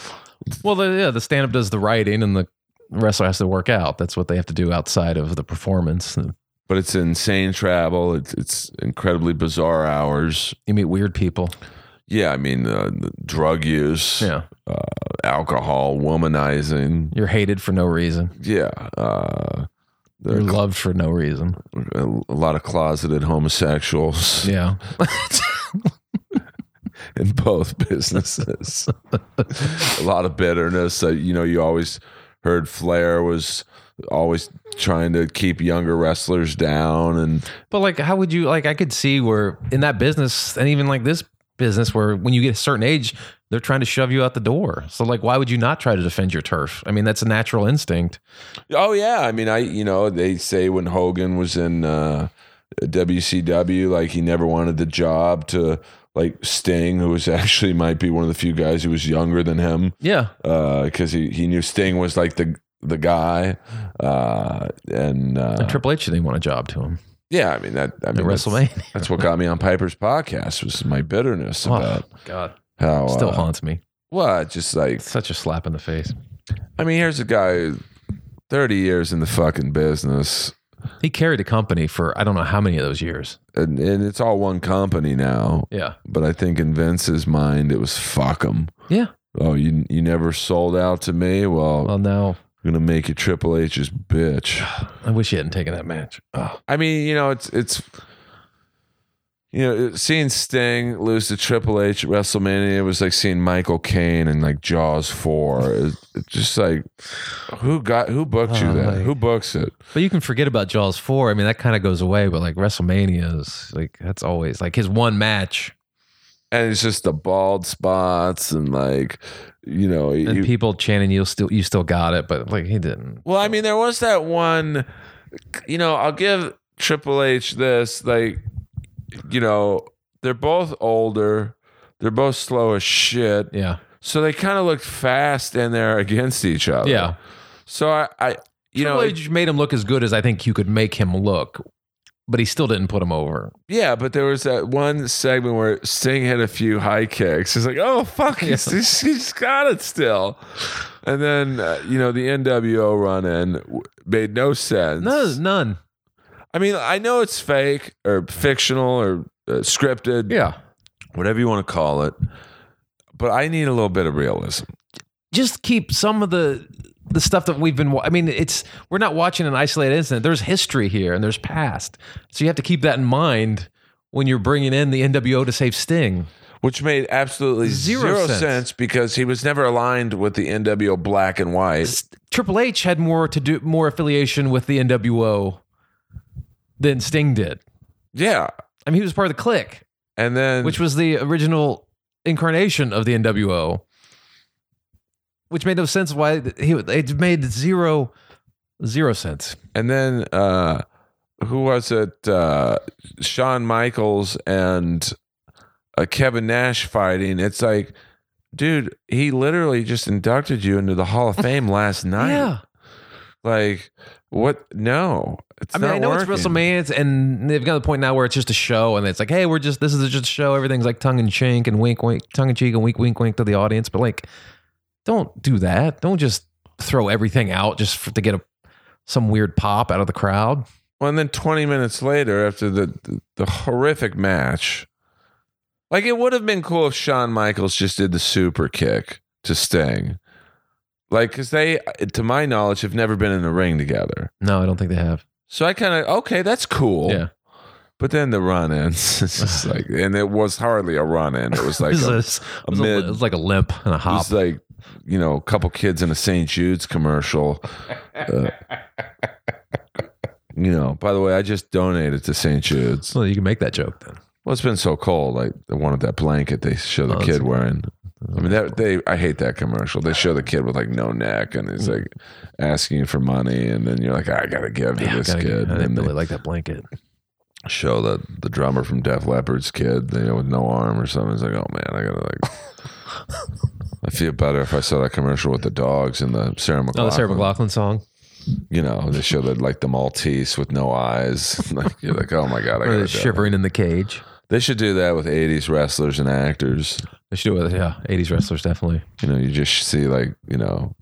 S2: Well, the, yeah, the stand up does the writing and the wrestler has to work out. That's what they have to do outside of the performance. You
S1: but it's insane travel. It's it's incredibly bizarre hours.
S2: meet weird people.
S1: Yeah, I mean, uh, the drug use,
S2: Yeah.
S1: alcohol, womanizing.
S2: You're hated for no reason.
S1: Yeah, uh,
S2: You're
S1: there are
S2: loved for no reason.
S1: cl- a lot of closeted homosexuals
S2: Yeah.
S1: in both businesses. a lot of bitterness. Uh, you know, you always heard Flair was always trying to keep younger wrestlers down, and
S2: But like, how would you like? I could see where in that business, and even like this business, where when you get a certain age, they're trying to shove you out the door. So like, why would you not try to defend your turf? I mean, that's a natural instinct.
S1: Oh yeah, I mean, I you know they say when Hogan was in uh, WCW, like he never wanted the job to like Sting, who was actually might be one of the few guys who was younger than him,
S2: Yeah.
S1: because he he knew Sting was like the the guy, uh, and uh,
S2: And Triple H didn't want a job to him
S1: yeah, I mean that I
S2: at
S1: mean that's,
S2: WrestleMania.
S1: that's what got me on Piper's podcast was my bitterness
S2: Oh,
S1: about
S2: God.
S1: how
S2: Still
S1: uh,
S2: haunts me.
S1: well, just like
S2: It's such a slap in the face.
S1: I mean, here's a guy, who- thirty years in the fucking business.
S2: He carried a company for I don't know how many of those years.
S1: And, and it's all one company now.
S2: Yeah.
S1: but I think in Vince's mind it was fuck 'em.
S2: Yeah.
S1: Oh, you you never sold out to me. Well,
S2: Well, now
S1: I'm gonna make you Triple H's bitch.
S2: I wish he hadn't taken that match.
S1: I mean, you know, it's it's you know, seeing Sting lose to Triple H at WrestleMania was like seeing Michael Caine and like Jaws four. It- It's just like, who got who booked you
S2: Oh,
S1: that?
S2: like-
S1: who books it?
S2: But you can forget about Jaws 4. I mean, that kind of goes away, but like WrestleMania is like, that's always like his one match.
S1: And it's just the bald spots and like, you know,
S2: And
S1: you-
S2: people chanting, you'll still, you still got it, but like he didn't.
S1: Well, I mean, there was that one. You know, I'll give Triple H this. Like, you know, they're both older. They're both slow as shit.
S2: Yeah.
S1: So they kind of looked fast in there against each other.
S2: Yeah.
S1: So I, I Oh, you know,
S2: Triple H made him look as good as I think you could make him look, but he still didn't put him over.
S1: yeah, but there was that one segment where Sting had a few high kicks. It's like, oh, fuck, he's, he's, he's got it still. And then, uh, you know, the NWO run in w- made no sense.
S2: No, none.
S1: I mean, I know it's fake or fictional or uh, scripted,
S2: Yeah.
S1: whatever you want to call it, but I need a little bit of realism.
S2: Just keep some of the the stuff that we've been. wa- I mean, it's we're not watching an isolated incident. There's history here and there's past, so you have to keep that in mind when you're bringing in the NWO to save Sting.
S1: Which made absolutely zero,
S2: Zero
S1: sense.
S2: sense.
S1: because he was never aligned with the NWO black and white.
S2: S- Triple H had more to do more affiliation with the NWO than Sting did.
S1: Yeah.
S2: I mean, he was part of the clique,
S1: And then
S2: which was the original incarnation of the NWO, which made no sense. Why th- he would- it made zero zero sense.
S1: and then uh who was it? Uh Shawn Michaels and uh, Kevin Nash fighting. It's like, dude, he literally just inducted you into the Hall of Fame last night.
S2: Yeah,
S1: Like, what? No. It's
S2: I mean,
S1: not
S2: I know
S1: working.
S2: it's WrestleMania, it's- and they've got to the point now where it's just a show, and it's like, hey, we're just this is just a show. Everything's like tongue in cheek and wink, wink, tongue in cheek and wink, wink, wink to the audience. But like, don't do that. Don't just throw everything out just for, to get a some weird pop out of the crowd.
S1: Well, and then 20 minutes later, after the, the, horrific match, like it would have been cool if Shawn Michaels just did the super kick to Sting. Like, because they, to my knowledge, have never been in the ring together.
S2: No, I don't think they have.
S1: So I kind of, okay, that's cool.
S2: Yeah.
S1: But then the run ins, it's just like, and it was hardly a run in. It was like,
S2: it, was
S1: a,
S2: a-
S1: it
S2: it was a-
S1: mid-
S2: it was like a limp and a hop.
S1: was like, you know, a couple kids in a St. Jude's commercial. Uh, you know, by the way, I just donated to St. Jude's.
S2: So you can make that joke then.
S1: Well, it's been so cold. Like I wanted that blanket they show the
S2: Oh,
S1: kid
S2: that's-
S1: wearing. I mean, that they. I hate that commercial. They show the kid with like no neck, and he's like asking for money, and then you're like, I gotta give to
S2: Yeah,
S1: this
S2: gotta
S1: kid.
S2: get- I
S1: and then
S2: didn't
S1: they
S2: really like that blanket.
S1: show the the drummer from Def Leppard's kid, you know, with no arm or something. It's like, oh man, I gotta like. I feel better if I saw that commercial with the dogs and the Sarah
S2: Oh,
S1: McLaughlin.
S2: the Sarah McLaughlin song.
S1: You know, they show that like the Maltese with no eyes. like you're like, oh my god, I
S2: Or
S1: gotta
S2: the
S1: do it.
S2: shivering in the cage.
S1: They should do that with '80s wrestlers and actors.
S2: They should do it. Yeah, eighties wrestlers definitely
S1: you know, you just see like, you know,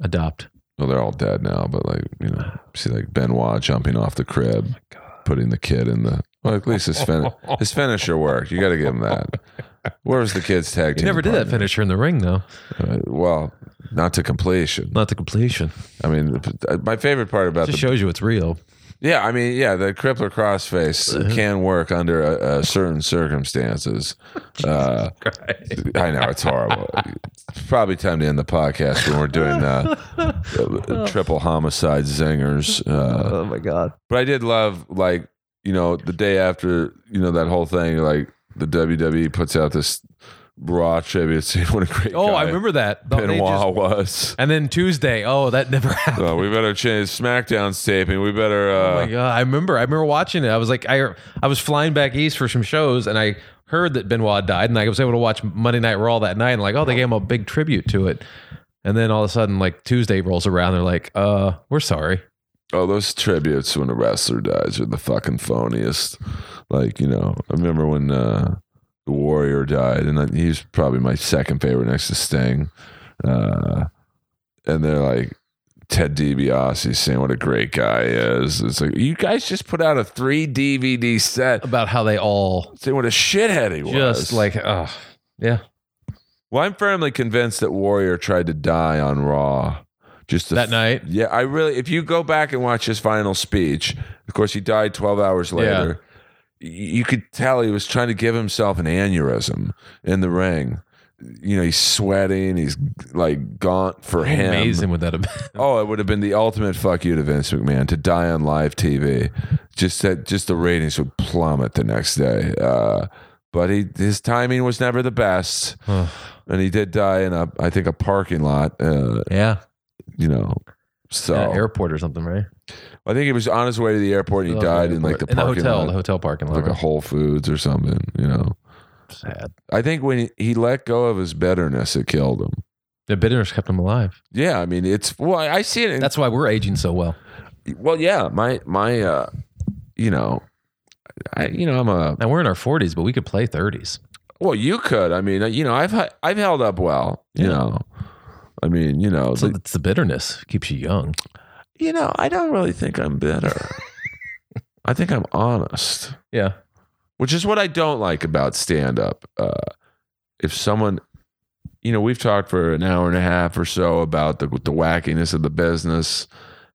S2: adopt.
S1: well, they're all dead now, but like, you know, see like Benoit jumping off the
S2: Oh
S1: crib, putting the kid in the. Well, at least his fin- his finisher worked. You got to give him that. Where was the kid's tag
S2: You
S1: team?
S2: never did that
S1: partner?
S2: finisher in the ring though.
S1: Uh, well, not to completion.
S2: Not to completion.
S1: I mean, uh, my favorite part about
S2: Just
S1: the
S2: shows you it's real.
S1: yeah, I mean, yeah, the crippler
S2: Uh-huh.
S1: crossface can work under uh, uh, certain circumstances. Uh, I know it's horrible. It's probably time to end the podcast when we're doing uh, uh, triple homicide zingers. Uh,
S2: my god.
S1: but I did love, like, you know, the day after, you know, that whole thing, like the WWE puts out this raw tribute saying what a great
S2: Oh,
S1: guy
S2: I remember that. They
S1: Benoit
S2: just-
S1: was.
S2: and then Tuesday. Oh, that never happened.
S1: So we better change SmackDown's taping. We better.
S2: Oh
S1: Uh,
S2: my god. I remember. I remember watching it. I was like, I I was flying back east for some shows, and I heard that Benoit died, and I was able to watch Monday Night Raw that night, and like, oh, they gave him a big tribute to it. And then all of a sudden, like Tuesday rolls around, they're like, uh, we're sorry.
S1: Oh, those tributes when a wrestler dies are the fucking phoniest. Like, you know, I remember when uh, the Warrior died, and I- he's probably my second favorite next to Sting. Uh, and they're like, Ted DiBiase saying what a great guy he is. It's like, you guys just put out a three DVD set
S2: about how they all
S1: saying what a shithead he was.
S2: just like uh yeah
S1: well, I'm firmly convinced that Warrior tried to die on Raw. Just to
S2: that night
S1: Yeah, I really. If you go back and watch his final speech, of course he died twelve hours later. you could tell he was trying to give himself an aneurysm in the ring. You know, he's sweating. He's like gaunt for him.
S2: Amazing would that have been?
S1: Oh, it would have been the ultimate fuck you to Vince McMahon to die on live TV. Just that, just the ratings would plummet the next day. Uh, but he, his timing was never the best,
S2: Ugh.
S1: and he did die in a, I think, a parking lot. Uh,
S2: Yeah.
S1: you know, so
S2: Yeah, airport or something, right?
S1: I think he was on his way to the airport and he
S2: Oh,
S1: died in like the
S2: airport.
S1: parking
S2: hotel,
S1: lot,
S2: the hotel parking lot.
S1: like a
S2: right?
S1: Whole Foods or something. You know,
S2: Sad.
S1: I think when he, he let go of his bitterness, it killed him.
S2: The bitterness kept him alive.
S1: Yeah, I mean, it's well, I I see it. In,
S2: That's why we're aging so well.
S1: well, yeah, my my, uh, you know, I you know I'm a
S2: Now we're in our 40s, but we could play 30s.
S1: well, you could. I mean, you know, I've h- I've held up well. You
S2: Yeah.
S1: know, I mean, you know,
S2: So
S1: the-
S2: it's the bitterness keeps you young.
S1: you know, I don't really think I'm bitter. I think I'm honest.
S2: Yeah.
S1: which is what I don't like about stand up. Uh, if someone, you know, we've talked for an hour and a half or so about the, the wackiness of the business,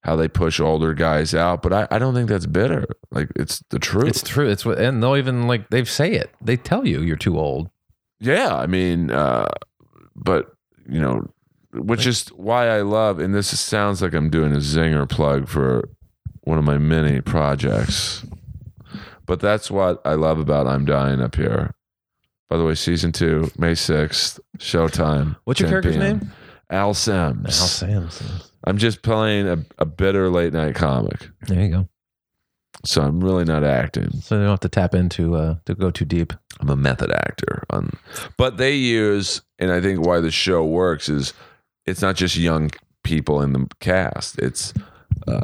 S1: how they push older guys out, but I, I don't think that's bitter. Like it's the truth.
S2: It's true. It's what, and they'll even like they say it. They tell you you're too old.
S1: yeah, I mean, uh, but you know, which is why I love, and this sounds like I'm doing a zinger plug for one of my many projects. But that's what I love about I'm Dying Up Here. By the way, season two, May 6th, Showtime.
S2: What's your
S1: 10
S2: character's
S1: p.m.
S2: name?
S1: Al Sims.
S2: Al Sam's.
S1: I'm just playing a, a bitter late night comic.
S2: There you go.
S1: So I'm really not acting.
S2: So they don't have to tap into uh, to go too deep.
S1: I'm a method actor. Um, but they use, and I think why the show works is it's not just young people in the cast. It's uh,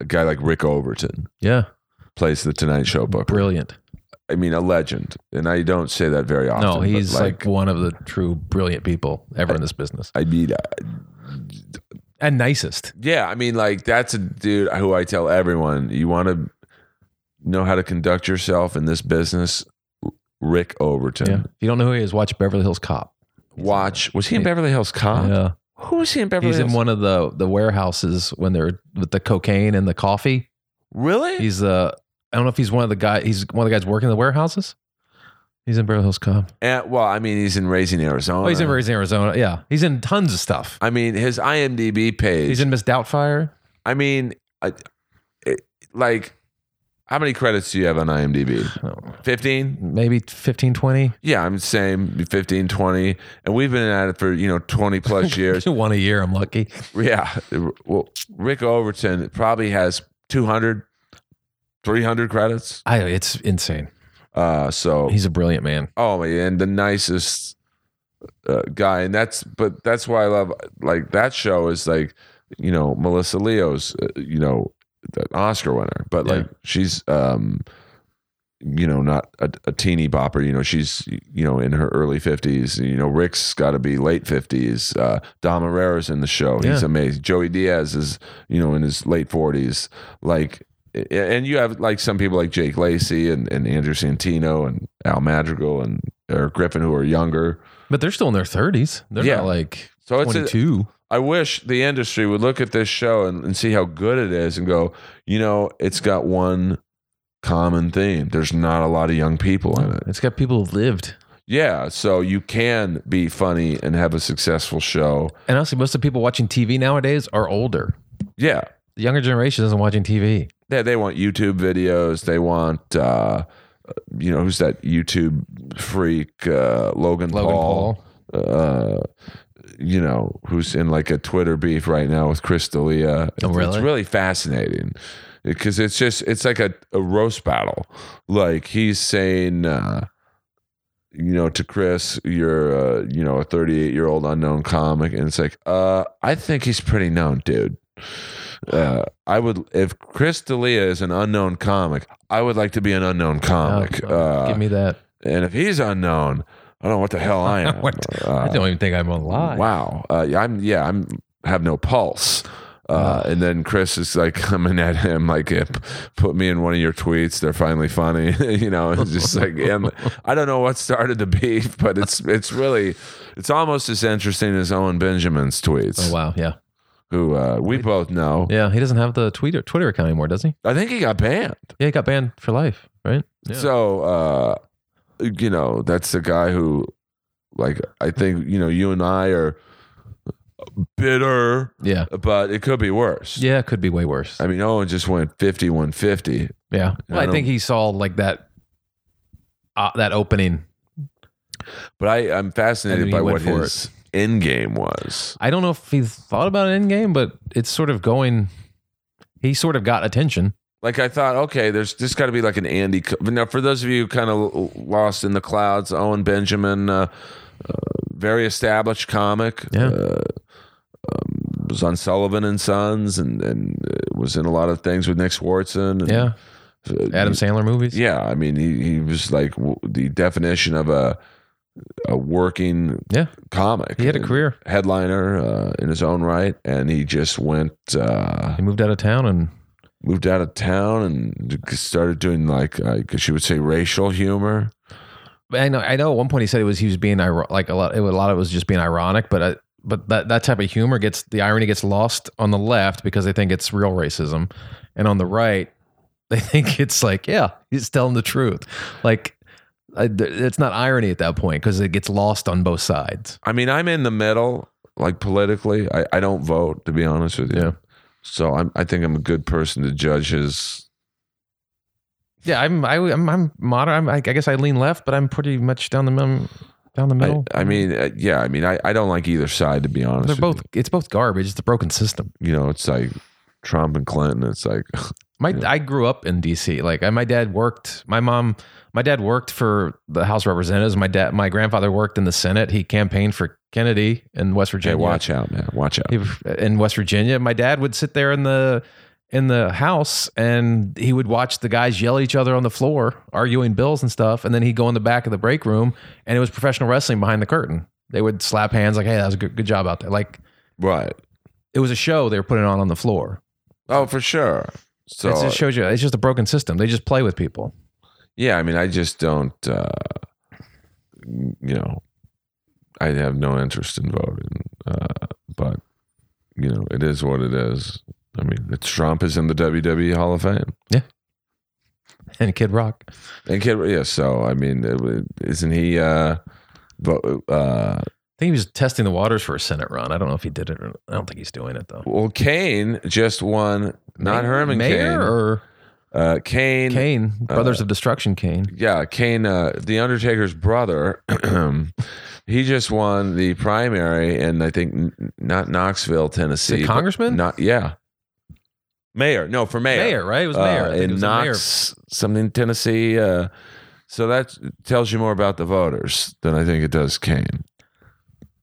S1: a guy like Rick Overton
S2: Yeah.
S1: plays the Tonight Show booker.
S2: Brilliant.
S1: I mean, a legend. And I don't say that very often.
S2: No,
S1: but,
S2: he's like, one of the true brilliant people ever in this business.
S1: I mean, uh,
S2: And nicest.
S1: yeah, I mean, like that's a dude who I tell everyone you want to know how to conduct yourself in this business. Rick Overton.
S2: Yeah. If you don't know who he is, watch Beverly Hills Cop.
S1: Watch. Was he in Beverly Hills Cop?
S2: yeah.
S1: Who was he in Beverly
S2: He's
S1: Hills?
S2: in one of the the warehouses when they're with the cocaine and the coffee.
S1: really?
S2: He's uh I don't know if he's one of the guy he's one of the guys working in the warehouses. He's in Beverly Hills Cop.
S1: Uh, well, I mean, he's in Raising Arizona.
S2: Oh, he's in he's in Arizona. Yeah. He's in tons of stuff.
S1: I mean, his IMDb page.
S2: He's in Miss Doubtfire.
S1: I mean, I, it, like, how many credits do you have on IMDb?
S2: I don't know,
S1: 15?
S2: Maybe 15, 20.
S1: Yeah, I'm the same, 15, 20. And we've been at it for, you know, 20 plus years.
S2: One a year, I'm lucky.
S1: yeah. Well, Rick Overton probably has 200, 300 credits.
S2: I it's insane.
S1: Uh, so
S2: He's a brilliant man.
S1: oh my and the nicest uh, guy and that's but that's why i love like that show is like you know melissa leo's uh, you know the oscar winner but
S2: Yeah.
S1: like she's um you know not a, a teeny bopper you know she's you know in her early 50s you know rick's got to be late 50s uh dom herrera's in the show he's
S2: Yeah.
S1: amazing joey diaz is you know in his late 40s like a- and you have like some people like Jake Lacey and, and Andrew Santino and Al Madrigal and Eric Griffin who are younger.
S2: But they're still in their 30s. They're
S1: Yeah.
S2: not like
S1: So it's a,
S2: 22.
S1: I wish the industry would look at this show and, and see how good it is and go, you know, it's got one common theme. There's not a lot of young people in it.
S2: It's got people who've lived.
S1: Yeah, so you can be funny and have a successful show.
S2: And honestly, most of the people watching TV nowadays are older.
S1: Yeah.
S2: The younger generation isn't watching TV.
S1: They, they want YouTube videos. They want, uh, you know, who's that YouTube freak? Uh, Logan,
S2: Logan
S1: Paul.
S2: Paul.
S1: uh, you know, who's in like a Twitter beef right now with Chris D'Elia.
S2: Oh,
S1: It's- It's
S2: really?
S1: really fascinating because it's just it's like a, a roast battle. Like he's saying, uh, you know, to Chris, you're uh, you know a 38 year old unknown comic, and it's like, uh, I think he's pretty known, dude. Uh, I would if Chris D'Elia is an unknown comic, I would like to be an unknown comic.
S2: Oh,
S1: uh,
S2: give me that.
S1: and if he's unknown, I don't know what the hell I am.
S2: What?
S1: Uh,
S2: I don't even think I'm alive.
S1: Wow. Uh, yeah, I'm yeah, I'm have no pulse. Uh, and then Chris is like coming at him like, "Yeah, p- "Put me in one of your tweets. They're finally funny." you know, it's just like, and I don't know what started the beef, but it's it's really, it's almost as interesting as Owen Benjamin's tweets.
S2: Oh wow, yeah.
S1: who uh, we both know.
S2: Yeah, he doesn't have the Twitter Twitter account anymore, does he?
S1: I think he got banned.
S2: Yeah, he got banned for life, right? Yeah.
S1: So, uh, you know, that's the guy who, like, I think, you know, you and I are bitter,
S2: Yeah,
S1: but it could be worse.
S2: yeah, it could be way worse.
S1: I mean, Owen just went 51 50.
S2: yeah, well,
S1: I
S2: I,
S1: don't-
S2: think he saw like that uh, that opening.
S1: But I, I'm fascinated
S2: And he
S1: by
S2: went
S1: what
S2: for
S1: his end game was.
S2: I don't know if he thought about an endgame, but it's sort of going. He sort of got attention.
S1: Like, I thought, okay, there's just got to be like an Andy. Co- But now, for those of you kind of lost in the clouds, Owen Benjamin, uh, uh, very established comic.
S2: Yeah.
S1: Uh, um, was on Sullivan and Sons and, and uh, was in a lot of things with Nick Swartzen. And,
S2: Yeah,
S1: uh,
S2: Adam Sandler movies.
S1: Yeah, I mean, he, he was like w- the definition of a a working
S2: Yeah.
S1: comic.
S2: he had a
S1: And
S2: career.
S1: headliner uh, in his own right, and he just went uh,
S2: He moved out of town and
S1: moved out of town and started doing like I guess you would say racial humor.
S2: But I know. I know. At one point, he said it was he was being iro- like a lot. It, was- a lot of it was just being ironic, but I, but that that type of humor gets the irony gets lost on the left because they think it's real racism, and on the right, they think it's like yeah, he's telling the truth. Like I, th- it's not irony at that point because it gets lost on both sides.
S1: I mean, I'm in the middle, like politically. I, I don't vote to be honest with you.
S2: Yeah.
S1: So I'm I think I'm a good person to judge his
S2: Yeah, I'm I, I'm, I'm moderate. I'm, I guess I lean left, but I'm pretty much down the mem- down the
S1: I,
S2: middle.
S1: I mean, uh, yeah, I mean, I, I don't like either side to be honest.
S2: they're
S1: with
S2: both. It's both garbage. It's a broken system.
S1: you. you know, it's like Trump and Clinton. It's like,
S2: My
S1: Yeah.
S2: I grew up in D.C. Like I, my dad worked. My mom, my dad worked for the House of Representatives. My dad, my grandfather worked in the Senate. He campaigned for Kennedy in West
S1: hey,
S2: Virginia.
S1: watch out, man, watch out.
S2: He- uh, in West Virginia. My dad would sit there in the in the house and he would watch the guys yell at each other on the floor, arguing bills and stuff. And then he'd go in the back of the break room and it was professional wrestling behind the curtain. They would slap hands like, "Hey, that was a good, good job out there." Like
S1: Right?
S2: it was a show they were putting on on the floor.
S1: Oh, for sure. So
S2: it just shows you it's just a broken system. They just play with people.
S1: yeah, I mean, I just don't. uh You know, I have no interest in voting, uh, but you know, it is what it is. I mean, it's Trump is in the WWE Hall of Fame.
S2: and Kid Rock.
S1: And kid, yeah. So I mean, it would- isn't he? uh vo- uh
S2: I think he was testing the waters for a Senate run. I don't know if he did it. Or, I don't think he's doing it though.
S1: Well, Kane just won, not
S2: Mayor-
S1: Herman
S2: Mayor
S1: Kane.
S2: or
S1: uh, Kane,
S2: Kane, Brothers of Destruction. Kane.
S1: yeah, Kane, uh, the Undertaker's brother. he just won the primary, in I think n- not Knoxville, Tennessee,
S2: Is it
S1: but
S2: congressman?
S1: Not yeah, mayor. No, for mayor,
S2: mayor, right? It was mayor.
S1: uh,
S2: I think it
S1: in
S2: was the mayor.
S1: Knox, something Tennessee. Uh, so that tells you more about the voters than I think it does Kane.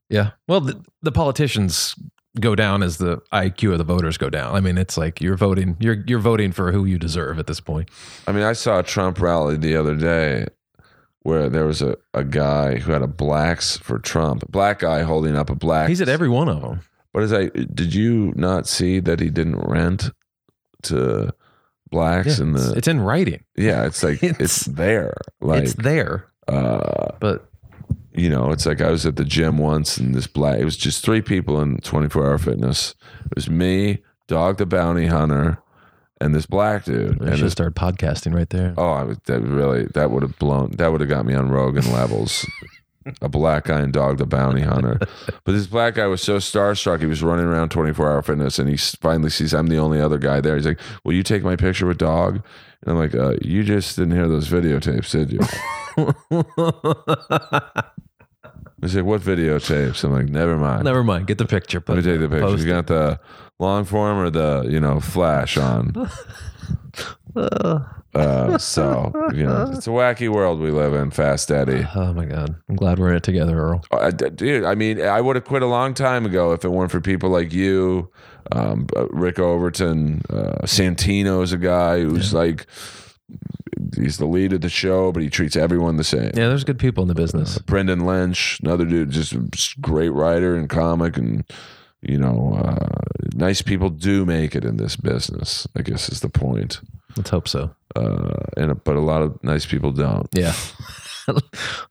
S2: Yeah. Well, the, the politicians go down as the IQ of the voters go down. I mean, it's like you're voting. You're you're voting for who you deserve at this point.
S1: I mean, I saw a Trump rally the other day where there was a, a guy who had a blacks for Trump, a black guy holding up a black.
S2: He's at every one of them.
S1: What is that? Did you not see that he didn't rent to blacks in
S2: it's,
S1: the?
S2: it's in writing.
S1: yeah, it's like it's,
S2: it's-
S1: there. Like,
S2: it's there,
S1: uh,
S2: but
S1: you know, it's like I was at the gym once and this black. It was just three people in twenty four hour fitness. It was me, dog the bounty hunter, and this black dude.
S2: we
S1: and
S2: should
S1: this
S2: start podcasting right there.
S1: Oh, I would, that really that would have blown that would have got me on Rogan levels. A black guy and dog the bounty hunter. But this black guy was so starstruck, he was running around 24 hour fitness and he s- finally sees I'm the only other guy there. He's like, Will you take my picture with dog? And I'm like, uh, You just didn't hear those videotapes, did you? He's like, What videotapes? I'm like, Never mind.
S2: Never mind. Get the picture.
S1: Let me
S2: Put,
S1: take the picture.
S2: post
S1: You got the long form or the, you know, flash on. Uh, so, you know, it's a wacky world we live in, Fast Eddie.
S2: oh my God! I'm glad we're in it together, Earl.
S1: I, d- dude, I mean, I would have quit a long time ago if it weren't for people like you, um, uh, Rick Overton, uh, Santino's a guy who's like, he's the lead of the show, but he treats everyone the same.
S2: Yeah, there's good people in the business.
S1: Brendan Lynch, another dude, just a s- great writer and comic, and you know, uh, nice people do make it in this business. I guess is the point.
S2: Let's hope so.
S1: Uh, and but a lot of nice people don't.
S2: Yeah.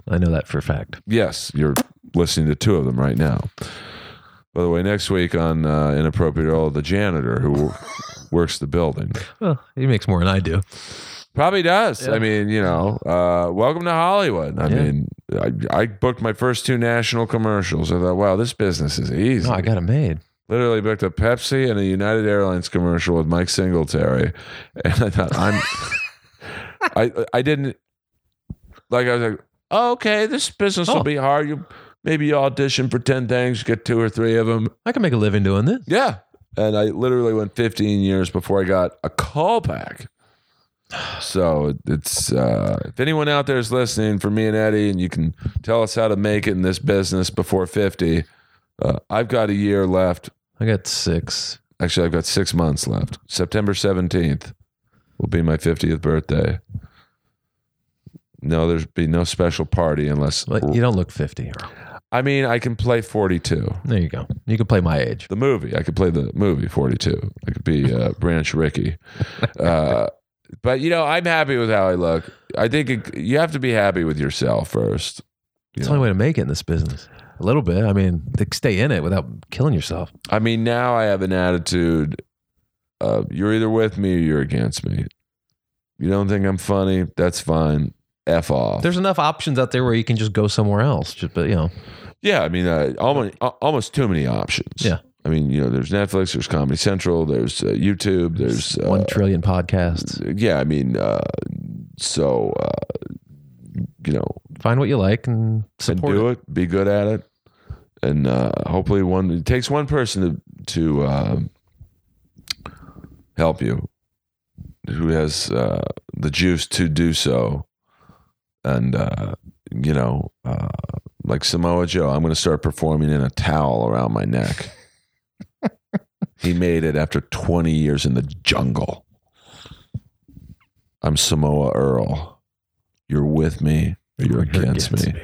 S2: I know that for a fact.
S1: Yes, you're listening to two of them right now. By the way, next week on uh, Inappropriate Role, the janitor who works the building.
S2: Well, he makes more than I do.
S1: Probably does.
S2: Yeah.
S1: I mean, you know, uh, welcome to Hollywood. I
S2: Yeah.
S1: mean, I, I booked my first two national commercials. I thought, wow, this business is easy.
S2: No, I got it made.
S1: Literally booked a Pepsi and a United Airlines commercial with Mike Singletary, and I thought, I'm, I, I didn't, like, I was like, oh, okay, this business
S2: Oh.
S1: will be hard. You maybe you audition for ten things, get two or three of them.
S2: I can make a living doing this.
S1: Yeah. And I literally went 15 years before I got a call back. So it's uh, if anyone out there is listening for me and Eddie, and you can tell us how to make it in this business before 50. Uh, I've got a year left.
S2: I got six.
S1: Actually, I've got six months left. September 17th will be my 50th birthday. No, there's be no special party unless
S2: But you don't look 50.
S1: I mean I can play 42.
S2: There you go. You can play my age.
S1: the movie. I could play the movie 42. I could be uh, Branch Rickey. Uh, but you know, I'm happy with how I look. I think it, you have to be happy with yourself first.
S2: It's
S1: Yeah.
S2: the only way to make it in this business. A little bit. I mean, to stay in it without killing yourself.
S1: I mean, now I have an attitude of you're either with me or you're against me. You don't think I'm funny? That's fine. F off.
S2: There's enough options out there where you can just go somewhere else. Just, but you know,
S1: yeah, I mean, uh, almost almost too many options.
S2: Yeah.
S1: I mean, you know, there's Netflix, there's Comedy Central, there's uh, YouTube, there's uh,
S2: one trillion podcasts.
S1: yeah, I mean, uh, so uh, you know,
S2: Find what you like and
S1: and
S2: support
S1: do it. be good at it, and uh, hopefully one it takes one person to to um help you, who has uh, the juice to do so, and uh, you know, uh, like Samoa Joe, I'm going to start performing in a towel around my neck. he made it after 20 years in the jungle. I'm Samoa Earl. You're with me. or You're against, me.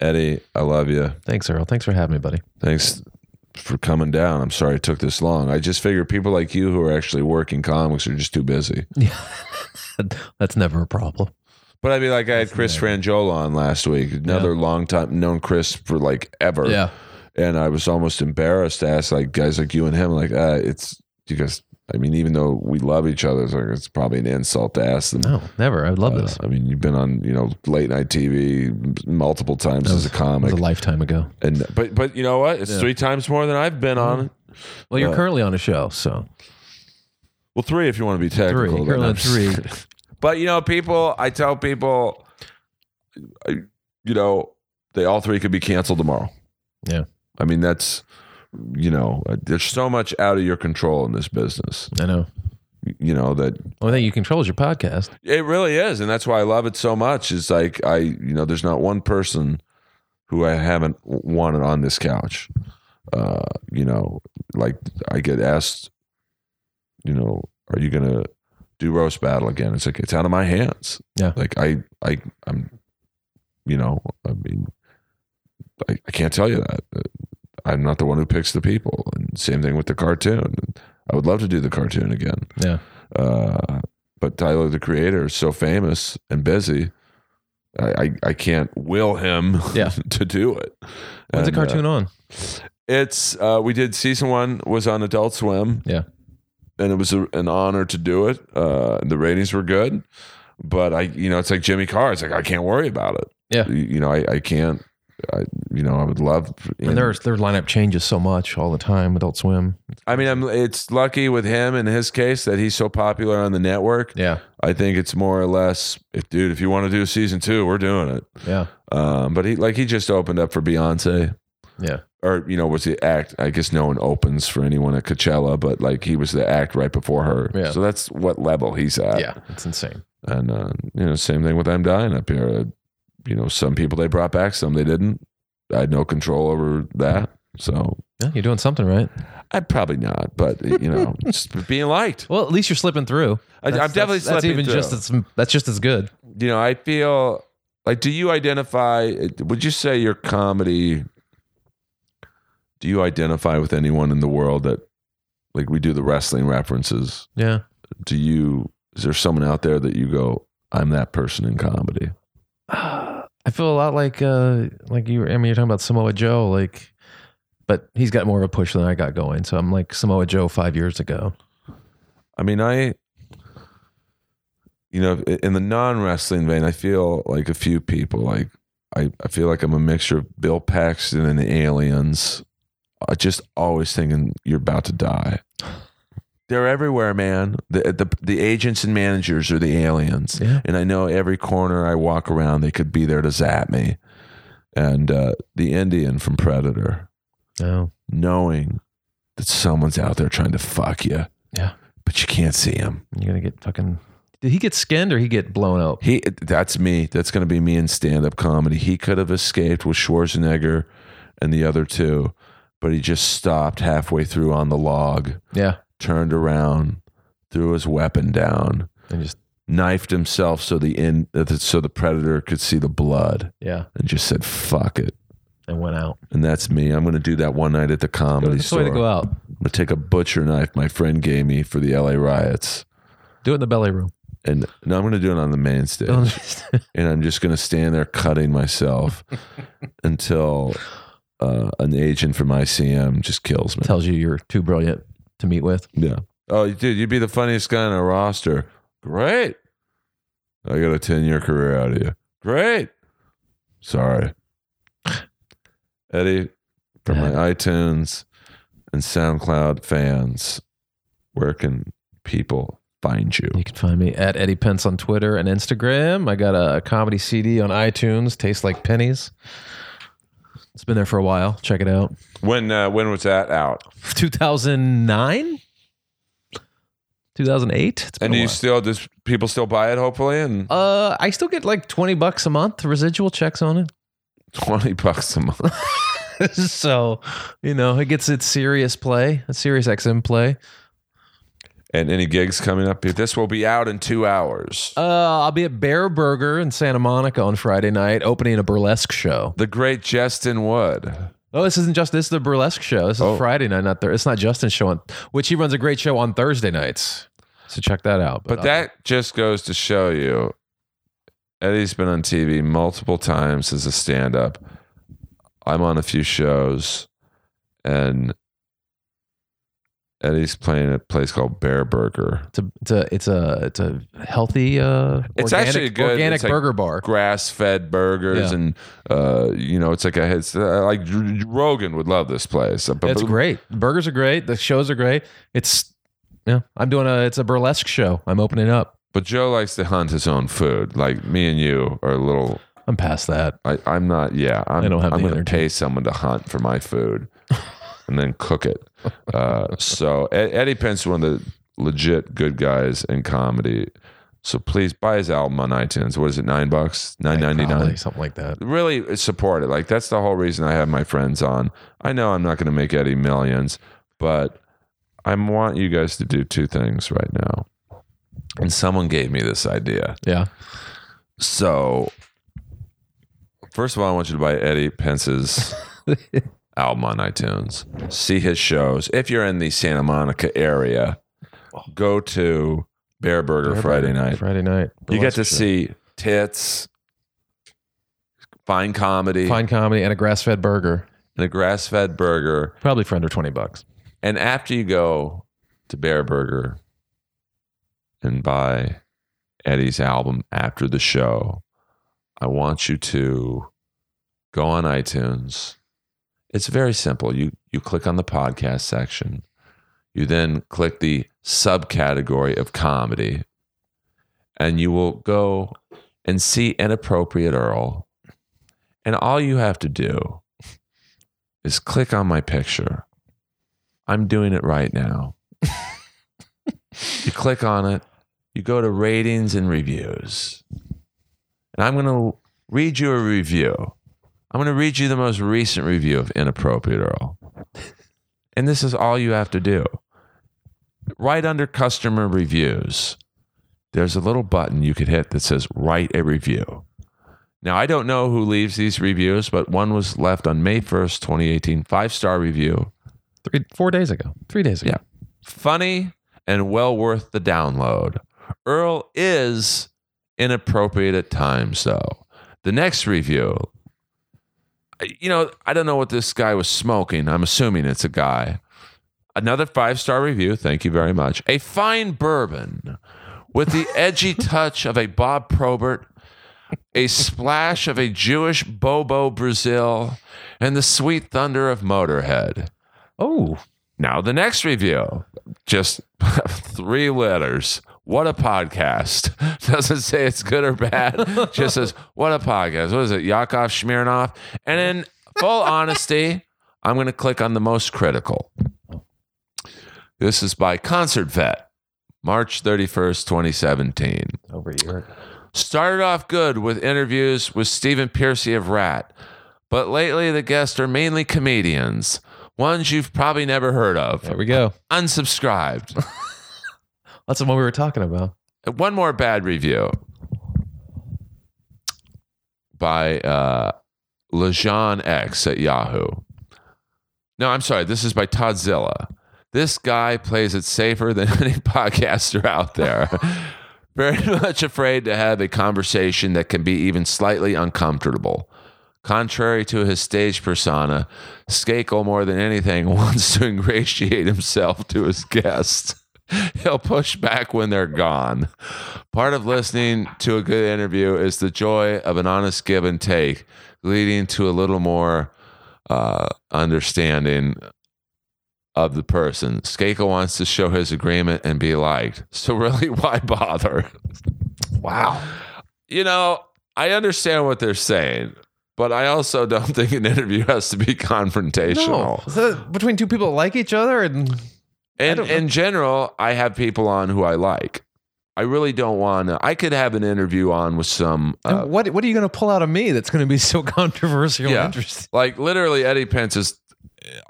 S1: Eddie, I love you.
S2: Thanks, Earl. Thanks for having me, buddy.
S1: Thanks for coming down. I'm sorry it took this long. I just figure people like you who are actually working comics are just too busy.
S2: That's never a problem.
S1: But I mean, like I had Chris Frangiola on last week, another long time known Chris for like ever. And I was almost embarrassed to ask like guys like you and him, like, uh, it's you guys. I mean, even though we love each other, it's, like, it's probably an insult to ask them.
S2: No, never. I would love
S1: Uh,
S2: this.
S1: I mean, you've been on, you know, late night TV multiple times
S2: That
S1: as a
S2: It was
S1: comic,
S2: a lifetime ago.
S1: and but but you know what? It's
S2: Yeah. Mm-hmm.
S1: three times more than I've been on.
S2: Well, you're
S1: Uh,
S2: currently on a show, so
S1: Well, three if you want to be
S2: three.
S1: technical.
S2: Currently on
S1: but, no.
S2: three.
S1: But you know, people. I tell people, I, you know, they all three could be canceled tomorrow.
S2: Yeah.
S1: I mean, that's you know, uh, there's so much out of your control in this business.
S2: I know.
S1: You know that
S2: Only thing you control is your podcast.
S1: it really is, and that's why I love it so much. Is like I, you know, there's not one person who I haven't wanted on this couch. Uh, you know, like I get asked, you know, are you gonna do roast battle again? It's like it's out of my hands.
S2: Yeah.
S1: Like I, I, I'm, you know, I mean, I, I can't tell you that. Uh, I'm not the one who picks the people, and same thing with the cartoon. I would love to do the cartoon again.
S2: Yeah.
S1: Uh, but Tyler the creator is so famous and busy. I, I, I can't will him
S2: Yeah.
S1: to do it.
S2: When's the
S1: And, uh,
S2: cartoon on?
S1: it's uh, we did season one was on Adult Swim.
S2: Yeah.
S1: and it was a, an honor to do it. Uh, the ratings were good, but I you know it's like Jimmy Carr. It's like I can't worry about it.
S2: Yeah.
S1: you, you know I, I can't. I, you know I would love.
S2: And their their lineup changes so much all the time. Adult Swim.
S1: I mean I'm it's lucky with him in his case that he's so popular on the network.
S2: Yeah.
S1: I think it's more or less, if, dude. If you want to do season two, we're doing it.
S2: Yeah.
S1: Um, but he like he just opened up for Beyonce.
S2: Yeah.
S1: Or you know was the act? I guess no one opens for anyone at Coachella, but like he was the act right before her.
S2: Yeah.
S1: So that's what level he's at.
S2: yeah. It's insane.
S1: And uh, you know, same thing with I'm dying up here. Uh, you know, some people they brought back, some they didn't. I had no control over that. So
S2: Yeah, you're doing something right.
S1: I probably not, but you know, just being liked.
S2: Well, at least you're slipping through.
S1: I, I'm
S2: That's-
S1: definitely
S2: that's, that's
S1: slipping
S2: even
S1: through.
S2: just as that's just as good.
S1: you know, I feel like, do you identify, would you say your comedy, do you identify with anyone in the world that, like, we do the wrestling references?
S2: Yeah.
S1: Do you, is there someone out there that you go, I'm that person in comedy?
S2: I feel a lot like uh like you. I mean, you're talking about Samoa Joe, like, But he's got more of a push than I got going. So I'm like Samoa Joe five years ago.
S1: I mean, I, you know, in the non wrestling vein, I feel like a few people. Like, I, I feel like I'm a mixture of Bill Paxton and the aliens. I just always thinking you're about to die. They're everywhere, man. The, the the agents and managers are the aliens,
S2: Yeah.
S1: and I know every corner I walk around, they could be there to zap me. And uh, the Indian from Predator,
S2: No.
S1: knowing that someone's out there trying to fuck you,
S2: Yeah.
S1: but you can't see him.
S2: You're gonna get fucking Did he get skinned or he get blown up?
S1: He that's me. That's going to be me in stand up comedy. He could have escaped with Schwarzenegger and the other two, but he just stopped halfway through on the log,
S2: Yeah.
S1: turned around, threw his weapon down,
S2: And just
S1: knifed himself so the in so the predator could see the blood,
S2: yeah.
S1: and just said "fuck it."
S2: And went out.
S1: And that's me. I'm going to do that one night at the comedy
S2: That's the
S1: store.
S2: way to go
S1: I'm
S2: out.
S1: going to take a butcher knife my friend gave me for the LA riots,
S2: Do it in the belly room.
S1: and no, I'm going to do it on the main stage. and I'm just going to stand there cutting myself until uh, an agent from ICM just kills me.
S2: Tells you you're too brilliant to meet with.
S1: Yeah. Oh, dude, you'd be the funniest guy on our roster. Great. I got a 10 year career out of you. Great. Sorry. Eddie, for my iTunes and SoundCloud fans, where can people find you?
S2: You can find me at Eddie Pence on Twitter and Instagram. I got a comedy CD on iTunes, Tastes Like Pennies. It's been there for a while. Check it out.
S1: When uh, when was that out?
S2: 2009? 2008? It's been
S1: And do
S2: a
S1: you
S2: while.
S1: still does people still buy it? Hopefully, and
S2: uh, I still get like 20 bucks a month residual checks on it.
S1: 20 bucks a month.
S2: so, you know, it gets its serious play, a serious XM play.
S1: And any gigs coming up? This will be out in two hours.
S2: Uh, I'll be at Bear Burger in Santa Monica on Friday night, opening a burlesque show.
S1: the great Justin Wood.
S2: Oh, this isn't just this is the burlesque show. This is
S1: Oh.
S2: Friday night, not there. It's not Justin's show on which he runs a great show on Thursday nights. So check that out.
S1: But
S2: uh,
S1: that just goes to show you Eddie's been on TV multiple times as a stand up. I'm on a few shows, and Eddie's playing at a place called Bear Burger.
S2: it's a, it's a it's a it's a healthy uh
S1: It's
S2: organic,
S1: actually a good-
S2: organic
S1: it's like-
S2: burger bar.
S1: Grass fed burgers,
S2: Yeah.
S1: and uh, you know, it's like a it's uh, like Rogan would love this place. But-
S2: It's great. Burgers are great. The shows are great. It's yeah. I'm doing a it's a burlesque show. I'm opening up.
S1: but Joe likes to hunt his own food. Like me and you are a little
S2: I'm past that.
S1: I, I'm not. Yeah, I'm. I
S2: I don't have
S1: am
S2: the
S1: going to
S2: energy.
S1: pay someone to hunt for my food, and then cook it. Uh, so Ed, Eddie Pence is one of the legit good guys in comedy. So please buy his album on iTunes. What is it? Nine bucks? Nine ninety
S2: Probably
S1: nine.
S2: something like that.
S1: Really support it. Like that's the whole reason I have my friends on. I know I'm not going to make Eddie millions, but I want you guys to do two things right now. And someone gave me this idea.
S2: Yeah.
S1: So, first of all, I want you to buy Eddie Pence's album on iTunes. See his shows. If you're in the Santa Monica area, go to Bear Burger Friday night.
S2: Friday night.
S1: You get to
S2: Burlesque show.
S1: see tits, fine comedy,
S2: fine comedy and a grass fed burger.
S1: and a grass fed burger.
S2: Probably for under twenty bucks.
S1: And after you go to Bear Burger and buy Eddie's album after the show, I want you to go on iTunes. It's very simple. You you click on the podcast section. You then click the subcategory of comedy and you will go and see inappropriate Earl. And all you have to do is click on my picture. I'm doing it right now. you click on it, you go to ratings and reviews. And I'm going to read you a review. I'm going to read you the most recent review of Inappropriate Earl. and this is all you have to do. Right under customer reviews, there's a little button you could hit that says write a review. Now, I don't know who leaves these reviews, but one was left on May 1st, 2018, five star review
S2: Three four days ago. Three days ago.
S1: Yeah. funny and well worth the download. Earl is inappropriate at times, though. The next review you know, I don't know what this guy was smoking. I'm assuming it's a guy. Another five star review. Thank you very much. A fine bourbon with the edgy touch of a Bob Probert, a splash of a Jewish Bobo Brazil, and the sweet thunder of Motorhead.
S4: Oh,
S1: Now, the next review, just three letters. What a podcast. Doesn't say it's good or bad. Just says, what a podcast. What is it? Yakov Smirnov. And in full honesty, I'm going to click on the most critical. This is by Concert Vet, March 31st, 2017.
S4: over here.
S1: Started off good with interviews with Stephen Piercy of Rat, but lately the guests are mainly comedians, ones you've probably never heard of
S2: There we go.
S1: unsubscribed.
S2: That's the one we were talking about.
S1: One more bad review by uh, Lejean X at Yahoo. No, I'm sorry. This is by Toddzilla. This guy plays it safer than any podcaster out there. Very much afraid to have a conversation that can be even slightly uncomfortable. Contrary to his stage persona, Skakel, more than anything, wants to ingratiate himself to his guests. He'll push back when they're gone. Part of listening to a good interview is the joy of an honest give and take, leading to a little more uh, understanding of the person. Skakel wants to show his agreement and be liked. So, really, why bother?
S4: Wow.
S1: you know, I understand what they're saying, but I also don't think an interview has to be confrontational.
S2: So between two people that like each other and
S1: And
S2: don't-
S1: in general, I have people on who I like. I really don't want to. I could have an interview on with some,
S2: And
S1: uh,
S2: what what are you going to pull out of me that's going to be so controversial
S1: Yeah.
S2: and interesting?
S1: like literally Eddie Pence is,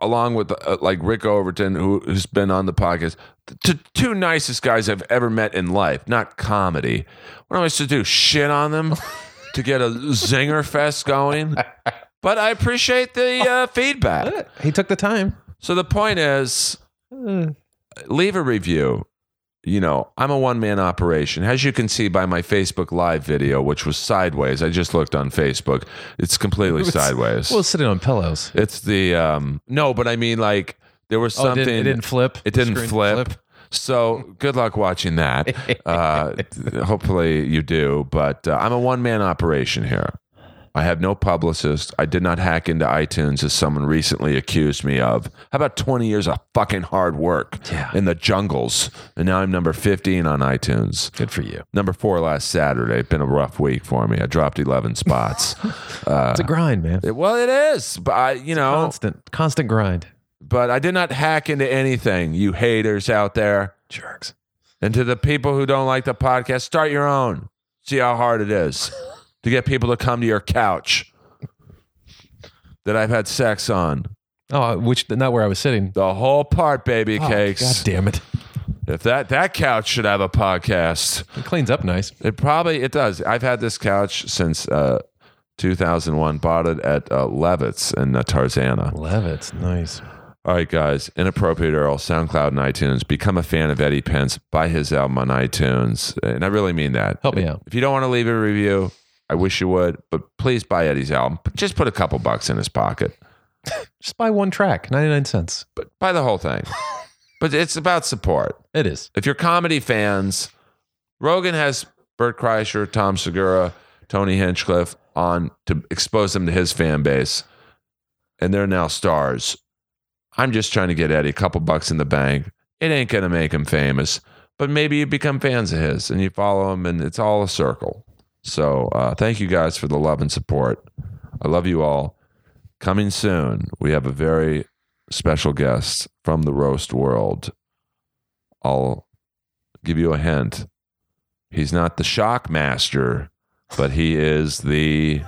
S1: along with uh, like Rick Overton, who, who's been on the podcast, the t- two nicest guys I've ever met in life, not comedy. What am I supposed to do? Shit on them to get a zinger fest going? But I appreciate the uh, feedback.
S2: He took the time.
S1: So the point is, leave a review. You know, I'm a one man operation. As you can see by my Facebook Live video, which was sideways, I just looked on Facebook. It's completely
S2: was-
S1: sideways.
S2: Well, sitting on pillows.
S1: it's the um no, but I mean like there was
S2: Oh, it
S1: something.
S2: didn't- it didn't flip.
S1: it didn't
S2: Screen
S1: flip. So good luck watching that. Uh, hopefully you do, but uh, I'm a one man operation here. I have no publicist. I did not hack into iTunes as someone recently accused me of. How about 20 years of fucking hard work
S2: Yeah.
S1: in the jungles? And now I'm number 15 on iTunes.
S2: Good for you.
S1: Number four last Saturday. Been a rough week for me. I dropped 11 spots. uh,
S2: It's a grind, man.
S1: well, it is, but I, you know,
S2: Constant, constant grind.
S1: but I did not hack into anything, you haters out there.
S2: Jerks.
S1: And to the people who don't like the podcast, start your own. See how hard it is to get people to come to your couch that I've had sex on.
S2: Oh, which not where I was sitting.
S1: The whole part, baby
S2: Oh, God
S1: cakes.
S2: damn it!
S1: If that that couch should have a podcast,
S2: It cleans up nice.
S1: it probably it does. I've had this couch since uh, 2001. Bought it at uh, Levitt's in uh, Tarzana.
S2: Love it. It's nice.
S1: All right, guys. Inappropriate Earl, SoundCloud and iTunes. Become a fan of Eddie Pence. Buy his album on iTunes. And I really mean that.
S2: Help me out.
S1: If you don't want to leave a review, I wish you would, but please buy Eddie's album. Just put a couple bucks in his pocket,
S2: Just buy one track, ninety nine cents.
S1: but buy the whole thing. but it's about support.
S2: It is.
S1: If you're comedy fans, Rogan has Bert Kreischer, Tom Segura, Tony Hinchcliffe on to expose them to his fan base, and they're now stars. I'm just trying to get Eddie a couple bucks in the bank. It ain't gonna make him famous, but maybe you become fans of his and you follow him, and it's all a circle. So uh, thank you guys for the love and support. I love you all. Coming soon, we have a very special guest from the roast world. I'll give you a hint. He's not the shock master, but he is the